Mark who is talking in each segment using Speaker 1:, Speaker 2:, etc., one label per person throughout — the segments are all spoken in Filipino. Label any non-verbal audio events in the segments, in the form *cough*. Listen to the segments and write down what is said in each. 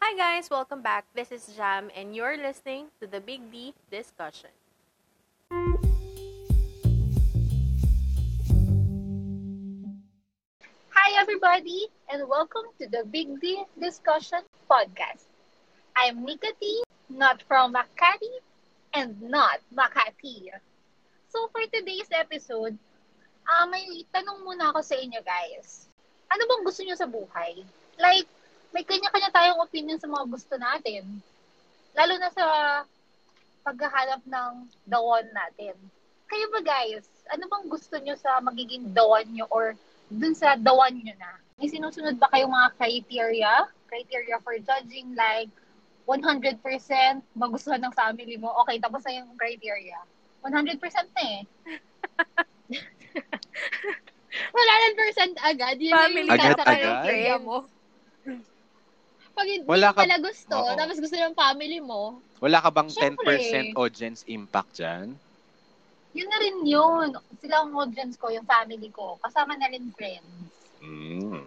Speaker 1: Hi guys, welcome back. This is Jam and you're listening to the Big D discussion.
Speaker 2: Hi, everybody, and welcome to the Big D Discussion Podcast. I'm Nika T, not from Makati, and not Makati. So, for today's episode, ah may tanong muna ako sa inyo, guys. Ano bang gusto nyo sa buhay? Like, may kanya-kanya tayong opinion sa mga gusto natin. Lalo na sa paghahanap ng the one natin. Kayo ba, guys? Ano bang gusto nyo sa magiging the one nyo or dun sa the one nyo na. May sinusunod ba kayong mga criteria? Criteria for judging like 100% magustuhan ng family mo. Okay, tapos na yung criteria. 100% na *laughs* eh. 100% agad. Yun
Speaker 1: Family
Speaker 2: na yung
Speaker 1: agad,
Speaker 2: nasa
Speaker 3: agad?
Speaker 2: criteria mo. Pag hindi
Speaker 3: Wala
Speaker 2: mo
Speaker 3: ka-
Speaker 2: pala gusto,
Speaker 3: Oo.
Speaker 2: tapos gusto ng family mo,
Speaker 3: Wala ka bang
Speaker 2: Siyempre.
Speaker 3: 10% audience impact dyan?
Speaker 2: yun na rin yun. Sila ang audience ko, yung family ko. Kasama na rin friends.
Speaker 3: Mm.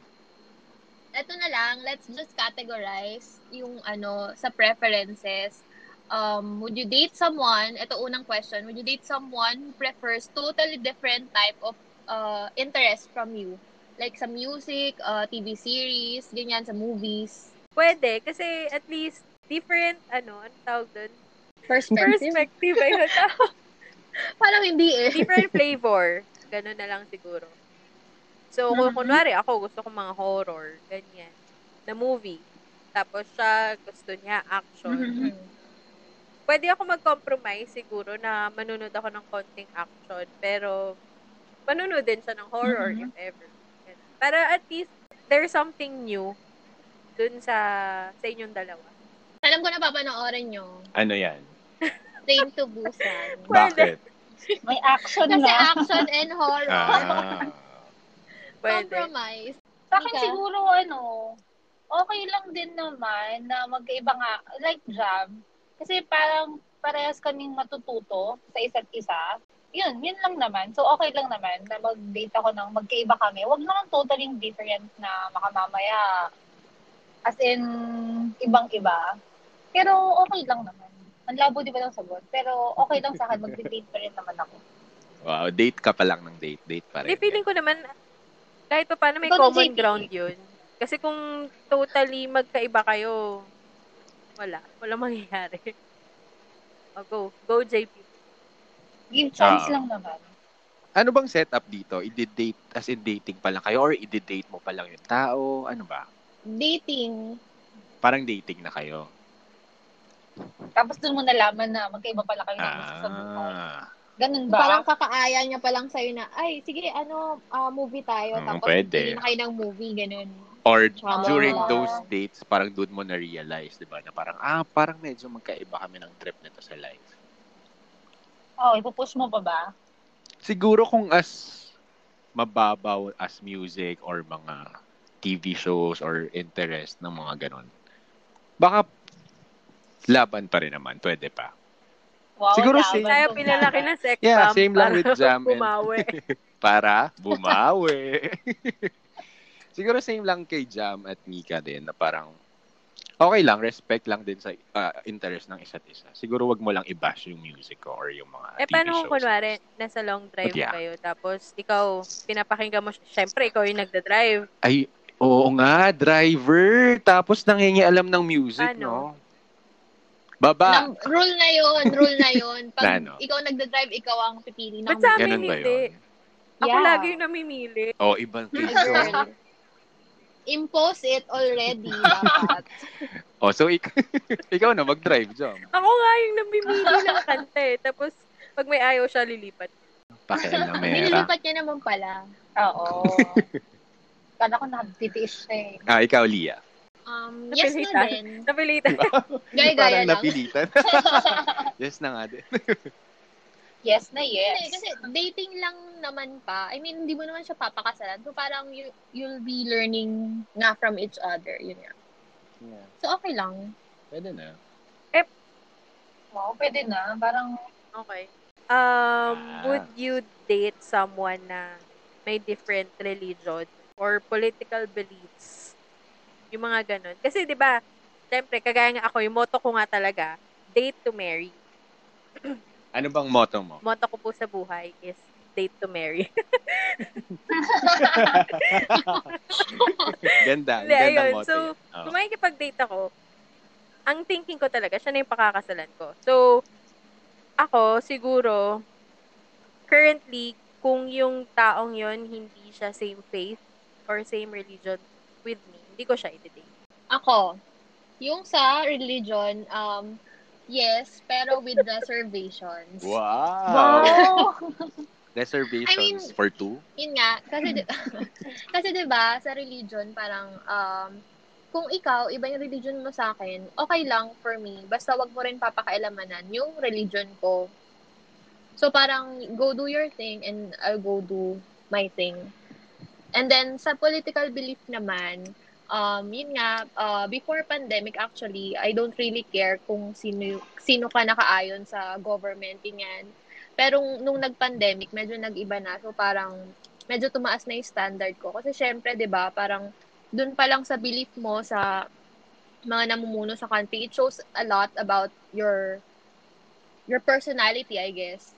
Speaker 4: ito na lang, let's just categorize yung ano, sa preferences. Um, would you date someone, ito unang question, would you date someone who prefers totally different type of uh, interest from you? Like sa music, uh, TV series, ganyan, sa movies.
Speaker 1: Pwede, kasi at least different, ano, ang tawag dun?
Speaker 4: Perspective.
Speaker 1: Perspective. ay yung tawag.
Speaker 4: Parang hindi
Speaker 1: *laughs*
Speaker 4: eh.
Speaker 1: different flavor. Ganun na lang siguro. So, kung
Speaker 2: Mhm.
Speaker 1: kunwari ako, gusto ko mga horror, ganyan, na movie. Tapos siya, gusto niya action.
Speaker 2: Mhm.
Speaker 4: Mm-hmm.
Speaker 1: Pwede ako mag-compromise siguro na manunod ako ng konting action, pero manunod din siya ng horror if
Speaker 2: Mhm.
Speaker 1: ever. Ganun. Para at least there's something new dun sa sa inyong dalawa.
Speaker 4: Alam ko na papanoorin nyo.
Speaker 3: Ano yan?
Speaker 4: Train to Busan.
Speaker 1: Pwede.
Speaker 2: *laughs*
Speaker 3: Bakit?
Speaker 2: May action
Speaker 4: Kasi
Speaker 2: na.
Speaker 4: action and horror.
Speaker 3: Ah.
Speaker 1: Pwede.
Speaker 4: Compromise.
Speaker 2: Sa akin
Speaker 4: Ika?
Speaker 2: siguro, ano, okay lang din naman na magkaiba nga, like jam. Kasi parang parehas kaming matututo sa isa't isa. Yun, yun lang naman. So, okay lang naman na mag-date ako ng magkaiba kami. Huwag naman totally different na makamamaya. As in, ibang-iba. Pero okay lang naman. Ang labo di ba ng sagot? Pero okay lang *laughs* sa akin, mag-date pa rin naman ako.
Speaker 3: Wow, date ka pa lang ng date. Date pa
Speaker 1: Hindi,
Speaker 3: rin.
Speaker 1: feeling ko naman, kahit pa paano may
Speaker 2: Ikaw na,
Speaker 1: common
Speaker 2: JP.
Speaker 1: ground yun. Kasi kung totally magkaiba kayo, wala. Wala mangyayari. O, go. Go, JP.
Speaker 2: Give chance
Speaker 3: Ah.
Speaker 2: lang naman.
Speaker 3: Ano bang setup dito? I-date, as in dating pa lang kayo or i-date mo pa lang yung tao? Ano ba?
Speaker 4: Dating.
Speaker 3: Parang dating na kayo.
Speaker 2: Tapos dun mo nalaman na magkaiba pala kayo ng gusto sa buhay.
Speaker 3: Ah.
Speaker 2: Ganun ba?
Speaker 4: Parang kakaaya niya pa lang sa'yo na, ay, sige, ano, ah, movie tayo.
Speaker 3: Mm,
Speaker 4: tapos
Speaker 3: pwede.
Speaker 4: pili na kayo ng movie, ganun.
Speaker 3: Or
Speaker 4: Tama.
Speaker 3: during those dates, parang doon mo na-realize, di ba? Na parang, ah, parang medyo magkaiba kami ng trip nito sa life.
Speaker 2: oh, ipupush mo pa ba?
Speaker 3: siguro kung as mababaw as music or mga TV shows or interest ng mga ganun, baka laban pa rin naman. Pwede pa.
Speaker 2: Wow,
Speaker 3: Siguro
Speaker 2: laban
Speaker 3: same.
Speaker 1: Tayo
Speaker 2: kung
Speaker 1: pinalaki
Speaker 2: laban.
Speaker 1: ng sex
Speaker 3: Yeah,
Speaker 1: bomb
Speaker 3: same lang
Speaker 1: para
Speaker 3: with
Speaker 1: *laughs*
Speaker 3: jam and-
Speaker 1: bumawi.
Speaker 3: Para bumawi. *laughs* siguro same lang kay Jam at Mika din na parang okay lang, respect lang din sa ah, interest ng isa't isa. Siguro wag mo lang i-bash yung music ko or yung mga
Speaker 1: eh,
Speaker 3: TV
Speaker 1: paano kung
Speaker 3: shows.
Speaker 1: kunwari, nasa long drive
Speaker 3: But yeah.
Speaker 1: kayo, tapos ikaw, pinapakinggan mo, siya. syempre, ikaw yung nagda-drive.
Speaker 3: Ay, oo nga, driver. Tapos nangingialam ng music,
Speaker 1: Ano?
Speaker 3: no? Baba.
Speaker 4: Nang- rule na yon rule na
Speaker 3: *laughs*
Speaker 4: yon Pag
Speaker 3: Na ano?
Speaker 4: ikaw nagda-drive, ikaw ang pipili ng
Speaker 1: Ba't sa amin
Speaker 3: Ganun ba
Speaker 1: hindi?
Speaker 3: yun?
Speaker 1: Ako
Speaker 4: Yeah.
Speaker 1: lagi yung namimili.
Speaker 3: Oh, ibang
Speaker 4: movie,
Speaker 3: case.
Speaker 4: girl. Impose it already, dapat.
Speaker 3: Oh, so ik- *laughs* ikaw na mag-drive, Jom.
Speaker 1: Ako nga yung namimili ng kanta eh. Tapos, pag may ayaw siya, lilipat. *laughs*
Speaker 3: Pakialamera.
Speaker 4: Nililipat niya naman pala.
Speaker 2: Oo.
Speaker 3: *laughs*
Speaker 2: Kala ko nakatitiis siya eh.
Speaker 3: ah, ikaw,
Speaker 1: *laughs*
Speaker 3: Lia.
Speaker 4: Um, yes na
Speaker 1: Napilitan.
Speaker 4: din.
Speaker 1: Napilitan.
Speaker 3: Diba?
Speaker 4: Gaya-gaya
Speaker 3: Parang
Speaker 4: lang.
Speaker 1: *laughs*
Speaker 3: napilitan. yes na nga din.
Speaker 2: Yes na
Speaker 4: Hindi,
Speaker 2: yes.
Speaker 4: kasi dating lang naman pa. I mean, hindi mo naman siya papakasalan. So, parang you, you'll be learning nga from each other. Yun nga.
Speaker 3: Yeah,
Speaker 4: So, okay lang.
Speaker 3: pwede na.
Speaker 2: wow, pwede na. Parang,
Speaker 1: Okay. Um,
Speaker 3: Ah.
Speaker 1: would you date someone na may different religion or political beliefs? Yung mga ganun. Kasi 'di ba, syempre, kagaya nga ako, yung motto ko nga talaga, date to marry.
Speaker 3: Ano bang motto mo?
Speaker 1: Motto ko po sa buhay is date to marry.
Speaker 3: ganda. Ah, Ang
Speaker 1: Hindi,
Speaker 3: gandang
Speaker 1: *laughs* ayun.
Speaker 3: motto.
Speaker 1: So,
Speaker 3: yun. Oh. Oo.
Speaker 1: Kung makikipag-date ako, ang thinking ko talaga, siya na yung pakakasalan ko. So, ako, siguro, currently, kung yung taong yon hindi siya same faith or same religion with me, hindi ko siya i-date.
Speaker 4: Ako, yung sa religion, um, yes, pero with reservations.
Speaker 3: Wow.
Speaker 2: Wow!
Speaker 3: Reservations
Speaker 4: I mean-
Speaker 3: for two?
Speaker 4: Yun nga, kasi di- *laughs* kasi 'di ba sa religion parang um kung ikaw iba yung religion mo sa akin, okay lang for me. Basta wag mo rin papakailamanan yung religion ko. So parang go do your thing and I'll go do my thing. And then sa political belief naman, um yun nga uh, before pandemic actually, I don't really care kung sino sino ka nakaayon sa government ganyan. Pero nung nag-pandemic, medyo nag-iba na. So parang medyo tumaas na yung standard ko. Kasi syempre, di ba, parang dun pa lang sa belief mo sa mga namumuno sa country, it shows a lot about your your personality, I guess.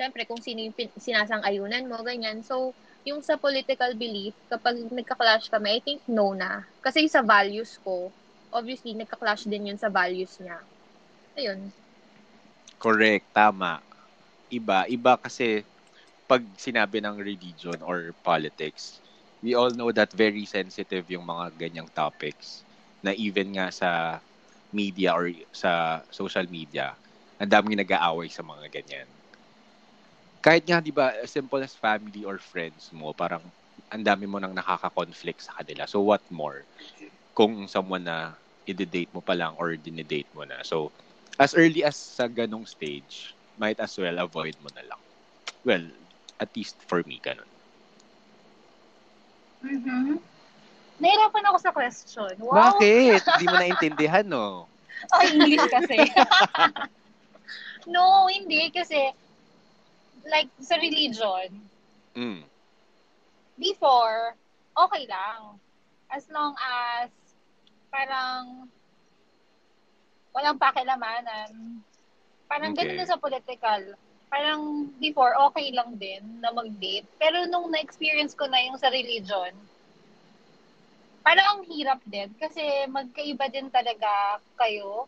Speaker 4: Syempre, kung sino yung pin- sinasang-ayunan mo, ganyan. So, yung sa political belief, kapag nagka-clash kami, I think no na. Kasi sa values ko, obviously, nagka-clash din yun sa values niya. Ayun.
Speaker 3: Correct, tama. Iba, iba kasi pag sinabi ng religion or politics, we all know that very sensitive yung mga ganyang topics na even nga sa media or sa social media, ang daming nag-aaway sa mga ganyan. Kahit nga, di ba, as simple as family or friends mo, parang ang dami mo nang nakaka-conflict sa kanila. So what more kung someone na i-date mo pa lang or dinidate mo na. So, as early as sa ganong stage, might as well avoid mo na lang. Well, at least for me, ganun.
Speaker 2: Mm-hmm. Nahirapan ako sa question. Wow!
Speaker 3: Bakit? Hindi mo naintindihan, no?
Speaker 2: Oh, English
Speaker 3: *laughs*
Speaker 2: kasi. no, hindi. Kasi, like, sa religion,
Speaker 3: Mm.
Speaker 2: before, okay lang. As long as, parang, walang pakilamanan. Parang
Speaker 3: Okay.
Speaker 2: ganun din sa political. Parang before, okay lang din na mag-date. Pero nung na-experience ko na yung sa religion, parang ang hirap din. Kasi magkaiba din talaga kayo.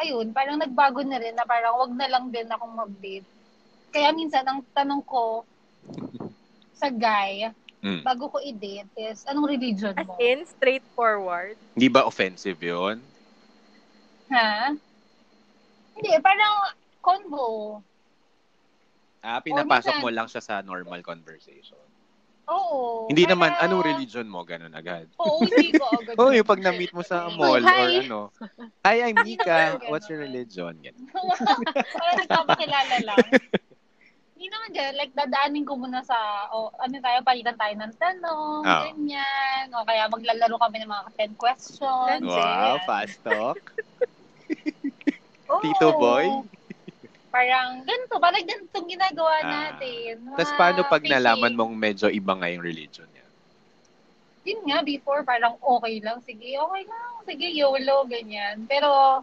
Speaker 2: Ayun, parang nagbago na rin na parang wag na lang din akong mag-date. Kaya minsan, ang tanong ko sa guy,
Speaker 3: Mm.
Speaker 2: bago ko i-date is, anong religion
Speaker 1: As
Speaker 2: mo?
Speaker 1: in, straightforward.
Speaker 3: Hindi ba offensive yun?
Speaker 2: Ha? Hindi, parang convo.
Speaker 3: Ah, pinapasok mo lang siya sa normal conversation.
Speaker 2: Oo.
Speaker 3: Hindi
Speaker 2: parang-
Speaker 3: naman, anong religion mo? Ganun agad.
Speaker 2: Oo,
Speaker 3: *laughs*
Speaker 2: hindi ko agad.
Speaker 3: Oh, yung pag na-meet mo sa mall or
Speaker 4: hi.
Speaker 3: ano. Hi, I'm Nika.
Speaker 2: Ganun.
Speaker 3: What's your religion? Ganun.
Speaker 2: *laughs* parang nagpapakilala lang. Hindi naman ganun. Like, dadaanin ko muna sa, o ano tayo, palitan tayo ng tanong,
Speaker 3: Oo.
Speaker 2: ganyan. O kaya maglalaro kami ng mga 10 questions.
Speaker 3: Wow,
Speaker 2: ganyan.
Speaker 3: fast talk.
Speaker 2: Oo.
Speaker 3: Tito boy.
Speaker 2: Parang ganito, parang ganitong ginagawa
Speaker 3: Ah.
Speaker 2: natin.
Speaker 3: Tapos
Speaker 2: Mga
Speaker 3: paano pag
Speaker 2: fishing.
Speaker 3: nalaman mong medyo iba nga yung religion niya?
Speaker 2: yun nga, before, parang okay lang. Sige, okay lang. Sige, YOLO, ganyan. Pero,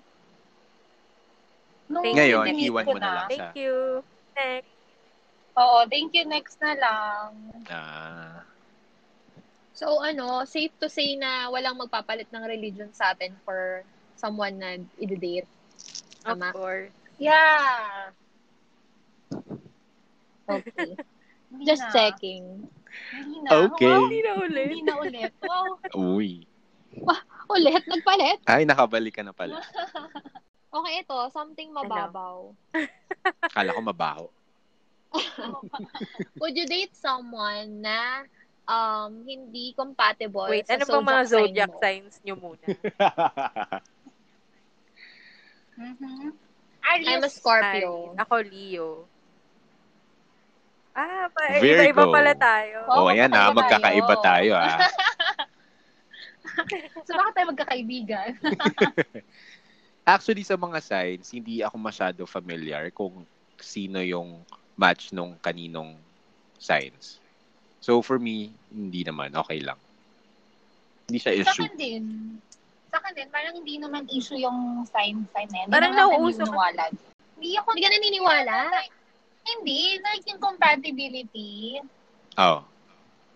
Speaker 2: nung
Speaker 1: Thank you,
Speaker 3: Ngayon,
Speaker 1: next
Speaker 2: pinili
Speaker 3: iwan
Speaker 2: ko
Speaker 3: mo na lang siya.
Speaker 1: Thank you. Next.
Speaker 2: Oo, thank you, next na lang.
Speaker 3: Ah,
Speaker 4: So ano, safe to say na walang magpapalit ng religion sa atin for someone na i-date.
Speaker 1: Of
Speaker 4: Tama.
Speaker 1: course.
Speaker 2: Yeah.
Speaker 4: Okay.
Speaker 2: Hindi
Speaker 4: *laughs* Just
Speaker 2: na.
Speaker 4: checking.
Speaker 2: Hindi na.
Speaker 3: Okay.
Speaker 2: Wow,
Speaker 1: Hindi na ulit.
Speaker 2: hindi na ulit. Wow.
Speaker 3: uy.
Speaker 4: Ulit, nagpalit.
Speaker 3: Ay, nakabalik ka na pala.
Speaker 4: Okay, ito, something mababaw.
Speaker 3: Akala ko mabaho.
Speaker 2: *laughs*
Speaker 4: Would you date someone na um hindi compatible
Speaker 1: Wait,
Speaker 4: sa
Speaker 1: ano bang mga
Speaker 4: sign
Speaker 1: zodiac
Speaker 4: mo?
Speaker 1: signs nyo muna?
Speaker 2: Mhm. Aries.
Speaker 4: I'm a
Speaker 1: Aries.
Speaker 4: Scorpio.
Speaker 1: Ako, Leo. Ah, pa,
Speaker 3: Virgo.
Speaker 1: iba-iba pala tayo.
Speaker 2: Oh,
Speaker 3: oh, ayan na,
Speaker 2: magkakaiba
Speaker 3: magkakaiba tayo
Speaker 2: tayo. *laughs*
Speaker 3: ah.
Speaker 2: So, bakit tayo magkakaibigan?
Speaker 3: Actually, sa mga signs, hindi ako masyado familiar kung sino yung match nung kaninong signs. So, for me, hindi naman. Okay lang. Hindi siya
Speaker 2: Sa
Speaker 3: issue.
Speaker 2: akin din. Sa akin din, parang hindi naman issue yung sign-sign na yun. Hindi
Speaker 1: Parang
Speaker 2: naman ako
Speaker 1: nauuso ka-
Speaker 2: naniniwala. Hindi ako
Speaker 4: Hindi ka naniniwala?
Speaker 2: Like, hindi, like yung compatibility.
Speaker 3: Oo.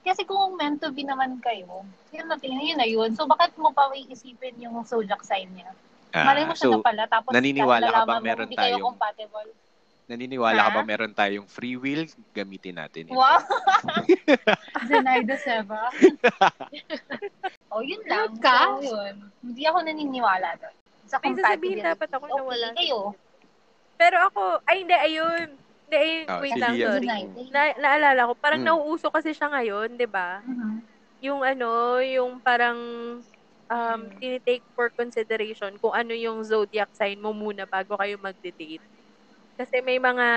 Speaker 2: Kasi kung meant to be naman kayo, yun na tingin, yun na yun. So, bakit mo pa iisipin yung zodiac sign niya?
Speaker 3: Ah,
Speaker 2: Malay mo siya
Speaker 3: so,
Speaker 2: na pala, tapos
Speaker 3: naniniwala ka
Speaker 2: nalaman
Speaker 3: bang
Speaker 2: mo,
Speaker 3: meron
Speaker 2: hindi kayo
Speaker 3: tayong-
Speaker 2: compatible.
Speaker 3: naniniwala ka
Speaker 4: Ha?
Speaker 3: ba meron tayong free will? Gamitin natin. ito. *laughs*
Speaker 2: Wow! Deny the Seva. *laughs* oh, yun lang.
Speaker 4: Good ka.
Speaker 2: So, yun. Hindi ako naniniwala doon. Sa
Speaker 1: May sasabihin
Speaker 2: compatibility.
Speaker 1: dapat ako na wala.
Speaker 2: Okay, kayo.
Speaker 1: Pero ako, ay hindi, ayun. Hindi, ayun.
Speaker 3: Ah,
Speaker 1: wait
Speaker 3: si
Speaker 1: lang,
Speaker 3: Lia.
Speaker 1: sorry.
Speaker 2: Deny.
Speaker 1: Na, naalala ko, parang
Speaker 3: Mm.
Speaker 1: nauuso kasi siya ngayon, di ba?
Speaker 2: Mhm.
Speaker 1: Yung ano, yung parang um,
Speaker 4: Mm.
Speaker 1: tinitake for consideration kung ano yung zodiac sign mo muna bago kayo mag-date. Kasi may mga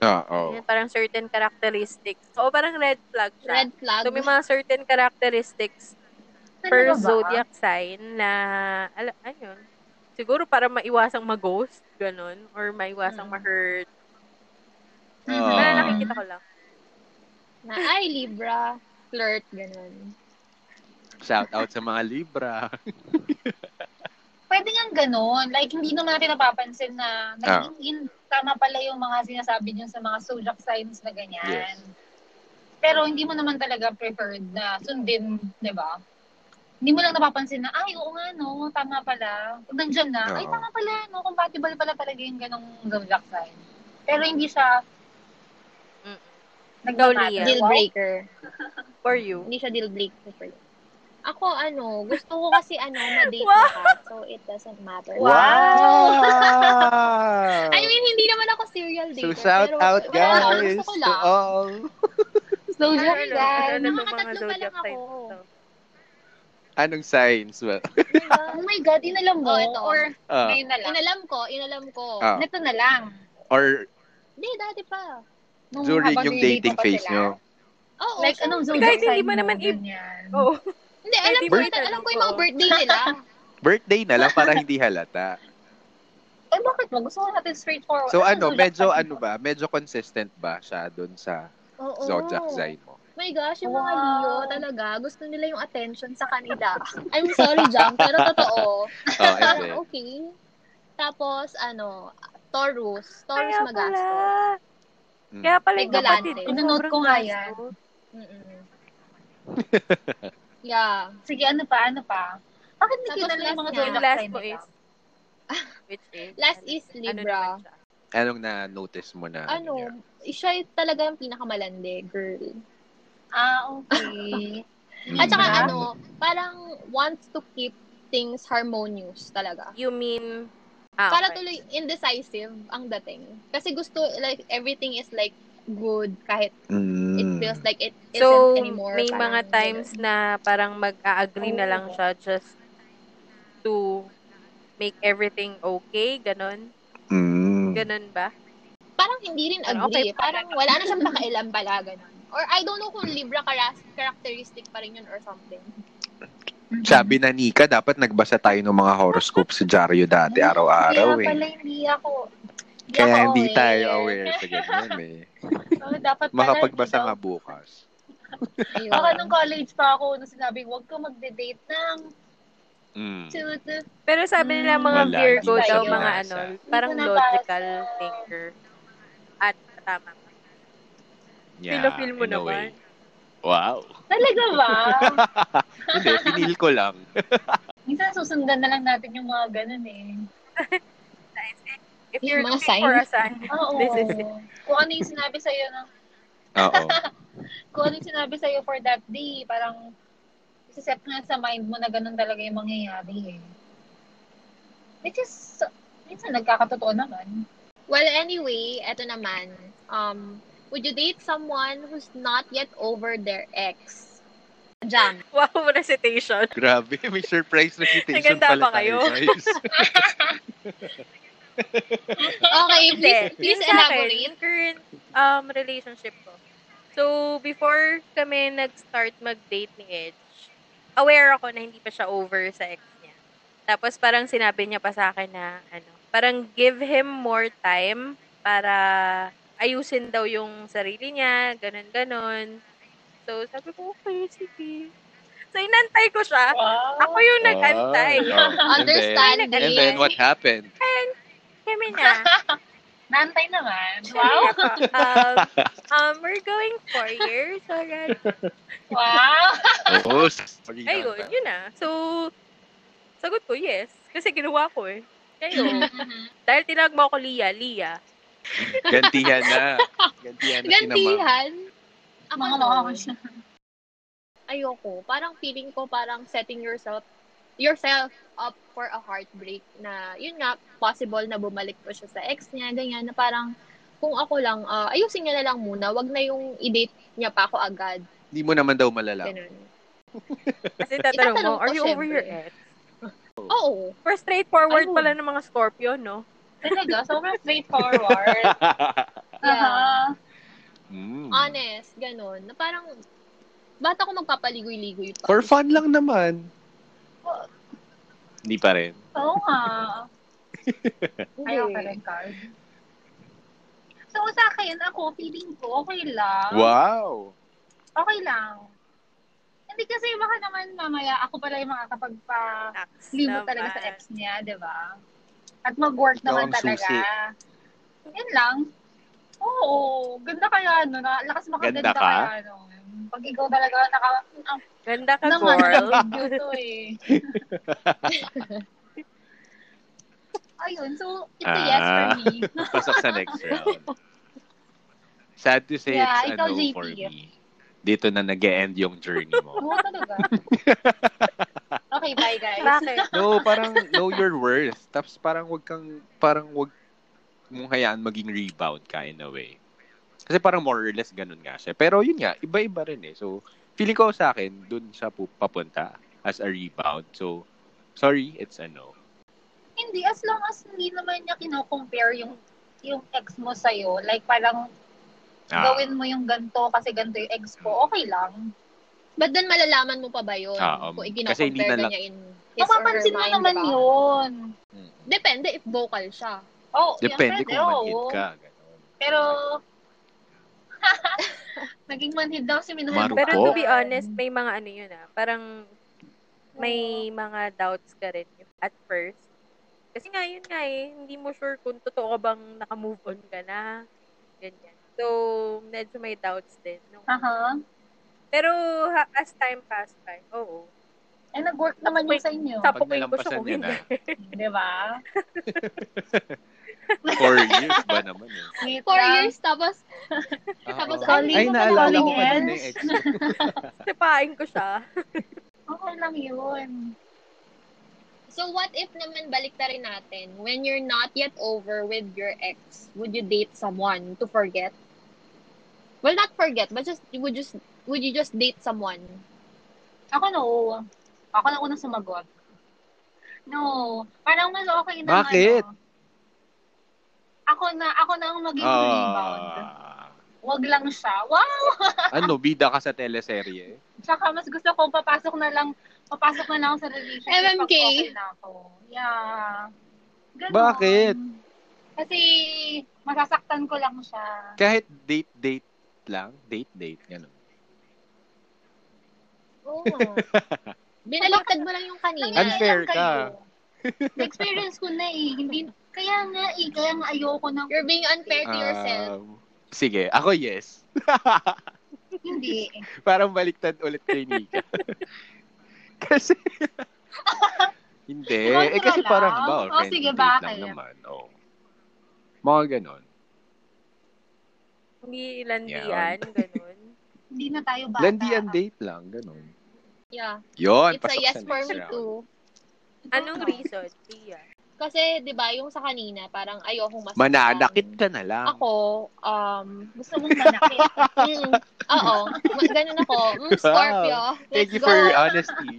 Speaker 3: Ah, oo.
Speaker 1: yun, parang certain characteristics. O parang red flag siya.
Speaker 4: Red flag.
Speaker 1: So may mga certain characteristics
Speaker 4: Ano
Speaker 2: Talaga
Speaker 1: per
Speaker 2: Ano ba?
Speaker 1: zodiac sign na, ala, ano yun, siguro para maiwasang mag-ghost, ganun, or maiwasang
Speaker 4: Mm.
Speaker 1: ma-hurt.
Speaker 2: Mhm.
Speaker 3: Ah.
Speaker 1: Wala, nakikita ko lang.
Speaker 4: na, ay, Libra. Flirt, ganun.
Speaker 3: Shout out sa mga Libra.
Speaker 2: Pwede nga ganun. Like, hindi naman natin napapansin
Speaker 3: Ah.
Speaker 2: na naging in, tama pala yung mga sinasabi niyo sa mga zodiac signs na ganyan.
Speaker 3: Yes.
Speaker 2: Pero hindi mo naman talaga preferred na sundin, di ba? Hindi mo lang napapansin na, ay, oo nga, no, tama pala. Kung nandiyan na, ay,
Speaker 3: Oo.
Speaker 2: tama pala, no, compatible pala talaga yung ganong zodiac sign. Pero hindi siya
Speaker 1: Mm. Ikaw,
Speaker 2: nagmamatter.
Speaker 1: Lia.
Speaker 4: Deal breaker.
Speaker 1: For you.
Speaker 4: Hindi siya deal breaker for you. Ako, ano, gusto ko kasi, ano, ma-date
Speaker 1: Wow.
Speaker 4: na ka. So, it doesn't matter.
Speaker 3: *laughs* Wow!
Speaker 4: I mean, hindi naman ako serial dater.
Speaker 3: so shout
Speaker 4: pero,
Speaker 3: out
Speaker 4: wala lang,
Speaker 3: guys Oh.
Speaker 4: gusto ko
Speaker 3: to
Speaker 4: lang.
Speaker 3: all.
Speaker 4: Oh,
Speaker 2: Zodiac
Speaker 1: Ano,
Speaker 2: sign.
Speaker 1: ano, ano,
Speaker 4: Nakakatatlo
Speaker 1: mga
Speaker 4: pa lang
Speaker 1: zodiac
Speaker 4: ako.
Speaker 1: signs to?
Speaker 3: Anong signs? Well,
Speaker 4: Diba?
Speaker 2: Oh my God, inalam mo.
Speaker 4: Oh, ito.
Speaker 2: Or,
Speaker 3: ah,
Speaker 2: ngayon na lang.
Speaker 4: Inalam ko, inalam ko.
Speaker 3: ah,
Speaker 2: Ito na lang.
Speaker 3: or
Speaker 4: Hindi, dati pa.
Speaker 2: Nung
Speaker 3: during
Speaker 2: habang
Speaker 3: yung
Speaker 2: nililipat
Speaker 3: dating
Speaker 2: pa
Speaker 3: phase
Speaker 2: sila.
Speaker 3: nyo.
Speaker 4: Oo.
Speaker 2: Like,
Speaker 4: so-
Speaker 2: anong
Speaker 1: Kahit
Speaker 2: zodiac
Speaker 1: hindi
Speaker 2: sign
Speaker 1: mo naman i- Oh.
Speaker 2: ganyan?
Speaker 1: Oo.
Speaker 4: Hindi, alam ko,
Speaker 1: Birth-
Speaker 4: ito, alam ko yung mga
Speaker 1: Oo.
Speaker 4: birthday nila.
Speaker 3: Birthday na lang para hindi halata.
Speaker 2: Eh, bakit ba? Gusto ko natin straightforward.
Speaker 3: So
Speaker 2: Anong
Speaker 3: ano,
Speaker 2: zodiac
Speaker 3: medyo
Speaker 2: sign
Speaker 3: ano ba? Medyo consistent ba siya doon sa
Speaker 4: *laughs* Oo.
Speaker 3: zodiac sign mo?
Speaker 4: My gosh, yung mga
Speaker 2: Wow.
Speaker 4: Leo talaga, gusto nila yung attention sa kanila. *laughs* I'm sorry, Jam, pero totoo.
Speaker 3: Oh, and then,
Speaker 4: Parang *laughs* okay. Tapos, ano, Taurus. Taurus
Speaker 1: Kaya pala.
Speaker 4: magasto.
Speaker 3: mm.
Speaker 1: Kaya pala
Speaker 4: May
Speaker 1: yung kapatid
Speaker 4: galante.
Speaker 1: ko,
Speaker 2: Pinanood
Speaker 1: sobrang
Speaker 2: ko nga
Speaker 1: gasto.
Speaker 2: yan.
Speaker 4: Mm-mm. yeah.
Speaker 2: Sige, ano pa? Ano pa? Bakit hindi
Speaker 4: Tapos
Speaker 2: kinala yung
Speaker 4: last
Speaker 2: mga
Speaker 4: na.
Speaker 2: zodiac
Speaker 1: Yung last
Speaker 2: sign
Speaker 1: ko
Speaker 2: nila?
Speaker 1: is, which is,
Speaker 4: Last is
Speaker 1: ano
Speaker 4: Libra.
Speaker 1: naman siya?
Speaker 3: anong na-notice mo na?
Speaker 4: Ano,
Speaker 3: niya?
Speaker 4: siya yung talaga yung pinakamalandi, girl.
Speaker 2: Ah, okay.
Speaker 3: Mm.
Speaker 4: At saka
Speaker 2: Diba?
Speaker 4: ano, parang wants to keep things harmonious talaga.
Speaker 1: You mean, ah,
Speaker 4: Para
Speaker 1: okay.
Speaker 4: tuloy indecisive ang dating. Kasi gusto, like, everything is like good kahit
Speaker 3: Mm.
Speaker 4: it feels like it isn't
Speaker 1: So,
Speaker 4: anymore.
Speaker 1: may
Speaker 4: Parang
Speaker 1: mga times
Speaker 4: ganun. Oh.
Speaker 1: na parang mag-a-agree na
Speaker 2: Oo.
Speaker 1: lang siya just to make everything okay, ganon.
Speaker 3: Mm.
Speaker 1: Ganon ba?
Speaker 4: Parang hindi rin
Speaker 1: Parang okay
Speaker 4: agree.
Speaker 1: pa.
Speaker 4: parang wala na siyang pakailan pala, ganun. Or I don't know kung Libra karas- characteristic pa rin yun or something.
Speaker 3: Sabi na Nika, dapat nagbasa tayo ng mga horoscope sa dyaryo dati, araw-araw
Speaker 2: Kaya pala
Speaker 3: eh.
Speaker 2: hindi ako. Hindi
Speaker 3: Kaya
Speaker 2: ako
Speaker 3: hindi
Speaker 2: aware.
Speaker 3: tayo aware sa ganyan eh.
Speaker 2: Oo, dapat pala,
Speaker 3: Makapagbasa
Speaker 2: hindi
Speaker 3: nga
Speaker 2: daw.
Speaker 3: bukas.
Speaker 4: Ayun.
Speaker 2: Baka nung college pa ako, nung sinabing, huwag ka magde-date ng
Speaker 3: Mm.
Speaker 2: two to
Speaker 1: Pero sabi nila
Speaker 4: Hmm.
Speaker 1: mga
Speaker 3: Wala,
Speaker 1: Virgo
Speaker 2: hindi
Speaker 1: daw,
Speaker 2: ko
Speaker 1: mga
Speaker 3: nabasa.
Speaker 1: ano,
Speaker 3: Hindi
Speaker 1: parang
Speaker 2: ko nabasa.
Speaker 1: logical thinker. At tama.
Speaker 3: Yeah,
Speaker 1: Pinafeel mo
Speaker 3: in a
Speaker 1: naman. Ah.
Speaker 3: way. Wow.
Speaker 2: Talaga
Speaker 3: *laughs*
Speaker 2: ba?
Speaker 3: Hindi, pinil ko lang.
Speaker 2: Minsan susundan na lang natin yung mga ganun eh.
Speaker 1: If
Speaker 4: Yung
Speaker 1: you're
Speaker 4: mga
Speaker 1: looking
Speaker 4: sign.
Speaker 1: for a sign, *laughs*
Speaker 2: Ah, Oo.
Speaker 1: This is it.
Speaker 2: Kung ano yung sinabi sa'yo ng
Speaker 3: Oo.
Speaker 2: kung ano yung sinabi sa'yo for that day, parang isiset nga sa mind mo na ganun talaga yung mangyayari eh. Which is, minsan nagkakatotoo naman.
Speaker 4: Well, anyway, eto naman. Um, would you date someone who's not yet over their ex?
Speaker 1: *laughs*
Speaker 4: Jam.
Speaker 1: wow, recitation.
Speaker 3: Grabe, may surprise reputation
Speaker 1: Naganda
Speaker 3: pala
Speaker 1: pa kayo.
Speaker 3: tayo, guys.
Speaker 4: Okay, please, please
Speaker 1: Yung sa akin,
Speaker 4: elaborate.
Speaker 1: yung current um, relationship ko. So, before kami nag-start mag-date ni Edge, aware ako na hindi pa siya over sa ex niya. Tapos parang sinabi niya pa sa akin na, ano, parang give him more time para ayusin daw yung sarili niya, ganun-ganun. So, sabi ko, okay, sige. So, inantay ko siya.
Speaker 2: Wow.
Speaker 1: Ako yung *laughs*
Speaker 3: Ah.
Speaker 1: nagantay.
Speaker 3: Oh, oh. And then-
Speaker 4: Understanding.
Speaker 3: And then, what happened?
Speaker 1: And, kami na.
Speaker 2: Nantay naman.
Speaker 1: Wow. *laughs*
Speaker 2: Wow.
Speaker 1: um, um, we're going four years already.
Speaker 2: Wow.
Speaker 3: Oo, sorry.
Speaker 1: Ayun, yun na. So, sagot ko, yes. Kasi ginawa ko eh. Kayo.
Speaker 2: *laughs*
Speaker 4: Mhm.
Speaker 1: Dahil tinawag mo ako Lia, Lia.
Speaker 3: Gantihan na. Gantihan na sinamang.
Speaker 4: Gantihan. Ako
Speaker 2: Mga
Speaker 4: Mga
Speaker 2: mukha ko siya.
Speaker 4: ayoko. Parang feeling ko parang setting yourself yourself up for a heartbreak na yun nga possible na bumalik pa siya sa ex niya ganyan na parang kung ako lang ah, ayusin niya na lang muna wag na yung i-date niya pa ako agad
Speaker 3: Hindi mo naman daw malalaman.
Speaker 4: ganun
Speaker 1: Kasi tatanong
Speaker 4: Itatanong
Speaker 1: mo,
Speaker 4: ko,
Speaker 1: are you over
Speaker 4: syempre.
Speaker 1: your ex?
Speaker 4: oo
Speaker 1: For straightforward
Speaker 4: Ayun.
Speaker 1: pala ng mga Scorpio, no?
Speaker 2: Talaga, sobrang straightforward.
Speaker 3: *laughs*
Speaker 4: Yeah.
Speaker 2: Uh-huh.
Speaker 3: *laughs* Mm.
Speaker 4: honest ganun na parang bata ko magpapaligoy-ligoy pa
Speaker 3: For fun lang naman. Hindi pa rin.
Speaker 2: Oo nga.
Speaker 4: Hindi.
Speaker 2: Ayaw ka rin, Carl. So, sa akin, ako, feeling ko, okay
Speaker 1: Ah.
Speaker 2: lang.
Speaker 3: Wow.
Speaker 2: Okay lang. Hindi kasi baka naman mamaya ako pala yung makakapagpa
Speaker 1: Tax
Speaker 2: libo
Speaker 1: naman.
Speaker 2: talaga sa ex niya, di ba? At mag-work
Speaker 3: Ikaw
Speaker 2: naman
Speaker 3: ang
Speaker 2: talaga.
Speaker 3: susi.
Speaker 2: Yun lang. Oo, ganda kaya no. Na, lakas
Speaker 3: Ganda
Speaker 2: makaganda
Speaker 3: ka?
Speaker 2: kaya no. Pag ikaw talaga naka, ang
Speaker 1: Ganda ka,
Speaker 2: naman
Speaker 1: girl.
Speaker 2: *laughs* dito eh.
Speaker 3: *laughs*
Speaker 2: Ayun, so it's a yes for
Speaker 3: Ah.
Speaker 2: me.
Speaker 3: Pasok sa
Speaker 2: *laughs*
Speaker 3: next round. Sad to say,
Speaker 2: Yeah,
Speaker 3: it's a
Speaker 2: ikaw,
Speaker 3: no
Speaker 2: JP.
Speaker 3: for me. Dito na nag end yung journey mo.
Speaker 2: Oo, talaga. Okay, bye guys.
Speaker 1: Bakit?
Speaker 3: *laughs* No, parang know your worth. Tapos parang wag kang, parang wag mong hayaan maging rebound ka in a way. Kasi parang more or less ganun nga siya. Pero yun nga, iba-iba rin eh. So, feeling ko sa akin, dun siya pu- papunta as a rebound. So, sorry, it's a no.
Speaker 2: Hindi, as long as hindi naman niya kino-compare yung yung ex mo sa'yo. Like, parang
Speaker 3: Ah.
Speaker 2: gawin mo yung ganto kasi ganto yung ex ko. Okay lang.
Speaker 4: but then malalaman mo pa ba yun
Speaker 3: Ah, um,
Speaker 4: kung
Speaker 3: kasi hindi
Speaker 4: i-compare ka
Speaker 3: na lang-
Speaker 4: niya in his or her
Speaker 2: Mapapansin mo
Speaker 4: mind
Speaker 2: naman
Speaker 4: ba?
Speaker 2: yun.
Speaker 3: Mm.
Speaker 4: depende if vocal siya
Speaker 2: Oh,
Speaker 3: Depende kung manhid ka.
Speaker 2: *laughs*
Speaker 3: Ganun.
Speaker 4: *laughs*
Speaker 2: Pero, naging manhid daw si Minahal.
Speaker 3: Marupok.
Speaker 1: Pero to be honest, may mga ano yun ah. Parang may mga doubts ka rin at first. Kasi nga yun nga eh, hindi mo sure kung totoo ka bang naka-move on ka na. Ganyan. So, medyo may doubts din. No?
Speaker 2: Aha.
Speaker 1: Pero ha- as time passed by, oo.
Speaker 2: Eh, nag-work naman yun
Speaker 1: Wait.
Speaker 2: sa inyo. Diba?
Speaker 1: Sa
Speaker 3: Pag
Speaker 1: pupuin ko eh." siya
Speaker 3: nalampasan
Speaker 1: kung
Speaker 3: niya
Speaker 1: hindi. *laughs*
Speaker 2: Di ba?
Speaker 3: Four years ba naman eh.
Speaker 2: *laughs* Wait
Speaker 4: four
Speaker 2: lang.
Speaker 4: years tapos Tapos,
Speaker 3: Ah, Oo.
Speaker 2: calling
Speaker 3: ay,
Speaker 2: mo pa
Speaker 3: naalala
Speaker 2: lang,
Speaker 3: ko pa
Speaker 2: yes.
Speaker 4: *laughs*
Speaker 3: din eh. ex.
Speaker 1: Sipain ko siya.
Speaker 2: Okay lang yun.
Speaker 4: So what if naman baliktarin natin, when you're not yet over with your ex, would you date someone to forget? Well, not forget, but just would just would you just date someone?
Speaker 2: Ako no. Ako na unang sumagot. No. Parang mas okay na
Speaker 3: Bakit?
Speaker 2: ano. Ako na, ako na ang maging rebound.
Speaker 3: Ah.
Speaker 2: Wag lang siya. Wow!
Speaker 3: ano, bida ka sa teleserye.
Speaker 2: Tsaka mas gusto ko papasok na lang, papasok na lang ako sa relationship. pag
Speaker 4: MMK.
Speaker 2: Okay na ako. Yeah. Ganun.
Speaker 3: Bakit?
Speaker 2: Kasi masasaktan ko lang siya.
Speaker 3: Kahit date-date lang, date-date, ganun.
Speaker 4: Oo.
Speaker 3: *laughs*
Speaker 4: Binaliktad mo lang yung kanina.
Speaker 3: Unfair
Speaker 2: Nangyayang
Speaker 3: ka. *laughs*
Speaker 2: kayo. Na-experience ko na eh. Hindi, kaya nga eh, kaya nga ayoko ng
Speaker 4: You're being unfair to yourself.
Speaker 3: Um, sige, ako yes. *laughs*
Speaker 2: hindi.
Speaker 3: Parang baliktad ulit kay Nika. *laughs* kasi, *laughs* hindi.
Speaker 2: Ikaw
Speaker 3: Eh, kasi
Speaker 2: na
Speaker 3: parang,
Speaker 2: lang?
Speaker 3: ba,
Speaker 2: Oh,
Speaker 3: friend,
Speaker 2: sige,
Speaker 3: date lang
Speaker 2: bakit?
Speaker 3: naman. Oh. Mga ganun.
Speaker 1: Hindi landian, ganun.
Speaker 2: Hindi na tayo bata.
Speaker 3: Landian date lang, ganun.
Speaker 4: Yeah.
Speaker 3: Yun,
Speaker 4: It's a
Speaker 3: pasok
Speaker 4: yes
Speaker 3: sa
Speaker 4: for
Speaker 3: next
Speaker 4: me
Speaker 3: round.
Speaker 4: too.
Speaker 1: Anong reason? Tia.
Speaker 4: Kasi, di ba, yung sa kanina, parang ayokong masaktan.
Speaker 3: Mananakit ka na lang.
Speaker 4: Ako, um,
Speaker 2: Gusto
Speaker 3: *laughs*
Speaker 2: mong manakit.
Speaker 4: mm, oo, ma- ganun ako. Mm, Scorpio, let's
Speaker 3: Thank you
Speaker 4: go.
Speaker 3: for your honesty.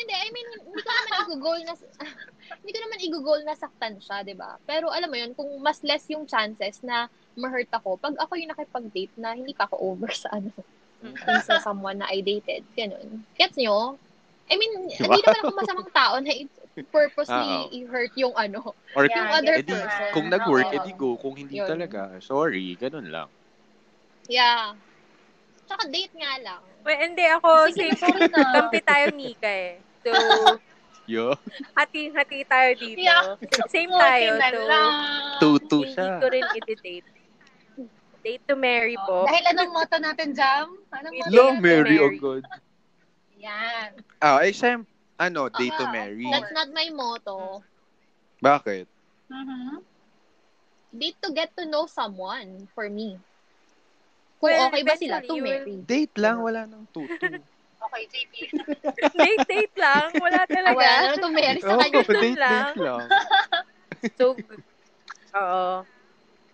Speaker 4: Hindi, I mean, hindi ko naman igugol na, *laughs* hindi ko naman igugol na saktan siya, di ba? Pero alam mo yun, kung mas less yung chances na ma-hurt ako, pag ako yung nakipag-date na hindi pa ako over sa ano,
Speaker 3: Mm.
Speaker 4: dun sa someone na I dated, ganun. Gets nyo? I mean, hindi naman ako masamang tao na i-
Speaker 3: Ah, Oo.
Speaker 4: purposely i-hurt yung ano.
Speaker 3: Or
Speaker 2: Yeah,
Speaker 3: kung,
Speaker 4: other
Speaker 3: edi,
Speaker 4: person.
Speaker 3: Eh, kung nag-work, eh,
Speaker 4: Oo.
Speaker 3: edi go. Kung hindi
Speaker 4: Yun.
Speaker 3: talaga, sorry, ganun lang.
Speaker 4: Yeah. Tsaka date nga lang.
Speaker 1: Well, hindi ako,
Speaker 2: Sige,
Speaker 1: same.
Speaker 2: sorry na.
Speaker 1: Kampi tayo, Nika eh. So,
Speaker 3: Yo.
Speaker 1: hati-hati tayo dito.
Speaker 2: Yeah.
Speaker 1: Same
Speaker 2: Okay
Speaker 1: tayo.
Speaker 2: na
Speaker 1: So,
Speaker 2: lang.
Speaker 3: *laughs* Tutu
Speaker 1: hindi
Speaker 3: siya.
Speaker 1: ko rin i-date. Date to marry
Speaker 2: *laughs*
Speaker 1: po.
Speaker 2: Dahil anong motto natin, Jam? Anong motto?
Speaker 3: Lo,
Speaker 1: Date to
Speaker 3: Mary, oh
Speaker 1: marry.
Speaker 3: God.
Speaker 2: Yan.
Speaker 3: Ah, eh, siyem, ano, date to
Speaker 2: Ah,
Speaker 3: marry.
Speaker 4: That's not my motto.
Speaker 3: Bakit?
Speaker 2: Mhm.
Speaker 4: Date to get to know someone for me. Kung
Speaker 1: Well,
Speaker 4: okay ba sila to
Speaker 1: eventually, you
Speaker 4: marry.
Speaker 3: Date lang, wala nang tutu.
Speaker 2: Okay, JP.
Speaker 1: Date, date lang. Wala
Speaker 4: Ah, wala
Speaker 1: talaga.
Speaker 4: na to marry sa
Speaker 3: Oh,
Speaker 4: kanya.
Speaker 3: date,
Speaker 1: lang.
Speaker 3: date lang.
Speaker 1: So, oo.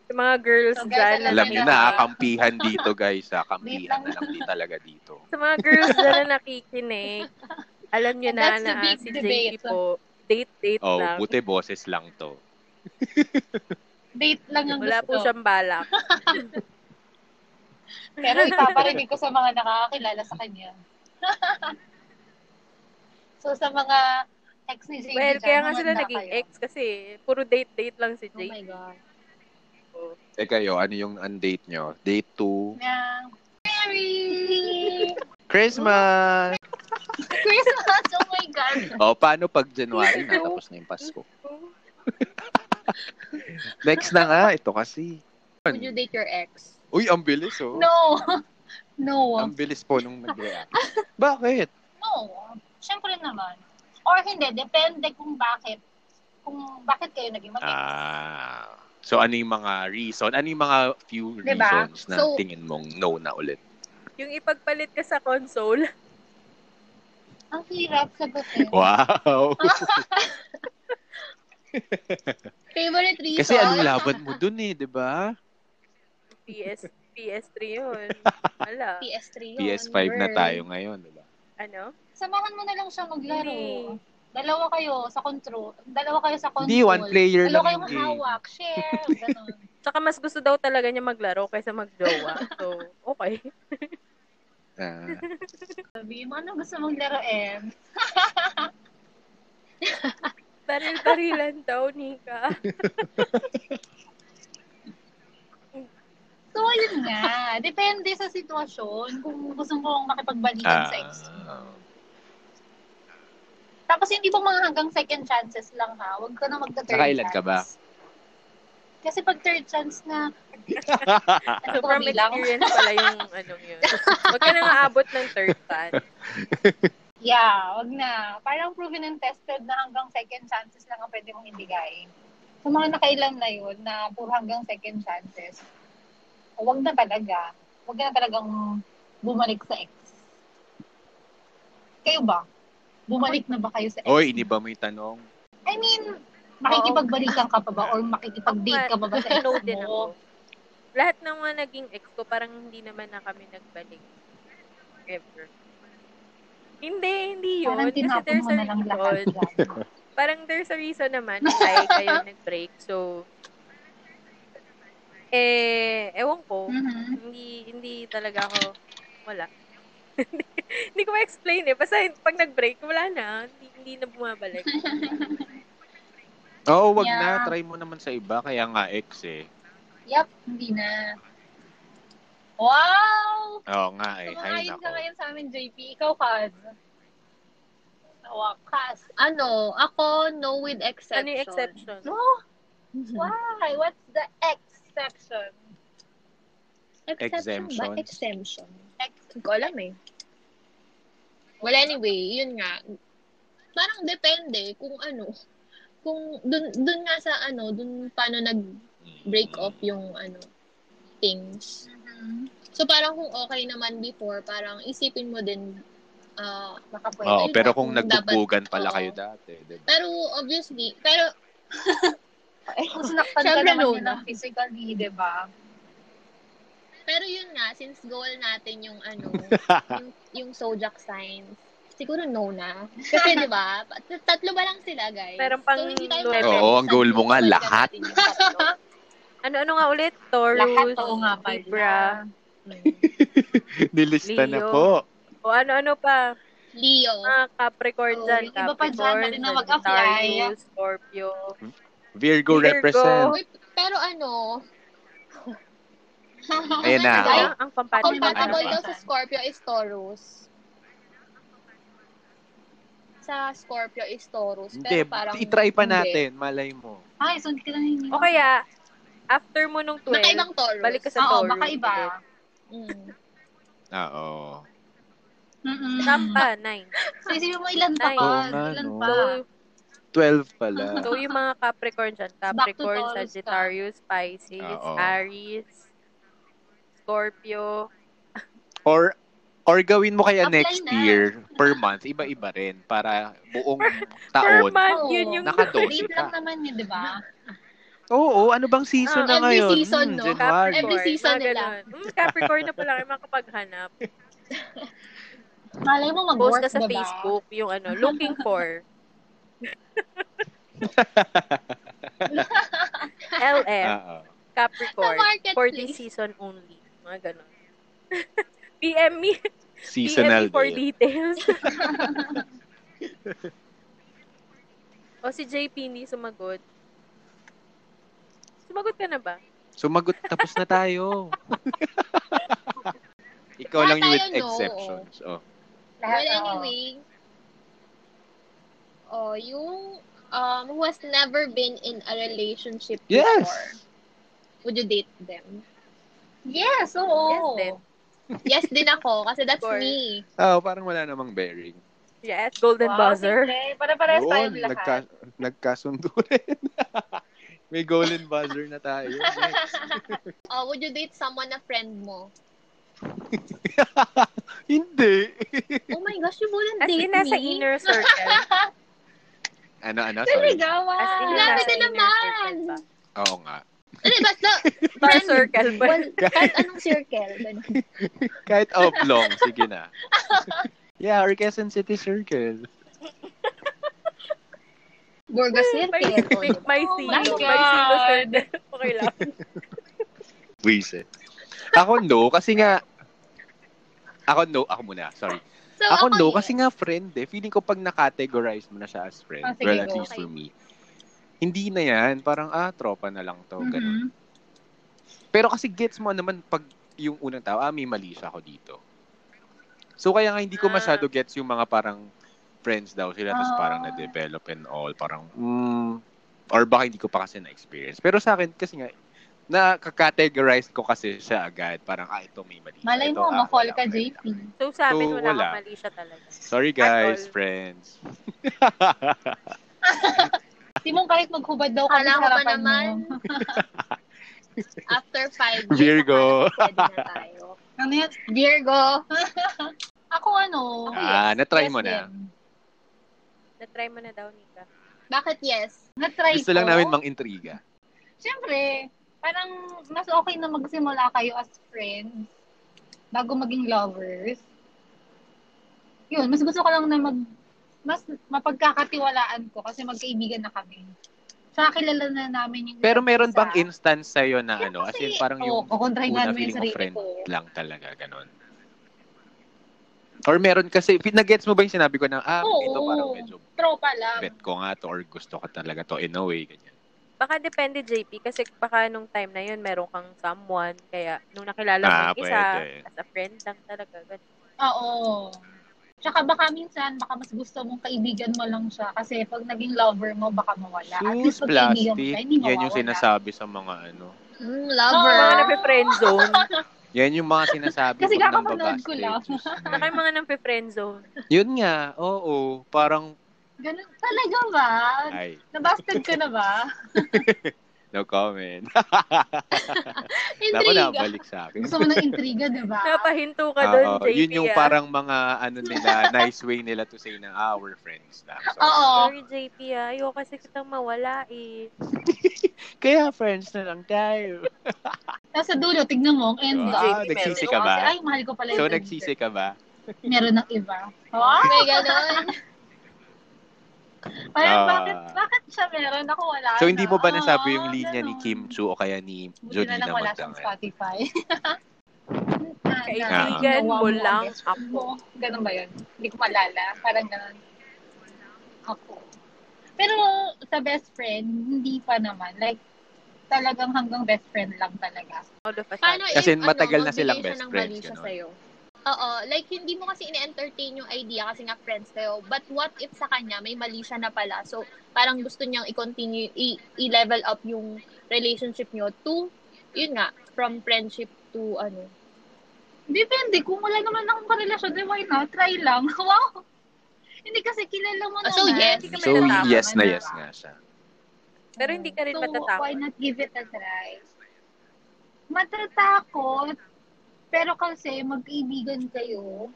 Speaker 1: Sa mga girls
Speaker 2: So,
Speaker 1: dyan.
Speaker 2: guys, alam
Speaker 3: Alam
Speaker 1: na-
Speaker 3: niyo na, ah, kampihan dito, guys. Ah, kampihan
Speaker 2: Wait
Speaker 3: na lang di talaga dito.
Speaker 1: Sa mga girls dyan na nakikinig, alam nyo
Speaker 4: And
Speaker 1: na
Speaker 4: that's
Speaker 1: na ah,
Speaker 4: the big
Speaker 1: si
Speaker 4: debate.
Speaker 1: JP po, date, date
Speaker 3: Oh,
Speaker 1: lang.
Speaker 3: buti boses lang to.
Speaker 2: Date lang ang
Speaker 1: Wala
Speaker 2: gusto.
Speaker 1: po siyang balak.
Speaker 2: Pero ipaparinig ko sa mga nakakakilala sa kanya. *laughs* so, sa mga ex ni JP
Speaker 1: Well,
Speaker 2: dyan,
Speaker 1: kaya nga sila
Speaker 2: humanda
Speaker 1: naging
Speaker 2: kayo.
Speaker 1: ex kasi puro date-date lang si
Speaker 4: Oh my
Speaker 1: JP.
Speaker 4: God.
Speaker 3: Eh kayo, ano yung undate nyo? Date to
Speaker 2: Yeah. Mary!
Speaker 3: Christmas!
Speaker 4: Christmas, oh my God.
Speaker 3: Oh, paano pag January na tapos na yung Pasko? *laughs* Next na nga, ito kasi.
Speaker 4: Would you date your ex?
Speaker 3: Uy, ang bilis oh.
Speaker 2: No! *laughs* No.
Speaker 3: Ang bilis po nung nag-react. Bakit?
Speaker 2: No. Siyempre naman. Or hindi, depende kung bakit. Kung bakit kayo naging mag
Speaker 3: Ah. So, ano yung mga reason? Ano yung mga few
Speaker 2: Diba?
Speaker 3: reasons na
Speaker 4: So-
Speaker 3: tingin mong no na ulit?
Speaker 1: Yung ipagpalit ka sa console,
Speaker 2: Ang hirap sagutin.
Speaker 3: Wow!
Speaker 4: Favorite reason?
Speaker 3: Kasi anong laban mo dun eh, di ba?
Speaker 1: PS, PS3 yun. Wala.
Speaker 4: PS3 yun.
Speaker 3: PS5 na
Speaker 4: girl.
Speaker 3: tayo ngayon, diba? di ba?
Speaker 1: Ano?
Speaker 2: Samahan mo na lang siya maglaro.
Speaker 1: Hindi.
Speaker 2: Dalawa kayo sa control. Dalawa kayo sa console.
Speaker 3: Hindi, one player
Speaker 2: Dalawa
Speaker 3: lang
Speaker 2: kayong
Speaker 3: yung game.
Speaker 2: hawak.
Speaker 3: *laughs*
Speaker 2: Share. Ganun.
Speaker 1: Tsaka mas gusto daw talaga niya maglaro kaysa magjowa. So, okay.
Speaker 3: Ah.
Speaker 2: Sabi mo, ano gusto mong laruin?
Speaker 1: Baril-barilan daw, Nika.
Speaker 2: So, ayun
Speaker 3: *laughs*
Speaker 2: nga. Depende sa sitwasyon kung gusto kong makipagbalikan sa ex.
Speaker 3: Ah.
Speaker 2: Tapos hindi po mga hanggang second chances lang ha. Huwag ka na magta-third
Speaker 3: Saka ilan ka ba?
Speaker 2: chance. Kasi pag third chance
Speaker 3: *laughs*
Speaker 2: na, ano
Speaker 1: So,
Speaker 2: to
Speaker 1: from
Speaker 2: bilang?
Speaker 1: experience pala yung anong yun. Huwag ka nang aabot ng third time.
Speaker 2: Yeah, wag na. Parang proven and tested na hanggang second chances lang ang pwede mong ibigay. Sa mga nakailan na yun, na puro hanggang second chances, wag na talaga. Wag na talagang bumalik sa ex. Kayo ba? Bumalik na ba kayo sa
Speaker 3: *laughs*
Speaker 2: ex?
Speaker 3: Oy, iniba mo yung tanong.
Speaker 2: I mean, makikipagbalikan ka pa ba or makikipag-date ka pa ba sa ex
Speaker 1: No din
Speaker 2: mo?
Speaker 1: ako. Lahat ng mga naging ex ko, parang hindi naman na kami nagbalik. Ever. Hindi, hindi yun.
Speaker 2: Parang
Speaker 1: Kasi
Speaker 2: tinapon
Speaker 1: there's
Speaker 2: mo
Speaker 1: a
Speaker 2: na lang lahat
Speaker 1: reason.
Speaker 2: dyan.
Speaker 1: Parang there's a reason naman why
Speaker 2: *laughs*
Speaker 1: kayo nag-break. So, eh, ewan ko.
Speaker 2: Mhm.
Speaker 1: Hindi, hindi talaga ako, wala. *laughs* hindi ko ma-explain eh. Basta pag nag-break, wala na. Hindi, hindi na
Speaker 2: *laughs*
Speaker 1: bumabalik.
Speaker 3: Oo, Oh, wag
Speaker 2: Yeah.
Speaker 3: na. Try mo naman sa iba. Kaya nga ex eh.
Speaker 2: Yup, hindi na. Wow!
Speaker 3: Oo nga eh. Hay
Speaker 2: Kumakain ka
Speaker 3: nako.
Speaker 2: ngayon sa amin, JP. Ikaw, Kaz. Sa wakas.
Speaker 4: Ano, ako, no with exception.
Speaker 1: Ano yung exception?
Speaker 2: No?
Speaker 4: Mm-hmm.
Speaker 2: Why? What's the exception?
Speaker 4: Exemption
Speaker 3: Exemption.
Speaker 4: ba? Exemption.
Speaker 2: Ex-
Speaker 4: Hindi ko alam eh. Well, anyway, yun nga. Parang depende kung ano. Kung dun, dun nga sa ano, dun paano nag-break
Speaker 3: Mm-hmm.
Speaker 4: off yung ano, things.
Speaker 2: Mhm.
Speaker 4: So parang kung okay naman before, parang isipin mo din ah,
Speaker 2: Baka pwede.
Speaker 3: Oo,
Speaker 4: Ayun
Speaker 3: pero
Speaker 4: nga,
Speaker 3: kung
Speaker 4: kung dapat-
Speaker 3: nagbubugan pala
Speaker 4: oo.
Speaker 3: kayo dati, di ba? *laughs*
Speaker 4: pero obviously, pero
Speaker 1: *laughs*
Speaker 2: Kung sinaktan ka
Speaker 4: Siyempre,
Speaker 2: naman
Speaker 4: no,
Speaker 2: yun
Speaker 4: no.
Speaker 2: ng physically, di ba?
Speaker 4: pero yun nga since goal natin yung
Speaker 3: *laughs*
Speaker 4: ano, yung, yung zodiac signs. Siguro no na. Kasi 'di ba? tat- Tatlo ba lang sila, guys?
Speaker 1: Meron pang nuwebe.
Speaker 4: mapapag-
Speaker 3: Oo, ang goal mo nga,
Speaker 4: Tatlo.
Speaker 3: lahat.
Speaker 1: *laughs* Ano-ano nga ulit? Taurus,
Speaker 2: Lahat oo nga pala.
Speaker 1: Libra,
Speaker 3: Nilista na
Speaker 1: Leo.
Speaker 3: po.
Speaker 1: o ano-ano pa.
Speaker 4: Leo.
Speaker 1: Mga Capricorn
Speaker 2: Oo,
Speaker 1: dyan.
Speaker 2: yung iba pa dyan,
Speaker 1: Capricorn,
Speaker 2: pwede na mag-apply.
Speaker 1: Sagittarius, Scorpio.
Speaker 3: Virgo,
Speaker 1: Virgo.
Speaker 3: represent.
Speaker 4: Uy, pero ano,
Speaker 3: Ayun na.
Speaker 1: Kaya
Speaker 3: Oh.
Speaker 1: ang compatible na
Speaker 4: Compatible
Speaker 3: Ano
Speaker 1: person.
Speaker 4: daw sa Scorpio is Taurus. Sa Scorpio is Taurus.
Speaker 3: Oh, Hindi,
Speaker 4: Pero parang...
Speaker 3: itry pa
Speaker 4: hindi.
Speaker 3: natin. Malay mo.
Speaker 2: Ay, so hindi ka naniniwala.
Speaker 1: O kaya, after mo nung 12,
Speaker 4: Baka ibang Taurus.
Speaker 1: balik ka sa
Speaker 2: Oo,
Speaker 1: Taurus.
Speaker 2: baka iba.
Speaker 4: Mm.
Speaker 3: Oo.
Speaker 2: Mm-mm.
Speaker 1: Tampa, 9.
Speaker 2: So, isipin mo ilan pa
Speaker 1: Ay.
Speaker 2: pa.
Speaker 1: Oo
Speaker 3: nga,
Speaker 2: ilan
Speaker 3: no.
Speaker 2: pa.
Speaker 1: So,
Speaker 3: 12
Speaker 4: *laughs*
Speaker 3: pala.
Speaker 1: so, yung mga Capricorn dyan, Capricorn,
Speaker 2: Taurus ka.
Speaker 1: Sagittarius, Pisces,
Speaker 3: Oo.
Speaker 1: Aries, Scorpio.
Speaker 3: Or or gawin mo kaya
Speaker 4: Apply
Speaker 3: next
Speaker 4: na.
Speaker 3: year per month, iba-iba rin para
Speaker 4: *laughs*
Speaker 3: buong
Speaker 1: Per
Speaker 3: taon.
Speaker 1: month,
Speaker 2: Oo.
Speaker 1: yun yung *laughs*
Speaker 3: Nakado.
Speaker 2: Date lang naman yun, di ba?
Speaker 3: Oo, ano bang
Speaker 1: Ah,
Speaker 3: season na
Speaker 4: every
Speaker 3: ngayon? Hmm,
Speaker 4: season, no?
Speaker 3: January.
Speaker 1: Capricorn.
Speaker 4: Every *laughs* season
Speaker 1: mga
Speaker 4: nila.
Speaker 1: ganun. Mm, Capricorn na pala kayo makapaghanap.
Speaker 2: Malay mo
Speaker 1: Post
Speaker 2: mag-work,
Speaker 1: na sa
Speaker 2: diba?
Speaker 1: Facebook yung ano, looking for LF
Speaker 3: *laughs* Oo.
Speaker 4: Sa
Speaker 1: Capricorn for this
Speaker 4: marketplace.
Speaker 1: season only. Mga ganun. *laughs* PM me, PM
Speaker 3: Seasonal
Speaker 1: me E for
Speaker 3: date. *laughs*
Speaker 1: details. o si JP hindi sumagot. Sumagot ka na ba?
Speaker 3: Sumagot, tapos na tayo. *laughs* Ikaw
Speaker 4: Lahat
Speaker 3: lang yung with
Speaker 4: tayo, no?
Speaker 3: exceptions. Oh.
Speaker 2: Lahat,
Speaker 4: Well,
Speaker 2: oo.
Speaker 4: anyway, oh, yung um, who has never been in a relationship
Speaker 3: Yes!
Speaker 4: before, would you date them?
Speaker 2: Yes,
Speaker 1: Yes,
Speaker 2: oo.
Speaker 1: then.
Speaker 4: Yes din ako,
Speaker 1: *laughs*
Speaker 4: kasi that's
Speaker 1: Of course.
Speaker 4: me.
Speaker 3: Oh, parang wala namang bearing.
Speaker 1: Yes, golden buzzer.
Speaker 2: Para-pares tayo
Speaker 3: Yun,
Speaker 2: lahat.
Speaker 3: nagka- nagkasundo *laughs* rin. May golden buzzer na tayo. Next.
Speaker 4: Oh, would you date someone na friend mo?
Speaker 3: *laughs* Hindi.
Speaker 4: Oh my gosh, you wouldn't
Speaker 1: As
Speaker 4: date
Speaker 1: in, nasa
Speaker 4: me?
Speaker 1: inner circle.
Speaker 3: ano, ano? Sorry.
Speaker 2: Talaga, wow.
Speaker 1: As in,
Speaker 4: Grabe
Speaker 1: nasa
Speaker 4: ka
Speaker 1: inner
Speaker 4: naman!
Speaker 1: circle pa.
Speaker 3: Oo nga.
Speaker 1: *laughs*
Speaker 4: Hindi, basta,
Speaker 1: Star circle pa.
Speaker 4: well, kahit anong circle. ganun.
Speaker 3: Kahit oblong, sige na. *laughs* Yeah, or Quezon City Circle.
Speaker 4: Burgo circle. diba?
Speaker 1: May, may
Speaker 2: Oh
Speaker 1: sino.
Speaker 2: my
Speaker 1: May sino
Speaker 2: God.
Speaker 1: circle. *laughs* Okay lang.
Speaker 3: Buise. Ako no, kasi nga... Ako no, ako muna, sorry.
Speaker 4: So,
Speaker 3: Ako no,
Speaker 4: yes.
Speaker 3: kasi nga friend eh. Feeling ko pag na-categorize mo na siya as friend,
Speaker 2: Ah, sige,
Speaker 3: well, at
Speaker 2: go.
Speaker 3: least for me, hindi na yan. Parang, ah, tropa na lang to. Ganun.
Speaker 2: Mhm.
Speaker 3: Pero kasi gets mo naman pag yung unang tao, ah, may mali siya ako dito. So kaya nga hindi ko
Speaker 1: Ah.
Speaker 3: masyado gets yung mga parang friends daw sila tapos
Speaker 2: Ah.
Speaker 3: parang na-develop and all. Parang, mm, or baka hindi ko pa kasi na-experience. Pero sa akin, kasi nga, nakakategorize ko kasi siya agad. Parang, ah, ito may mali.
Speaker 2: Malay
Speaker 3: Ito,
Speaker 2: mo,
Speaker 3: ah,
Speaker 2: ma-fall
Speaker 3: wala,
Speaker 2: ka,
Speaker 3: wala.
Speaker 2: JP.
Speaker 1: So sa amin,
Speaker 3: So,
Speaker 1: wala,
Speaker 3: wala.
Speaker 1: kang mali siya talaga.
Speaker 3: Sorry
Speaker 1: At
Speaker 3: guys,
Speaker 1: all.
Speaker 3: friends.
Speaker 2: Simon, kahit maghubad daw kami
Speaker 4: Kala
Speaker 2: sa
Speaker 4: ko ba
Speaker 2: harapan
Speaker 4: naman?
Speaker 2: mo.
Speaker 4: *laughs* After five years,
Speaker 3: Virgo.
Speaker 4: akala ko pwede na tayo.
Speaker 2: Ano yan?
Speaker 4: Virgo.
Speaker 2: *laughs* Ako ano?
Speaker 3: ah, natry
Speaker 4: Yes,
Speaker 3: mo na.
Speaker 4: din.
Speaker 1: Na-try mo na daw, Nika.
Speaker 4: Bakit yes?
Speaker 2: Na-try
Speaker 3: Gusto
Speaker 2: ko.
Speaker 3: lang namin mang-intriga.
Speaker 2: Siyempre, parang mas okay na magsimula kayo as friends bago maging lovers. Yun, mas gusto ko lang na mag mas mapagkakatiwalaan ko kasi magkaibigan na kami. Sa kilala na namin yung
Speaker 3: Pero
Speaker 2: isa't
Speaker 3: meron
Speaker 2: isa.
Speaker 3: bang instance sa'yo na
Speaker 2: Yun
Speaker 3: ano? As
Speaker 2: kasi,
Speaker 3: in, parang
Speaker 2: oo,
Speaker 3: yung
Speaker 2: kukontrahingan
Speaker 3: una
Speaker 2: mo yung
Speaker 3: feeling mo
Speaker 2: sarili
Speaker 3: friend
Speaker 2: ko.
Speaker 3: lang talaga, ganun. Or meron kasi, pinag-gets mo ba yung sinabi ko na, ah,
Speaker 2: Oo.
Speaker 3: ito parang medyo
Speaker 2: Tropa lang.
Speaker 3: bet ko nga to or gusto ko talaga to in a way, ganyan.
Speaker 1: Baka depende, JP, kasi baka nung time na yun, meron kang someone, kaya nung nakilala mo
Speaker 3: Ah,
Speaker 1: yung isa,
Speaker 3: pwede.
Speaker 1: as a friend lang talaga. ganun.
Speaker 2: Oo. Tsaka baka minsan, baka mas gusto mong kaibigan mo lang siya. Kasi pag naging lover mo, baka mawala. At least
Speaker 3: Shoes,
Speaker 2: pag kaibigan mo
Speaker 3: plastic,
Speaker 2: siya, hindi
Speaker 3: yan yung
Speaker 2: mawawala.
Speaker 3: sinasabi sa mga ano.
Speaker 4: Mm,
Speaker 1: Yung
Speaker 4: lover.
Speaker 1: Mga nape-friend
Speaker 2: *laughs*
Speaker 1: zone.
Speaker 3: Yan yung mga sinasabi
Speaker 2: Kasi
Speaker 3: pag
Speaker 2: kakapanood
Speaker 3: nambabasted.
Speaker 2: ko lang.
Speaker 3: Diyos ko.
Speaker 1: Baka yung mga nape-friend zone.
Speaker 3: Yun nga, oo. Parang,
Speaker 2: Ganun, talaga ba?
Speaker 3: ay,
Speaker 2: Nabasted ka na *laughs* ba?
Speaker 3: no comment. *laughs* Dapat
Speaker 4: Intriga.
Speaker 3: nabalik sa akin.
Speaker 2: Gusto mo ng intriga, di ba?
Speaker 1: Napahinto ka
Speaker 3: Oo,
Speaker 1: doon, JP.
Speaker 3: oh, yun yung
Speaker 1: ah.
Speaker 3: parang mga ano nila, nice way nila to say na, ah, we're friends na. So,
Speaker 2: Oo.
Speaker 1: Sorry, JP, ah. Ayoko kasi kitang mawala, eh.
Speaker 3: Kaya friends na lang tayo.
Speaker 2: Nasa dulo, tignan mo, ang end
Speaker 1: Si
Speaker 3: Ah,
Speaker 2: up.
Speaker 1: JP
Speaker 3: nagsisi
Speaker 1: meron.
Speaker 3: ka ba?
Speaker 2: Ay, mahal ko pala
Speaker 3: So,
Speaker 2: yung
Speaker 3: nagsisi ka ba?
Speaker 2: Meron ng iba. Oh,
Speaker 4: May ganon.
Speaker 3: *laughs*
Speaker 2: parang
Speaker 3: Ah.
Speaker 2: bakit, bakit siya meron? Ako wala
Speaker 3: So, hindi
Speaker 2: na.
Speaker 3: mo ba nasabi
Speaker 2: Oo,
Speaker 3: yung linya ni
Speaker 2: Ah, ganun.
Speaker 3: Kim Chu o kaya ni
Speaker 2: Buti
Speaker 3: Jolina
Speaker 2: na lang wala siyang
Speaker 3: Magdangan?
Speaker 2: Spotify. *laughs*
Speaker 1: Kaibigan
Speaker 2: Ginawa
Speaker 1: mo
Speaker 2: ang
Speaker 1: lang
Speaker 2: best friend
Speaker 1: ako.
Speaker 2: mo. Ganun ba yun? Hindi ko malala. Parang ganun. Ako. Pero sa best friend, hindi pa naman. Like, talagang hanggang best friend lang talaga.
Speaker 1: All of us.
Speaker 4: Paano
Speaker 1: are.
Speaker 4: if,
Speaker 3: Kasi matagal
Speaker 4: ano,
Speaker 3: na silang
Speaker 4: magbigay siya
Speaker 3: best
Speaker 4: ng
Speaker 3: friends,
Speaker 4: mali siya
Speaker 3: ganun.
Speaker 4: sa'yo? Oo, like hindi mo kasi ine-entertain yung idea kasi nga friends kayo. But what if sa kanya may mali siya na pala? So parang gusto niyang i-continue, i- i-level up yung relationship niyo to, yun nga, from friendship to ano.
Speaker 2: Depende. Kung wala naman akong karelasyon, then why not? Try lang. *laughs* Wow! Hindi kasi kilala mo
Speaker 4: Ah,
Speaker 2: naman.
Speaker 4: so yes.
Speaker 2: Hindi ka
Speaker 3: So,
Speaker 1: May natama
Speaker 3: yes na
Speaker 2: diba?
Speaker 3: yes nga siya. *laughs*
Speaker 1: Pero hindi ka rin
Speaker 2: So,
Speaker 1: matatakot.
Speaker 2: why not give it a try? Matatakot, pero kasi magkaibigan kayo.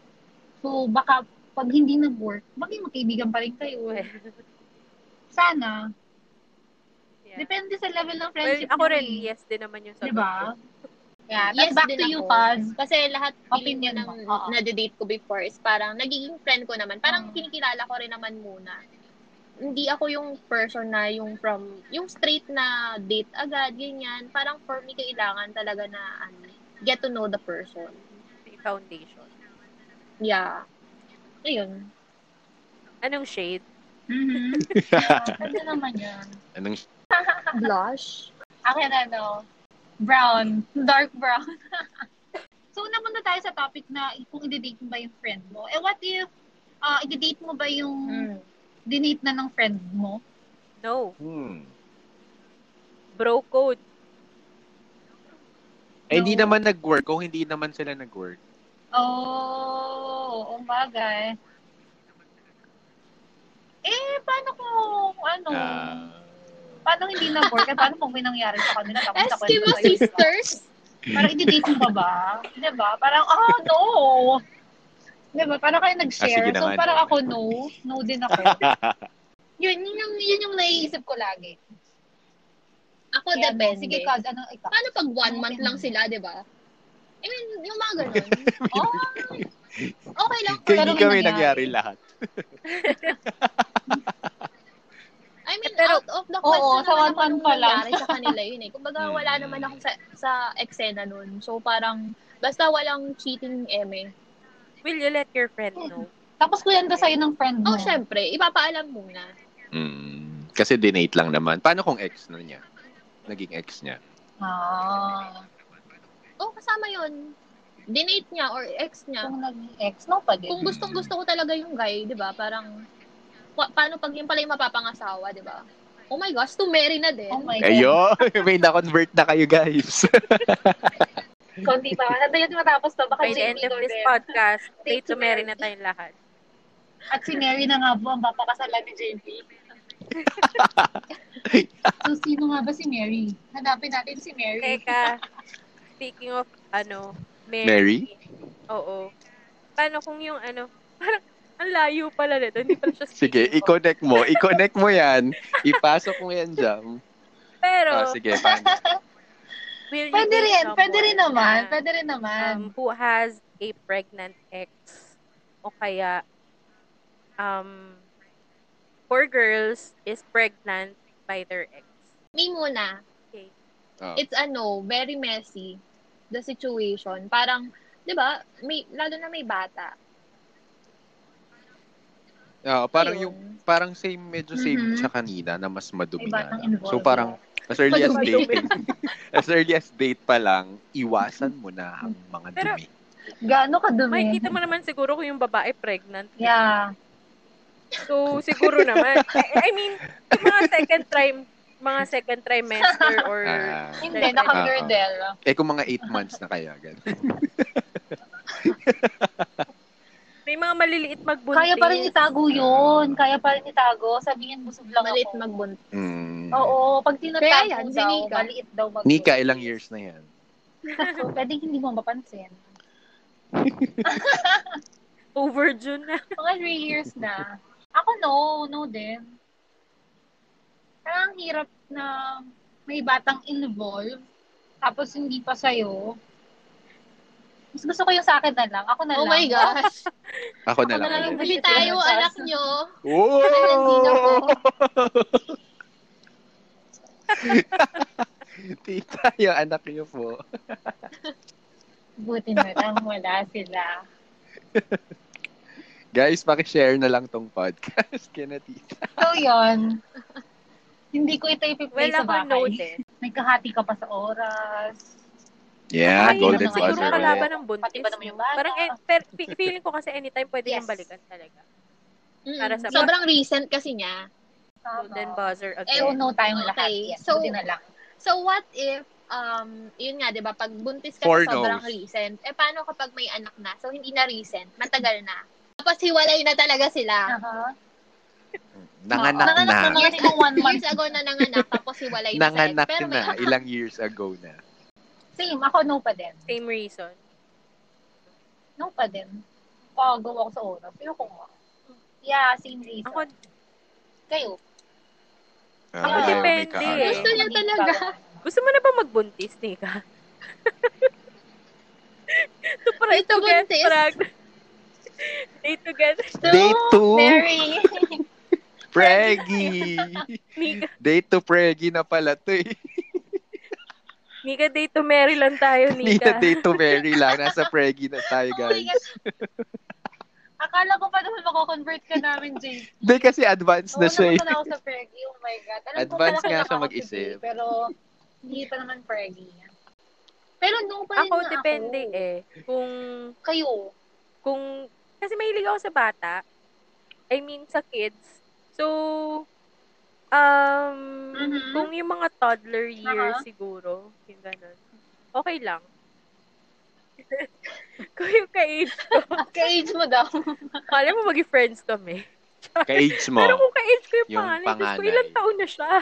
Speaker 2: So, baka pag hindi nag-work, maging magkaibigan pa rin
Speaker 1: *laughs*
Speaker 2: kayo.
Speaker 1: Well,
Speaker 2: Sana.
Speaker 1: yeah.
Speaker 2: Depende sa level ng
Speaker 1: Well,
Speaker 2: friendship
Speaker 1: ako
Speaker 2: mo
Speaker 1: rin,
Speaker 2: eh.
Speaker 1: yes din naman yung sagot
Speaker 2: Diba?
Speaker 1: ko.
Speaker 2: Yeah,
Speaker 4: Yes
Speaker 2: yes, back
Speaker 4: din
Speaker 2: to you,
Speaker 4: ako.
Speaker 2: Paz.
Speaker 4: Kasi lahat feeling ko
Speaker 2: Opinion
Speaker 4: ng
Speaker 2: mo, oo.
Speaker 4: nadidate ko before is parang nagiging friend ko naman. Parang
Speaker 2: Oo.
Speaker 4: kinikilala ko rin naman muna. Hindi ako yung person na yung from, yung straight na date agad, ganyan. Parang for me, kailangan talaga na ano, get to know the person.
Speaker 1: May foundation.
Speaker 4: Yeah. Ayun.
Speaker 1: Anong shade?
Speaker 2: *laughs* Mhm. Yeah, Pwede naman yan.
Speaker 3: Anong
Speaker 4: Blush.
Speaker 2: Akin ano, brown, dark brown. *laughs* so, napunta tayo sa topic na kung i-date mo ba yung friend mo. Eh, what if uh, i-date mo ba yung
Speaker 4: Mm.
Speaker 2: dinate na ng friend mo?
Speaker 1: No.
Speaker 3: hmm.
Speaker 1: Bro code.
Speaker 3: Eh, hindi
Speaker 2: No.
Speaker 3: naman nag-work. Kung hindi naman sila nag-work.
Speaker 2: Oh, umaga. Eh, paano kung ano?
Speaker 3: Ah.
Speaker 2: paano hindi na-work? Eh, paano kung may nangyari sa kanila? Tapos sa kwento
Speaker 4: Eskimo
Speaker 2: kayo, di ba?
Speaker 4: sisters.
Speaker 2: Parang i-date mo ba ba? Diba? Parang, oh, no! Diba? Parang kayo
Speaker 3: Ah,
Speaker 2: nag-share.
Speaker 3: sige
Speaker 2: so,
Speaker 3: naman.
Speaker 2: parang ako, no. No din
Speaker 1: *laughs*
Speaker 2: ako. Ano yun, yun, yung, yun yung naiisip ko lagi.
Speaker 4: Ako
Speaker 2: Kaya, no,
Speaker 4: depende.
Speaker 2: Sige, Kaz, anong ikaw?
Speaker 4: Paano pag one
Speaker 2: Ano
Speaker 4: month
Speaker 2: opinion
Speaker 4: lang
Speaker 2: mo?
Speaker 4: sila, di ba? I mean, yung mga ganun.
Speaker 2: Oh,
Speaker 4: Okay lang.
Speaker 3: Kaya
Speaker 2: Pero
Speaker 3: hindi
Speaker 2: may
Speaker 3: kami
Speaker 2: nangyari.
Speaker 3: nangyari lahat.
Speaker 4: I mean,
Speaker 1: Eh, pero-
Speaker 4: out of the
Speaker 2: Oo,
Speaker 4: question
Speaker 2: sa
Speaker 4: naman
Speaker 2: one-one
Speaker 4: ako nung
Speaker 2: pa lang.
Speaker 4: nangyari sa kanila yun eh. Kumbaga,
Speaker 3: Hmm.
Speaker 4: wala naman ako sa, sa eksena nun. So, parang, basta walang cheating eh. eme.
Speaker 1: Will you let your friend
Speaker 2: Hmm.
Speaker 1: know?
Speaker 2: tapos kuyanda sa'yo ng friend
Speaker 4: Oh,
Speaker 2: mo.
Speaker 4: syempre, ipapaalam muna.
Speaker 3: Hmm. Kasi dinate lang naman. Paano kung ex na niya? Naging ex niya.
Speaker 2: Ah.
Speaker 4: Oh, kasama yun. Dinate niya or ex niya.
Speaker 2: Kung naging ex, no pa din.
Speaker 4: Kung gustong gusto ko talaga yung guy, di ba? Parang, pa- paano pag yun pala yung mapapangasawa, di ba? Oh my gosh, to marry na din.
Speaker 2: Oh my God.
Speaker 3: Ayo, *laughs* may na-convert na kayo guys.
Speaker 2: Kundi pa. Ano yun matapos to? Baka
Speaker 1: By the end
Speaker 2: Jamie
Speaker 1: of this
Speaker 2: Gordon.
Speaker 1: podcast, wait
Speaker 2: Take to
Speaker 1: to marry
Speaker 2: marry.
Speaker 1: na tayong lahat.
Speaker 2: At si Mary na nga po ang papakasalan ni
Speaker 3: *laughs*
Speaker 2: JP. so, sino nga ba si Mary? Hanapin natin si Mary.
Speaker 1: Teka, speaking of, ano,
Speaker 3: Mary?
Speaker 1: Mary? Oo. Paano kung yung, ano, *laughs* parang, ang layo pala nito. Hindi pala siya speaking
Speaker 3: Sige,
Speaker 1: of.
Speaker 3: i-connect mo. I-connect mo yan. Ipasok mo yan dyan.
Speaker 1: Pero,
Speaker 3: Ah, sige, paano?
Speaker 1: will you
Speaker 2: pwede
Speaker 1: date
Speaker 2: rin.
Speaker 1: someone
Speaker 2: Pwede rin naman.
Speaker 1: na,
Speaker 2: Pwede rin naman.
Speaker 1: um, who has a pregnant ex o kaya um four girls is pregnant by their ex.
Speaker 4: Me muna.
Speaker 1: Okay.
Speaker 3: Oh.
Speaker 4: it's ano, very messy the situation. Parang, 'di ba? May lalo na may bata.
Speaker 3: Ah, parang
Speaker 4: Ayun.
Speaker 3: yung parang same medyo same
Speaker 2: Mhm.
Speaker 3: siya kanina na mas madumi
Speaker 2: May batang
Speaker 3: na.
Speaker 2: involved.
Speaker 3: So parang as early as
Speaker 4: Madumi.
Speaker 3: date *laughs* as early as date pa lang iwasan mo na ang mga
Speaker 1: Pero-
Speaker 3: dumi.
Speaker 2: Gaano ka dumi?
Speaker 1: Makikita mo naman siguro kung yung babae pregnant.
Speaker 2: Yeah.
Speaker 1: So siguro naman. I, I mean, yung mga second trim mga second trimester
Speaker 3: *laughs*
Speaker 1: or
Speaker 3: Ah.
Speaker 2: Hindi, naka-girdle.
Speaker 3: eh kung mga 8 months na kaya ganun.
Speaker 1: may mga maliliit magbuntis.
Speaker 2: Kaya pa rin itago yun. Kaya pa rin itago. Sabihin, busog lang
Speaker 4: Malit
Speaker 2: ako.
Speaker 4: magbunt.
Speaker 3: Mm.
Speaker 2: Oo, pag
Speaker 4: Kaya
Speaker 2: tinatago
Speaker 4: yan, si
Speaker 2: daw,
Speaker 4: Nika.
Speaker 2: maliit daw mag
Speaker 3: Nika, ilang years na yan?
Speaker 2: *laughs* So, pwede hindi mo mapansin.
Speaker 1: overdue na.
Speaker 2: Mga three years na. Ako no, no din. Parang ang hirap na may batang involved, tapos hindi pa sa'yo. Mas gusto ko yung sa akin na lang. Ako na
Speaker 4: Oh
Speaker 2: lang.
Speaker 4: my *laughs* gosh.
Speaker 3: Ako na
Speaker 2: Ako
Speaker 3: lang.
Speaker 2: na lang
Speaker 3: ulit.
Speaker 2: ang-
Speaker 4: Bili tayo
Speaker 2: Yes.
Speaker 4: anak nyo.
Speaker 3: Oh!
Speaker 4: Tarantino ko.
Speaker 3: *laughs* Tita, yung anak niyo po.
Speaker 2: Buti na lang wala sila.
Speaker 3: Guys, paki-share na lang tong podcast *laughs* kina tita.
Speaker 2: So, yun. Hindi ko ito ipiplay
Speaker 1: Well,
Speaker 2: sa
Speaker 1: ako
Speaker 2: bahay.
Speaker 1: no din.
Speaker 2: May kahati ka pa sa oras.
Speaker 3: Yeah,
Speaker 2: Ay,
Speaker 3: Ah, golden
Speaker 2: naman,
Speaker 1: Siguro
Speaker 3: buzzer.
Speaker 2: wala
Speaker 3: yeah.
Speaker 1: kalaban ng buntis.
Speaker 2: Pati ba naman yung
Speaker 1: no?
Speaker 2: bata?
Speaker 1: Parang eh, fe- fe- feeling ko kasi anytime pwede
Speaker 2: Yes.
Speaker 1: niyang balikan talaga.
Speaker 4: Mm-mm.
Speaker 1: Para sa-
Speaker 4: Sobrang recent kasi niya.
Speaker 1: Golden buzzer
Speaker 2: Eh,
Speaker 1: again.
Speaker 2: no tayong
Speaker 4: Okay,
Speaker 2: lahat. Yes,
Speaker 4: so-
Speaker 2: buti na lang.
Speaker 4: So what if um yun nga 'di ba pag buntis ka
Speaker 3: Four
Speaker 4: sobrang
Speaker 3: no's.
Speaker 4: recent. Eh paano kapag may anak na? So hindi na recent, matagal na. Tapos hiwalay na talaga
Speaker 2: *laughs*
Speaker 4: sila.
Speaker 2: Aha.
Speaker 3: Nanganak na.
Speaker 2: Nanganak na.
Speaker 4: Years,
Speaker 2: Yes, one
Speaker 4: *laughs*
Speaker 2: month.
Speaker 4: years ago na nanganak tapos hiwalay na sila.
Speaker 3: Nanganak
Speaker 4: Pero may
Speaker 3: na. Ilang years ago na.
Speaker 2: Same, ako no pa din.
Speaker 1: Same reason.
Speaker 2: No pa din. Pagod ako sa oras. Ayoko nga. Yeah, same reason.
Speaker 1: Ako,
Speaker 2: Kayo.
Speaker 3: Ah,
Speaker 2: Ako
Speaker 3: medyo may
Speaker 1: depende
Speaker 3: kaano.
Speaker 1: eh.
Speaker 4: Gusto niya talaga.
Speaker 1: gusto mo na ba magbuntis, Nika? *laughs* to pra- to
Speaker 4: Dito
Speaker 1: get pregnant. *laughs* Day to
Speaker 4: buntis?
Speaker 1: get
Speaker 3: Day two.
Speaker 2: Mary.
Speaker 3: Preggy!
Speaker 1: Nika.
Speaker 3: Day to Preggy na pala to eh.
Speaker 1: Nika, day to Maryland tayo,
Speaker 3: Nita
Speaker 1: Nika.
Speaker 3: Day to Mary lang. Nasa Preggy na tayo
Speaker 2: Oh my
Speaker 3: guys.
Speaker 2: God. *laughs* Akala ko pa naman makakonvert ka namin, JP.
Speaker 3: Hindi kasi advance
Speaker 2: Oo,
Speaker 3: na siya eh.
Speaker 2: napunta na ako sa Fergie. Oh my God. Alam ko
Speaker 3: Advance
Speaker 2: pala
Speaker 3: nga siya
Speaker 2: kailangan ako
Speaker 3: mag-isip.
Speaker 2: si Jay, Pero hindi pa naman Fergie. Pero no pa rin
Speaker 1: Ako,
Speaker 2: na
Speaker 1: depende
Speaker 2: ako.
Speaker 1: eh. Kung,
Speaker 2: Kayo.
Speaker 1: kung, kasi mahilig ako sa bata. I mean, sa kids. So, um,
Speaker 2: Mhm.
Speaker 1: kung yung mga toddler years
Speaker 2: Aha.
Speaker 1: siguro, yung ganun, okay lang. *laughs* kung yung ka-age ko,
Speaker 2: Ka-age mo daw.
Speaker 1: kala mo mag-friends kami.
Speaker 3: Ka-age mo.
Speaker 1: Pero kung ka-age ko yung,
Speaker 3: Yung
Speaker 1: panganay, Diyos ko,
Speaker 3: panganay.
Speaker 1: ilang taon na
Speaker 3: *laughs*
Speaker 1: siya?